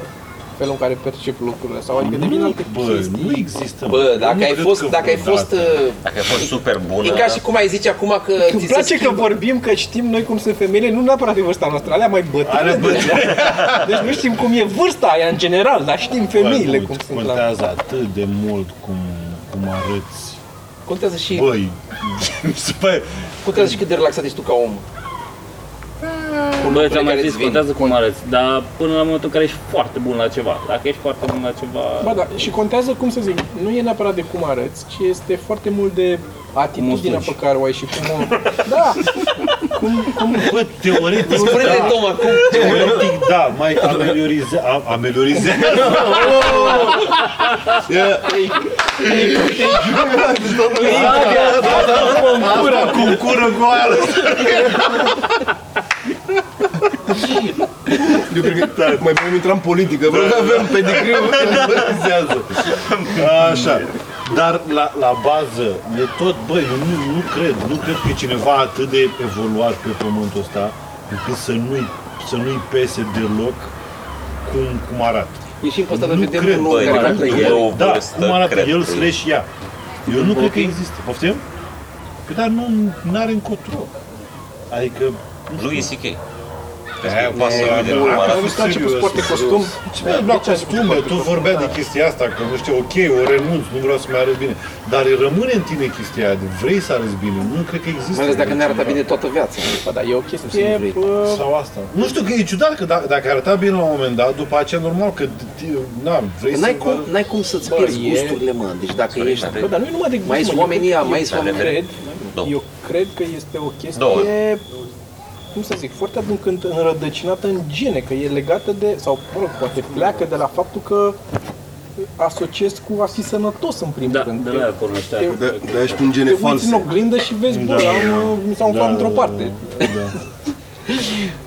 [SPEAKER 2] felul în care percep lucrurile sau adică devin
[SPEAKER 4] Nu,
[SPEAKER 2] alte
[SPEAKER 4] bă,
[SPEAKER 2] chestii.
[SPEAKER 4] nu există.
[SPEAKER 5] Bă,
[SPEAKER 4] Eu nu
[SPEAKER 5] dacă ai
[SPEAKER 4] cred
[SPEAKER 5] fost,
[SPEAKER 4] că
[SPEAKER 5] dacă ai fost,
[SPEAKER 4] vreodată.
[SPEAKER 5] uh,
[SPEAKER 3] Dacă ai fost super bună,
[SPEAKER 5] e ca și cum ai zice acum că
[SPEAKER 2] Îmi
[SPEAKER 5] ți se
[SPEAKER 2] place că
[SPEAKER 5] schimbă.
[SPEAKER 2] vorbim, că știm noi cum sunt femeile, nu neapărat de vârsta noastră, alea mai
[SPEAKER 5] uh,
[SPEAKER 2] bătrâne.
[SPEAKER 4] Alea
[SPEAKER 5] (laughs)
[SPEAKER 4] bătrâne.
[SPEAKER 2] Deci nu știm cum e vârsta aia în general, dar știm femeile
[SPEAKER 4] Bă,
[SPEAKER 2] cum
[SPEAKER 4] nu,
[SPEAKER 2] sunt da. la...
[SPEAKER 4] Contează atât de mult cum, cum arăți.
[SPEAKER 5] Contează și,
[SPEAKER 4] Băi, (laughs) mi se pare,
[SPEAKER 5] contează și cât de relaxat ești tu ca om. acolo
[SPEAKER 6] Bă,
[SPEAKER 5] pe
[SPEAKER 6] ți-am
[SPEAKER 5] care
[SPEAKER 6] mai zis,
[SPEAKER 5] îți vin.
[SPEAKER 6] contează cum arăți, dar până la momentul în care ești foarte bun la ceva. Dacă ești foarte bun la ceva,
[SPEAKER 2] Ba da, și contează cum să zic, nu e neapărat de cum arăți, ci este foarte mult de atitudinea
[SPEAKER 6] strângi.
[SPEAKER 2] pe care o ai și cum o... Da, cum, cum,
[SPEAKER 4] Bă, teoretic, da.
[SPEAKER 5] Spune-te, Toma, cum
[SPEAKER 4] teoretic, da, mai ameliorize, a- ameliorizează. Asta cu cură cu aia
[SPEAKER 1] Eu cred
[SPEAKER 2] Da.
[SPEAKER 1] că mai putem intra în politică, vreau să avem
[SPEAKER 2] (laughs)
[SPEAKER 1] pedigreu.
[SPEAKER 4] ameliorizează. Așa. Dar la, la bază e tot, băi, eu nu, nu cred, nu cred că e cineva atât de evoluat pe pământul ăsta încât să nu-i, să nu-i pese deloc cum, cum arată.
[SPEAKER 5] E și impostată
[SPEAKER 4] Nu
[SPEAKER 5] pe
[SPEAKER 4] cred,
[SPEAKER 5] timpul nou
[SPEAKER 3] Băi,
[SPEAKER 5] care arată
[SPEAKER 3] după
[SPEAKER 5] el.
[SPEAKER 3] o
[SPEAKER 4] Da,
[SPEAKER 3] vârstă,
[SPEAKER 4] cum arată
[SPEAKER 3] cred
[SPEAKER 4] el
[SPEAKER 3] că-
[SPEAKER 4] slash ea. Eu nu cred că există. Poftim? Păi dar nu are încotro. Adică...
[SPEAKER 3] Louis C.K.
[SPEAKER 4] Aia,
[SPEAKER 3] Îmi pasă lui de cum
[SPEAKER 4] bă,
[SPEAKER 3] arată.
[SPEAKER 2] am văzut la început
[SPEAKER 4] serios,
[SPEAKER 2] sport de
[SPEAKER 4] serios.
[SPEAKER 2] costum.
[SPEAKER 4] Ce mi-a luat costume, tu vorbea de chestia asta, că nu știu, ok, o renunț, nu vreau să mai arăt bine. Dar îi rămâne în tine chestia aia de vrei să arăți bine, nu cred că există.
[SPEAKER 5] Mai ales dacă ne arată bine toată viața.
[SPEAKER 2] Ba da, e o
[SPEAKER 5] Să-mi
[SPEAKER 2] chestie...
[SPEAKER 5] vrei.
[SPEAKER 2] bă,
[SPEAKER 4] Sau asta. Nu știu că e ciudat că da- dacă, dacă arăta bine la un moment dat, după aceea normal că, t- na, vrei să...
[SPEAKER 5] N-ai cum, n-ai cum să-ți
[SPEAKER 2] Bă,
[SPEAKER 5] pierzi
[SPEAKER 2] e-
[SPEAKER 5] gusturile, mă. Deci dacă ești...
[SPEAKER 2] Bă, dar nu e numai de gust,
[SPEAKER 5] Mai
[SPEAKER 2] mă,
[SPEAKER 5] sunt
[SPEAKER 2] eu
[SPEAKER 5] oamenii
[SPEAKER 2] cred-
[SPEAKER 5] ăia, mai
[SPEAKER 2] eu
[SPEAKER 5] sunt oamenii.
[SPEAKER 2] cred,
[SPEAKER 3] Două.
[SPEAKER 2] Eu cred că este o chestie,
[SPEAKER 3] Două.
[SPEAKER 2] cum să zic, foarte adânc în- înrădăcinată în gene, că e legată de, sau mă rog, poate pleacă de la faptul că asociezi cu a fi sănătos în primul
[SPEAKER 6] da,
[SPEAKER 2] rând.
[SPEAKER 6] de
[SPEAKER 2] Te-
[SPEAKER 6] la acolo ăștia.
[SPEAKER 2] te-
[SPEAKER 1] Da, da, ești un
[SPEAKER 2] te
[SPEAKER 1] gene
[SPEAKER 2] uiți în
[SPEAKER 1] false.
[SPEAKER 2] oglindă și vezi, bă,
[SPEAKER 4] Da.
[SPEAKER 2] am, mi s-a umflat într-o parte.
[SPEAKER 4] Da.
[SPEAKER 2] (laughs)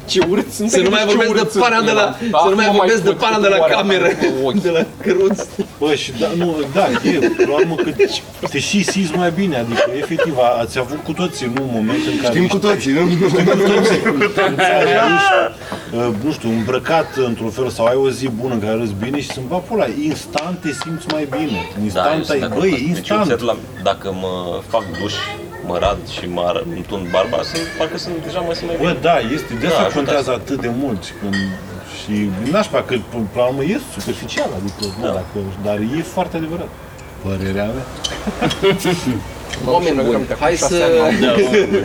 [SPEAKER 2] Ce urât sunt.
[SPEAKER 5] Să nu mai vorbesc de pana de la, să nu mai vorbesc de pana de la cameră, de la căruț.
[SPEAKER 4] Bă, și da, nu, da, e, la urmă că te și simți mai bine, adică efectiv a- ați avut cu toții nu, un moment în care
[SPEAKER 1] Știm cu toții, nu? (laughs)
[SPEAKER 4] Ai ajuns, uh, nu știu, îmbrăcat într-un fel sau ai o zi bună în care arăți bine și sunt bapul ăla, instant te simți mai bine.
[SPEAKER 3] Da, eu
[SPEAKER 4] Instant
[SPEAKER 3] sunt de
[SPEAKER 4] ai,
[SPEAKER 3] acord.
[SPEAKER 4] băi,
[SPEAKER 3] Deci eu observ
[SPEAKER 4] instant.
[SPEAKER 3] la, dacă mă fac duș, mă rad și mă ar- îmi tund barba, sunt, parcă sunt deja mă simt mai
[SPEAKER 4] Bă,
[SPEAKER 3] bine.
[SPEAKER 4] da, este, de
[SPEAKER 3] Da,
[SPEAKER 4] asta
[SPEAKER 3] ajută
[SPEAKER 4] contează atât de mult și când și nașpa că până la urmă e superficial, adică, da. dacă, dar e foarte adevărat. Părerea mea.
[SPEAKER 5] Oameni buni, hai să... Da.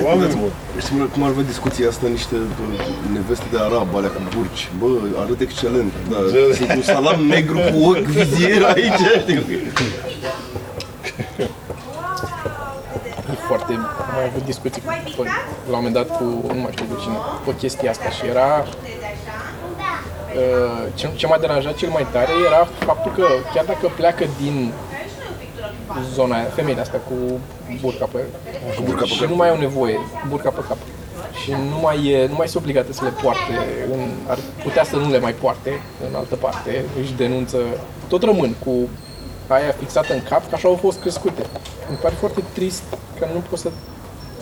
[SPEAKER 4] Oameni buni.
[SPEAKER 1] Știi cum ar avea discuția asta niște bă, neveste de arab, alea cu burci. Bă, arăt excelent. Da, sunt un salam negru cu ochi vizier aici. știi?
[SPEAKER 2] foarte, am mai avut discuții cu, pe, la un moment dat cu, nu mai știu cu cine, pe chestia asta și era, uh, ce, ce m-a deranjat cel mai tare era faptul că chiar dacă pleacă din zona aia, femeile astea cu burca pe, cu
[SPEAKER 1] burca pe
[SPEAKER 2] și
[SPEAKER 1] cap.
[SPEAKER 2] nu mai au nevoie, burca pe cap. Și nu mai, e, nu mai sunt obligate să le poarte, în, ar putea să nu le mai poarte în altă parte, își denunță, tot rămân cu aia fixată în cap, că așa au fost crescute. Îmi pare foarte trist că nu pot să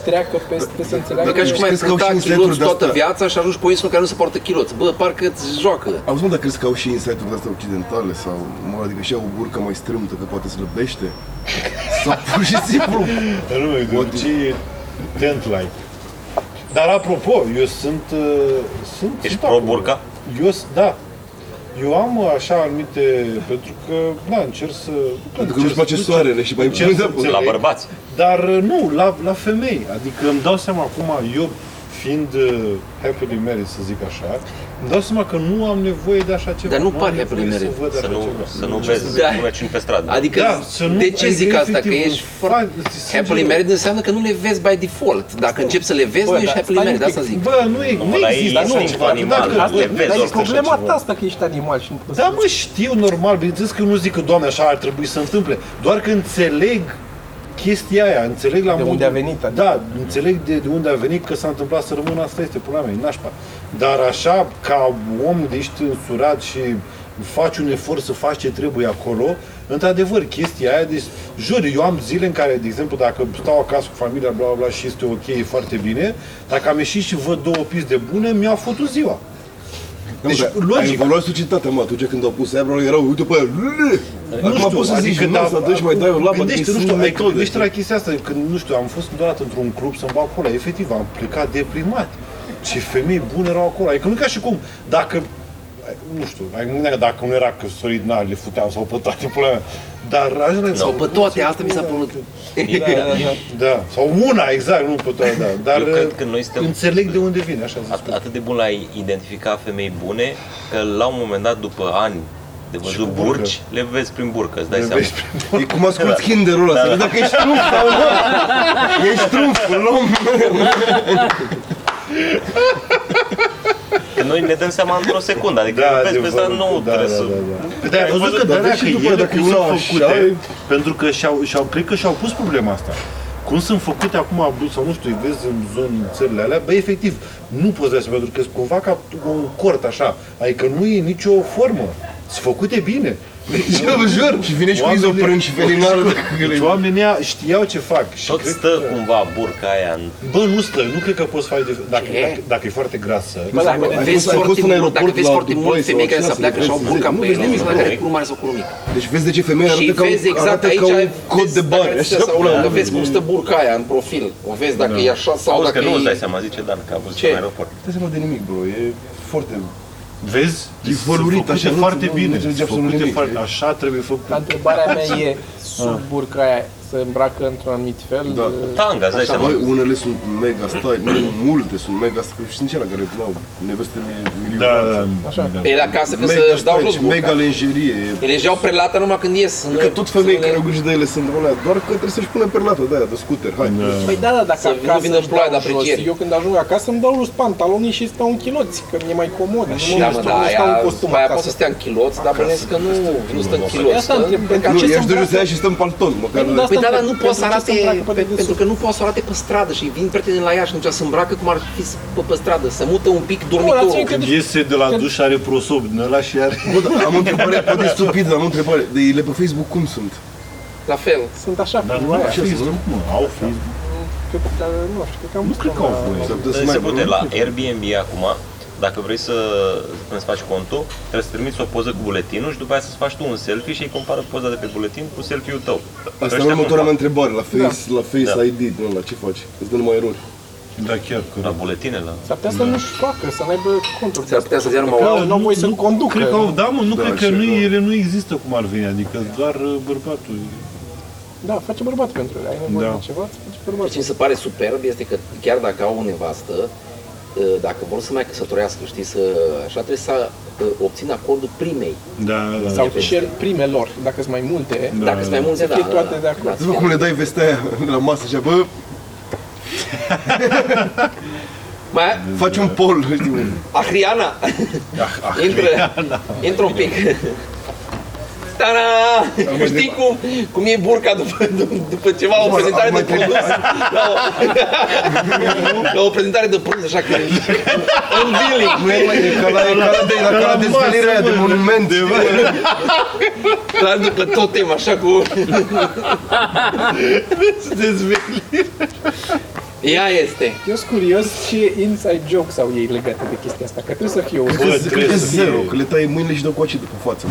[SPEAKER 2] treacă peste să înțeleagă.
[SPEAKER 5] Bă, ca și cum ai
[SPEAKER 1] Crezi că au
[SPEAKER 5] purta
[SPEAKER 1] și
[SPEAKER 5] chiloți
[SPEAKER 1] inseturi
[SPEAKER 5] toată
[SPEAKER 1] de-astea?
[SPEAKER 5] viața și ajungi pe o insulă care nu se poartă chiloți. Bă, parcă îți joacă.
[SPEAKER 1] Auzi, mă, dar crezi că au și insight-uri de-astea occidentale sau, mă, adică și au o burcă mai strâmtă că poate slăbește? Sau pur și simplu... Deci,
[SPEAKER 4] Nu, e de obicei tent like. Dar apropo, eu sunt... uh, sunt
[SPEAKER 3] Ești
[SPEAKER 4] sunt acolo.
[SPEAKER 3] pro-burca?
[SPEAKER 4] Eu, s- da. Eu am uh, așa anumite, pentru că, da, încerc să...
[SPEAKER 1] Pentru că adică nu-și place soarele și mai (laughs)
[SPEAKER 4] încerc
[SPEAKER 1] pune
[SPEAKER 4] să
[SPEAKER 1] apă.
[SPEAKER 3] La
[SPEAKER 4] înțeleg.
[SPEAKER 3] bărbați.
[SPEAKER 4] Dar uh, nu, la, la femei. Adică îmi dau seama acum, eu fiind uh, happily married, să zic așa, îmi dau seama că nu am nevoie de așa ceva.
[SPEAKER 5] Dar nu
[SPEAKER 4] am
[SPEAKER 5] pari
[SPEAKER 4] nevoie
[SPEAKER 5] happily
[SPEAKER 4] să
[SPEAKER 5] married.
[SPEAKER 4] văd
[SPEAKER 3] Să
[SPEAKER 4] așa
[SPEAKER 3] nu,
[SPEAKER 4] ceva.
[SPEAKER 3] să nu vezi
[SPEAKER 5] Da.
[SPEAKER 3] lumea pe stradă.
[SPEAKER 5] Adică,
[SPEAKER 4] Da, să nu-
[SPEAKER 5] de ce
[SPEAKER 4] adică,
[SPEAKER 5] zic asta? Că
[SPEAKER 4] efectiv,
[SPEAKER 5] ești
[SPEAKER 4] îți
[SPEAKER 5] foarte...
[SPEAKER 4] fac- îți
[SPEAKER 5] Happily
[SPEAKER 4] sânge-
[SPEAKER 5] married înseamnă că nu le vezi by default. Dacă începi să le vezi,
[SPEAKER 2] Bă,
[SPEAKER 5] nu ești
[SPEAKER 2] dar
[SPEAKER 5] happily
[SPEAKER 2] stai un
[SPEAKER 5] married,
[SPEAKER 2] pic.
[SPEAKER 5] asta zic.
[SPEAKER 4] Bă, nu e,
[SPEAKER 3] Mă,
[SPEAKER 4] nu
[SPEAKER 3] la ei
[SPEAKER 4] există
[SPEAKER 3] sunt ceva animal,
[SPEAKER 4] dacă,
[SPEAKER 3] le vezi
[SPEAKER 2] Da, Dar e
[SPEAKER 3] orice
[SPEAKER 2] problema
[SPEAKER 3] așa ceva.
[SPEAKER 2] ta asta că ești animal și nu poți
[SPEAKER 4] Da,
[SPEAKER 2] să...
[SPEAKER 4] mă, știu normal, bineînțeles că nu zic că, doamne, așa ar trebui să se întâmple, doar că înțeleg chestia aia, înțeleg la
[SPEAKER 2] De
[SPEAKER 4] modul-
[SPEAKER 2] unde a venit, adică.
[SPEAKER 4] Da, înțeleg de, de unde a venit că s-a întâmplat să rămână, asta este problema mea, e nașpa. Dar așa, ca om de ești însurat și faci un efort să faci ce trebuie acolo, într-adevăr, chestia aia, deci, jur, eu am zile în care, de exemplu, dacă stau acasă cu familia, bla, bla, bla, și este ok, e foarte bine, dacă am ieșit și văd două pis de bune, mi-au făcut ziua. Deci,
[SPEAKER 1] Deci,
[SPEAKER 4] logic.
[SPEAKER 1] logic. Ai evaluat societatea, mă, atunci când au pus Abra, erau, uite pe aia, lule! Acum poți să zici, nu, să dă și mai dai o labă,
[SPEAKER 4] adică da, Gândește,
[SPEAKER 1] din
[SPEAKER 4] nu știu,
[SPEAKER 1] sunt
[SPEAKER 4] ai
[SPEAKER 1] metode.
[SPEAKER 4] gândește la chestia asta, când, nu știu, am fost odată într-un club să-mi bag pula, efectiv, am plecat deprimat. Ce femei bune erau acolo, adică nu e ca și cum, dacă nu știu, mai mult dacă- dacă nu era căsătorit, na, le futeam sau pe toate pula mea. Dar ajungeam
[SPEAKER 5] Sau pe toate, asta mi s-a părut.
[SPEAKER 4] Da, sau una, exact, nu pe toate, da. Dar
[SPEAKER 3] Eu cred că noi suntem-
[SPEAKER 4] înțeleg de unde vine, așa să
[SPEAKER 3] At-
[SPEAKER 4] spun.
[SPEAKER 3] atât de bun l-ai identifica femei bune, că la un moment dat, după ani de văzut
[SPEAKER 4] cu burcă.
[SPEAKER 3] burci, le vezi prin burcă, îți dai
[SPEAKER 4] Le
[SPEAKER 3] seama.
[SPEAKER 4] vezi prin-
[SPEAKER 1] E cum asculti kinderul ăla, să
[SPEAKER 4] Da.
[SPEAKER 1] vezi dacă ești trumf sau nu. Ești trumf, îl
[SPEAKER 4] (laughs)
[SPEAKER 1] luăm.
[SPEAKER 3] Că noi ne dăm seama într-o secundă, adică
[SPEAKER 4] Da,
[SPEAKER 3] vezi pe ăsta,
[SPEAKER 4] adevărul,
[SPEAKER 3] nu
[SPEAKER 4] da,
[SPEAKER 3] trebuie să...
[SPEAKER 4] da, da, da.
[SPEAKER 3] Păi ai văzut că
[SPEAKER 1] dacă și după, dacă e una așa, e-
[SPEAKER 4] pentru că și-au, și-au, cred că și-au pus problema asta. Cum sunt făcute acum, abuz- sau nu știu, îi vezi în zone, în țările alea, bă, efectiv, nu poți da seama, pentru că sunt cumva ca un cort așa, adică nu e nicio formă, sunt făcute bine. Deci,
[SPEAKER 1] Eu vă jur. Și vine și cu izoprân și felinarul. dacă
[SPEAKER 4] deci
[SPEAKER 1] le-
[SPEAKER 4] oamenii ăia știau ce fac și
[SPEAKER 3] Tot
[SPEAKER 4] cred
[SPEAKER 3] stă
[SPEAKER 4] că-
[SPEAKER 3] cumva burca aia în...
[SPEAKER 4] Bă, nu stă, nu cred că poți face dif- dacă,
[SPEAKER 5] Ce?
[SPEAKER 4] dacă, dacă, e foarte grasă.
[SPEAKER 5] Bă, dacă
[SPEAKER 1] Ai
[SPEAKER 5] vezi
[SPEAKER 1] fost- ai fost
[SPEAKER 5] foarte
[SPEAKER 1] în
[SPEAKER 5] mult,
[SPEAKER 1] aeroport
[SPEAKER 5] dacă vezi
[SPEAKER 1] la
[SPEAKER 5] foarte
[SPEAKER 1] Dubai
[SPEAKER 5] mult
[SPEAKER 1] sau
[SPEAKER 5] femei care
[SPEAKER 1] așa,
[SPEAKER 5] se
[SPEAKER 1] să
[SPEAKER 5] pleacă
[SPEAKER 1] vezi,
[SPEAKER 5] și au
[SPEAKER 1] să
[SPEAKER 5] burca
[SPEAKER 1] vezi,
[SPEAKER 5] pe
[SPEAKER 1] nu
[SPEAKER 5] ele,
[SPEAKER 1] vezi
[SPEAKER 5] nu
[SPEAKER 1] nimic,
[SPEAKER 5] sunt care
[SPEAKER 3] corect.
[SPEAKER 5] cu mare sau cu mic.
[SPEAKER 1] Deci vezi de ce femeia
[SPEAKER 5] Și
[SPEAKER 1] arată ca un,
[SPEAKER 5] vezi exact
[SPEAKER 1] arată
[SPEAKER 5] aici,
[SPEAKER 1] ca un
[SPEAKER 5] vezi
[SPEAKER 1] cod de
[SPEAKER 5] dacă
[SPEAKER 1] bani.
[SPEAKER 5] arată
[SPEAKER 1] Așa,
[SPEAKER 5] sau
[SPEAKER 1] pula
[SPEAKER 5] nu,
[SPEAKER 1] mea. Da.
[SPEAKER 5] vezi cum stă burca aia în profil, o vezi dacă e așa sau
[SPEAKER 3] Auzi
[SPEAKER 5] dacă
[SPEAKER 3] că nu îți dai
[SPEAKER 5] e...
[SPEAKER 3] seama, zice Dan, că a văzut
[SPEAKER 5] Ce?
[SPEAKER 3] în aeroport.
[SPEAKER 1] Nu dai seama de nimic, bro. E foarte...
[SPEAKER 4] Vezi?
[SPEAKER 1] E vălurit,
[SPEAKER 4] Sunt făcute
[SPEAKER 1] așa, nu-
[SPEAKER 4] foarte
[SPEAKER 1] nu- nu
[SPEAKER 4] bine.
[SPEAKER 1] înțelege
[SPEAKER 4] sunt
[SPEAKER 1] absolut
[SPEAKER 4] făcute
[SPEAKER 1] nimic.
[SPEAKER 4] foarte- Așa trebuie
[SPEAKER 2] Dar
[SPEAKER 4] făcut.
[SPEAKER 2] întrebarea mea e, sub burca aia se îmbracă într-un anumit fel?
[SPEAKER 1] Da.
[SPEAKER 3] Tanga, îți dai
[SPEAKER 1] Așa, băi,
[SPEAKER 3] seama.
[SPEAKER 1] unele sunt mega style, nu, multe sunt mega style, și sincer, la care n-au neveste milioane.
[SPEAKER 4] Da, da,
[SPEAKER 2] Așa.
[SPEAKER 4] da.
[SPEAKER 5] Ele acasă când
[SPEAKER 1] Mega
[SPEAKER 5] să-și dau
[SPEAKER 1] style,
[SPEAKER 5] jos
[SPEAKER 1] și mega
[SPEAKER 5] burca.
[SPEAKER 1] lenjerie.
[SPEAKER 5] Ele își iau prelata numai când ies.
[SPEAKER 2] Adică
[SPEAKER 1] Că tot femei care au grijă de ele sunt alea, doar că trebuie să-și pună perlată de aia, de scooter, hai.
[SPEAKER 2] Păi da, da, dacă
[SPEAKER 5] Să vină
[SPEAKER 2] acasă
[SPEAKER 5] vină
[SPEAKER 2] îmi
[SPEAKER 5] ploaia
[SPEAKER 2] dau
[SPEAKER 5] de
[SPEAKER 2] jos,
[SPEAKER 5] apreciere.
[SPEAKER 2] eu când ajung acasă îmi dau jos pantalonii și stau în chiloți, că mi-e mai comod. Nu
[SPEAKER 5] Da,
[SPEAKER 2] mai
[SPEAKER 5] mă,
[SPEAKER 2] stau-
[SPEAKER 5] da,
[SPEAKER 2] nu stau în
[SPEAKER 5] aia,
[SPEAKER 2] costum
[SPEAKER 5] după aia poate
[SPEAKER 2] acasă.
[SPEAKER 5] să stea în chiloți, dar bănesc că nu, nu stă în
[SPEAKER 2] De
[SPEAKER 5] chiloți.
[SPEAKER 2] asta
[SPEAKER 5] stă-
[SPEAKER 2] întreb, pentru
[SPEAKER 1] Nu,
[SPEAKER 2] ce
[SPEAKER 1] ești
[SPEAKER 2] sunt
[SPEAKER 1] de jos de aia
[SPEAKER 2] brațe?
[SPEAKER 1] și stăm palton, măcar
[SPEAKER 2] Păi nu, dar
[SPEAKER 1] la-
[SPEAKER 5] Păi da, dar nu
[SPEAKER 2] Pentru
[SPEAKER 5] poate să
[SPEAKER 2] ce se
[SPEAKER 5] arate,
[SPEAKER 2] îmbracă pe
[SPEAKER 5] pe-
[SPEAKER 2] dedesubt?
[SPEAKER 5] pentru că nu poate să arate pe stradă și vin prieteni la ea și atunci se îmbracă cum ar fi să- pe, pe stradă, se mută un pic
[SPEAKER 2] la ține
[SPEAKER 5] dormitorul.
[SPEAKER 2] că-
[SPEAKER 4] Când iese de la duș are prosop din ăla și are...
[SPEAKER 1] Bă, dar am o întrebare, poate e stupid, dar am o întrebare. De ele pe Facebook cum sunt?
[SPEAKER 5] La fel.
[SPEAKER 2] Sunt așa,
[SPEAKER 4] Dar nu
[SPEAKER 2] cu-
[SPEAKER 4] au Facebook, mă, au Facebook.
[SPEAKER 2] Cred că, nu știu, cred că am
[SPEAKER 4] Nu
[SPEAKER 2] văzut
[SPEAKER 4] cred că au
[SPEAKER 2] la-
[SPEAKER 4] voie.
[SPEAKER 1] S-ar putea să
[SPEAKER 3] Se,
[SPEAKER 1] n-aibă,
[SPEAKER 3] pute
[SPEAKER 1] nu?
[SPEAKER 3] la Airbnb acum, dacă vrei să când îți faci contul, trebuie să trimiți o poză cu buletinul și după aia să-ți faci tu un selfie și îi compară poza de pe buletin cu selfie-ul tău.
[SPEAKER 1] Asta
[SPEAKER 3] Ăștia
[SPEAKER 1] e
[SPEAKER 3] cum
[SPEAKER 1] următoarea mea
[SPEAKER 3] fac?
[SPEAKER 1] întrebare, la Face, la face
[SPEAKER 3] Da.
[SPEAKER 1] ID, nu, la ce faci? Îți dă numai erori.
[SPEAKER 4] Da, chiar că...
[SPEAKER 3] La buletine, la...
[SPEAKER 2] S-ar putea să nu-și facă, să n-aibă conturi.
[SPEAKER 5] Ți-ar putea să dea numai
[SPEAKER 2] Că
[SPEAKER 5] o...
[SPEAKER 2] nu- nu au voie să conducă.
[SPEAKER 4] Da, Cred că au, da, mă, nu
[SPEAKER 1] Da,
[SPEAKER 4] cred că
[SPEAKER 1] și-
[SPEAKER 4] nu,
[SPEAKER 1] da.
[SPEAKER 4] ele nu există cum ar veni, adică doar uh, bărbatul.
[SPEAKER 2] Da, face bărbat pentru ele. Ai nevoie
[SPEAKER 4] Da.
[SPEAKER 2] de ceva, îți face bărbat.
[SPEAKER 5] Ce mi se pare superb este că chiar dacă au o nevastă, ă, dacă vor să mai căsătorească, știi, să, așa trebuie să obțin acordul primei.
[SPEAKER 4] Da, da,
[SPEAKER 2] Sau
[SPEAKER 4] da.
[SPEAKER 2] share primelor, dacă sunt mai multe.
[SPEAKER 4] Da,
[SPEAKER 5] Dacă sunt mai mulți,
[SPEAKER 2] Să
[SPEAKER 5] da,
[SPEAKER 2] fie
[SPEAKER 5] da,
[SPEAKER 2] toate de
[SPEAKER 5] da.
[SPEAKER 2] acord.
[SPEAKER 1] Zi-vă cum le dai vestea aia la masă, așa, bă,
[SPEAKER 4] Da.
[SPEAKER 2] Da.
[SPEAKER 5] Mai,
[SPEAKER 1] faci un pol, știi, mă.
[SPEAKER 5] Ahriana!
[SPEAKER 4] Ah, ah,
[SPEAKER 5] Intră, intră un pic. Tara! Știi cum, cum e burca după, după ceva, o
[SPEAKER 1] Bun,
[SPEAKER 5] prezentare
[SPEAKER 1] am
[SPEAKER 5] de
[SPEAKER 1] mai
[SPEAKER 5] produs? La o,
[SPEAKER 1] (laughs)
[SPEAKER 5] la o prezentare de produs, așa că... În billing!
[SPEAKER 1] Nu e mai, e ca la, e ca la, de, la, ca la
[SPEAKER 4] la
[SPEAKER 1] dezvelirea aia de monument, de,
[SPEAKER 5] La după totem, așa cu...
[SPEAKER 1] Deci
[SPEAKER 5] Ea este.
[SPEAKER 2] Eu sunt curios ce inside jokes au ei legate de chestia asta, că trebuie să fie o...
[SPEAKER 4] Bă,
[SPEAKER 1] Cred că-
[SPEAKER 4] trebuie
[SPEAKER 1] cred că
[SPEAKER 4] să fie.
[SPEAKER 1] zero, că le tai mâinile și dă cu acid după față.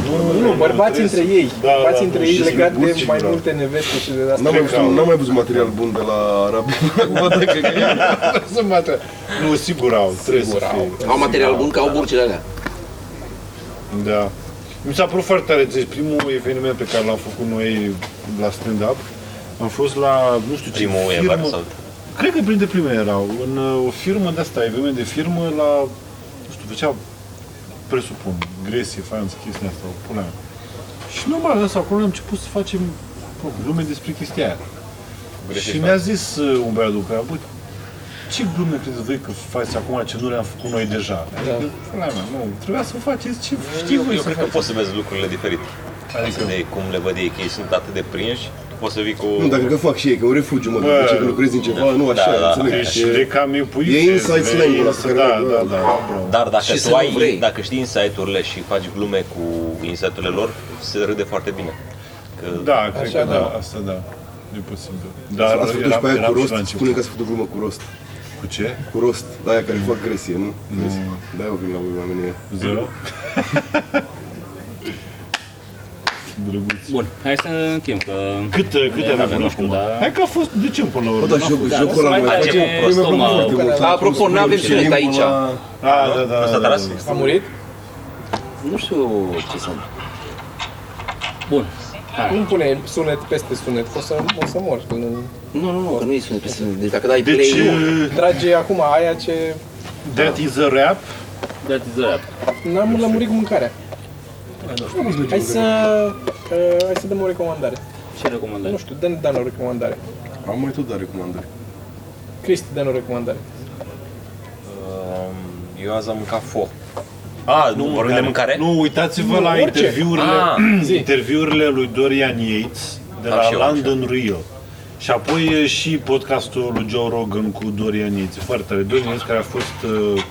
[SPEAKER 2] Nu, bărbați
[SPEAKER 4] trebuie
[SPEAKER 2] între
[SPEAKER 4] să-
[SPEAKER 2] ei,
[SPEAKER 4] Da,
[SPEAKER 2] bărbați
[SPEAKER 4] da,
[SPEAKER 2] între
[SPEAKER 4] da,
[SPEAKER 2] ei
[SPEAKER 4] și sunt
[SPEAKER 2] legat de
[SPEAKER 1] burci,
[SPEAKER 2] mai
[SPEAKER 1] da.
[SPEAKER 2] multe neveste și de asta.
[SPEAKER 1] N-am mai, văzut, n-am mai văzut material bun de la
[SPEAKER 4] (laughs)
[SPEAKER 1] arabi. Acum, dacă că
[SPEAKER 4] să bată. Da. Nu, sigur au, trebuie să fie.
[SPEAKER 5] Au material bun ca au burcile alea.
[SPEAKER 4] Da. Mi s-a părut foarte tare, deci primul eveniment pe care l-am făcut noi la stand-up, am fost la, nu știu ce
[SPEAKER 3] Primul
[SPEAKER 4] firmă,
[SPEAKER 3] ever sau-
[SPEAKER 4] Cred că printre primele erau, în uh, o firmă de asta, eveniment de firmă la, nu știu, făcea, presupun, gresie, faianță, chestia asta, o pula mea. Și normal, în acolo am început să facem bă, glume despre chestia aia.
[SPEAKER 3] Gresie,
[SPEAKER 4] și mi-a zis uh, un băiat după aia, bă, ce glume credeți voi că faceți acum ce nu le-am făcut noi deja? Adică, pula mea, nu, trebuia să faceți ce știu
[SPEAKER 3] Da. Eu,
[SPEAKER 4] voi
[SPEAKER 3] eu
[SPEAKER 4] să
[SPEAKER 3] cred că
[SPEAKER 4] faceți.
[SPEAKER 3] poți să vezi lucrurile diferit. Adică de cum le văd ei, că ei sunt atât de prinși, poți să vii cu...
[SPEAKER 1] Nu, dar cred că fac și ei, că eu refugiu, mă, după ce că lucrezi în ceva, nu așa,
[SPEAKER 3] Da, da.
[SPEAKER 1] înțeleg.
[SPEAKER 4] Deci e cam impuiție.
[SPEAKER 1] e inside slang-ul ăla pe
[SPEAKER 4] Da,
[SPEAKER 1] care-
[SPEAKER 4] da, da.
[SPEAKER 3] Dar dacă
[SPEAKER 5] Și să
[SPEAKER 3] tu
[SPEAKER 5] nu
[SPEAKER 3] ai,
[SPEAKER 5] vrei.
[SPEAKER 3] dacă știi insight-urile și faci glume cu insight-urile lor, se râde foarte bine. Că
[SPEAKER 4] Da, cred
[SPEAKER 2] Așa,
[SPEAKER 4] că da,
[SPEAKER 2] da.
[SPEAKER 4] asta da. E posibil.
[SPEAKER 1] Dar
[SPEAKER 4] Dar
[SPEAKER 1] ați făcut și pe aia
[SPEAKER 4] eram
[SPEAKER 1] cu
[SPEAKER 4] și la
[SPEAKER 1] rost, spune
[SPEAKER 4] început.
[SPEAKER 1] că ați făcut o glumă cu rost.
[SPEAKER 4] Cu ce?
[SPEAKER 1] Cu rost, da, aia care fac gresie, nu?
[SPEAKER 4] Mm.
[SPEAKER 1] Da, eu vin la voi, oamenii. (laughs)
[SPEAKER 4] Zero? Drăguț.
[SPEAKER 6] Bun, hai să încheiem că...
[SPEAKER 4] Cât, cât
[SPEAKER 6] avem
[SPEAKER 4] avem până
[SPEAKER 6] nu știu,
[SPEAKER 4] acum?
[SPEAKER 3] Da.
[SPEAKER 6] dar-
[SPEAKER 4] Hai că a fost, de ce până la
[SPEAKER 1] Bă,
[SPEAKER 4] urmă?
[SPEAKER 1] dar Da, joc, jocul ăla
[SPEAKER 6] mai
[SPEAKER 1] mai
[SPEAKER 3] facem
[SPEAKER 1] face-
[SPEAKER 3] prostomă.
[SPEAKER 1] Mie mi-a
[SPEAKER 5] da,
[SPEAKER 1] plăcut foarte mult.
[SPEAKER 5] Apropo,
[SPEAKER 1] Cum
[SPEAKER 5] n-avem
[SPEAKER 1] spune
[SPEAKER 5] sunet
[SPEAKER 1] Cirimul
[SPEAKER 5] aici.
[SPEAKER 1] la-
[SPEAKER 4] A, da, da,
[SPEAKER 3] Ăsta
[SPEAKER 4] da, da.
[SPEAKER 3] tras?
[SPEAKER 2] A murit?
[SPEAKER 5] Nu știu ce sunt.
[SPEAKER 6] Bun. Hai.
[SPEAKER 2] Nu pune sunet peste sunet, că o să, o să mor. Când
[SPEAKER 5] Nu, nu, nu, că nu e sunet pe sunet. Deci dacă dai
[SPEAKER 4] Deci,
[SPEAKER 5] play, nu.
[SPEAKER 4] uh,
[SPEAKER 2] trage acum aia ce...
[SPEAKER 4] that
[SPEAKER 3] Da.
[SPEAKER 4] is a rap.
[SPEAKER 6] That is rap.
[SPEAKER 2] N-am lămurit cu mâncarea.
[SPEAKER 1] Nu am
[SPEAKER 2] Hai să... Uh, hai să dăm o recomandare.
[SPEAKER 6] Ce recomandări?
[SPEAKER 2] Nu știu, dăm Dan o recomandare.
[SPEAKER 1] Am mai tot dat recomandări.
[SPEAKER 2] Cristi, dă o recomandare.
[SPEAKER 3] Um, Eu azi am mâncat fo. A, Ah, nu, vorbim de mâncare?
[SPEAKER 4] Nu, uitați-vă
[SPEAKER 2] Nu,
[SPEAKER 4] la
[SPEAKER 2] orice.
[SPEAKER 4] interviurile,
[SPEAKER 3] Ah,
[SPEAKER 2] zi.
[SPEAKER 4] interviurile lui Dorian Yates de
[SPEAKER 3] Da,
[SPEAKER 4] la
[SPEAKER 3] și eu,
[SPEAKER 4] London Real. Și apoi e și podcastul lui Joe Rogan cu Dorian Yates. Foarte tare. Dorian Yates care a fost uh,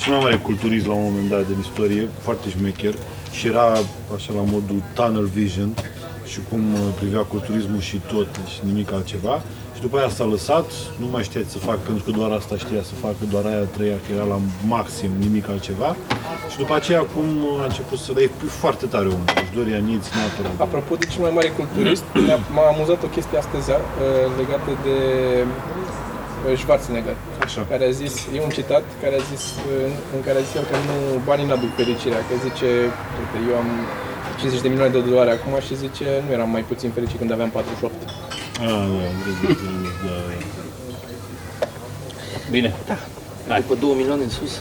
[SPEAKER 4] cel mai mare culturist la un moment dat din istorie, foarte șmecher și era așa la modul tunnel vision și cum uh, privea culturismul și tot și nimic altceva. Și după aia s-a lăsat, nu mai știa ce să fac, pentru că doar asta știa să facă, doar aia trăia, că era la maxim, nimic altceva. Și după aceea acum a început să... E foarte tare omul, deci Dorian Yates, neapărat.
[SPEAKER 2] Apropo de cel mai mare culturist, mi-a- m-a amuzat o chestie astăzi uh, legată de uh, Schwarzenegger,
[SPEAKER 4] Așa.
[SPEAKER 2] care a zis, e un citat care a zis, uh, în care a zis el că nu, banii n-aduc fericirea, că zice, uite, eu am 50 de milioane de dolari acum și zice, nu eram mai puțin fericit când aveam 48.
[SPEAKER 4] Ah, da, da, da, da, da.
[SPEAKER 6] Bine. Hai.
[SPEAKER 5] După 2 milioane în sus.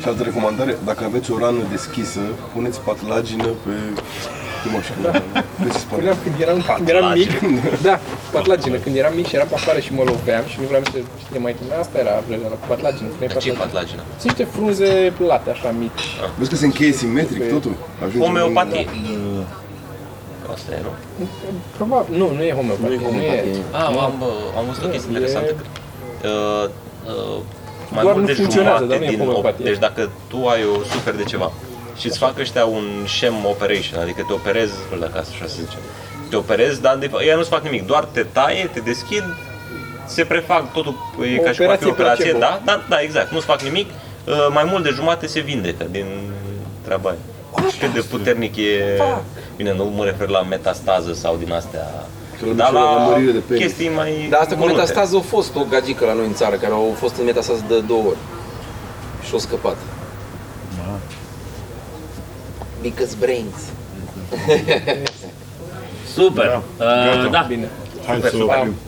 [SPEAKER 1] Și altă recomandare, dacă aveți o rană deschisă, puneți patlagină pe... Nu mă știu. Puneți spate.
[SPEAKER 2] Spuneam când eram, când eram mic, (laughs) da, patlagină, când eram mic și eram pe afară și mă loveam și nu vreau să știe mai tine, asta era vrelea la patlagină, puneai
[SPEAKER 3] Ce
[SPEAKER 2] patlagină.
[SPEAKER 3] patlagina?
[SPEAKER 2] Sunt niște frunze late, așa mici.
[SPEAKER 1] Vezi că se încheie simetric totul? Ajunge
[SPEAKER 3] Homeopatie. Asta e, nu?
[SPEAKER 2] Probabil, nu, nu e homeopatie.
[SPEAKER 5] Nu e homeopatie.
[SPEAKER 3] A, am, uh, am văzut o chestie
[SPEAKER 2] E-
[SPEAKER 3] interesantă. cred. Uh, uh, mai
[SPEAKER 2] Doar
[SPEAKER 3] mult
[SPEAKER 2] nu
[SPEAKER 3] de
[SPEAKER 2] funcționează,
[SPEAKER 3] jumate
[SPEAKER 2] dar nu e
[SPEAKER 3] din
[SPEAKER 2] homeopatie.
[SPEAKER 3] Deci dacă tu ai o super de ceva și îți fac ăștia un sham operation, adică te operezi, îl acasă, așa se zice, te operezi, dar de, fapt, ei nu-ți fac nimic, doar te taie, te deschid, se prefac totul, e
[SPEAKER 2] O
[SPEAKER 3] ca și cum ar fi o
[SPEAKER 2] operație
[SPEAKER 3] operație,
[SPEAKER 2] placebo.
[SPEAKER 3] da? da? Da, exact, nu-ți fac nimic, uh, mai mult de jumate se vindecă din treaba aia. Deci cât de puternic e, bine, nu mă refer la metastază sau din astea,
[SPEAKER 1] Că
[SPEAKER 3] dar
[SPEAKER 1] la
[SPEAKER 3] la
[SPEAKER 1] mărire de penis.
[SPEAKER 3] chestii mai
[SPEAKER 5] Dar asta cu
[SPEAKER 3] mărunte.
[SPEAKER 5] metastază a fost o gagică la noi în țară, care au fost în metastază de două ori. Și au scăpat. Because brains.
[SPEAKER 6] Super. da. Uh, da.
[SPEAKER 2] Bine.
[SPEAKER 4] Hai să
[SPEAKER 2] Am,
[SPEAKER 4] oprim.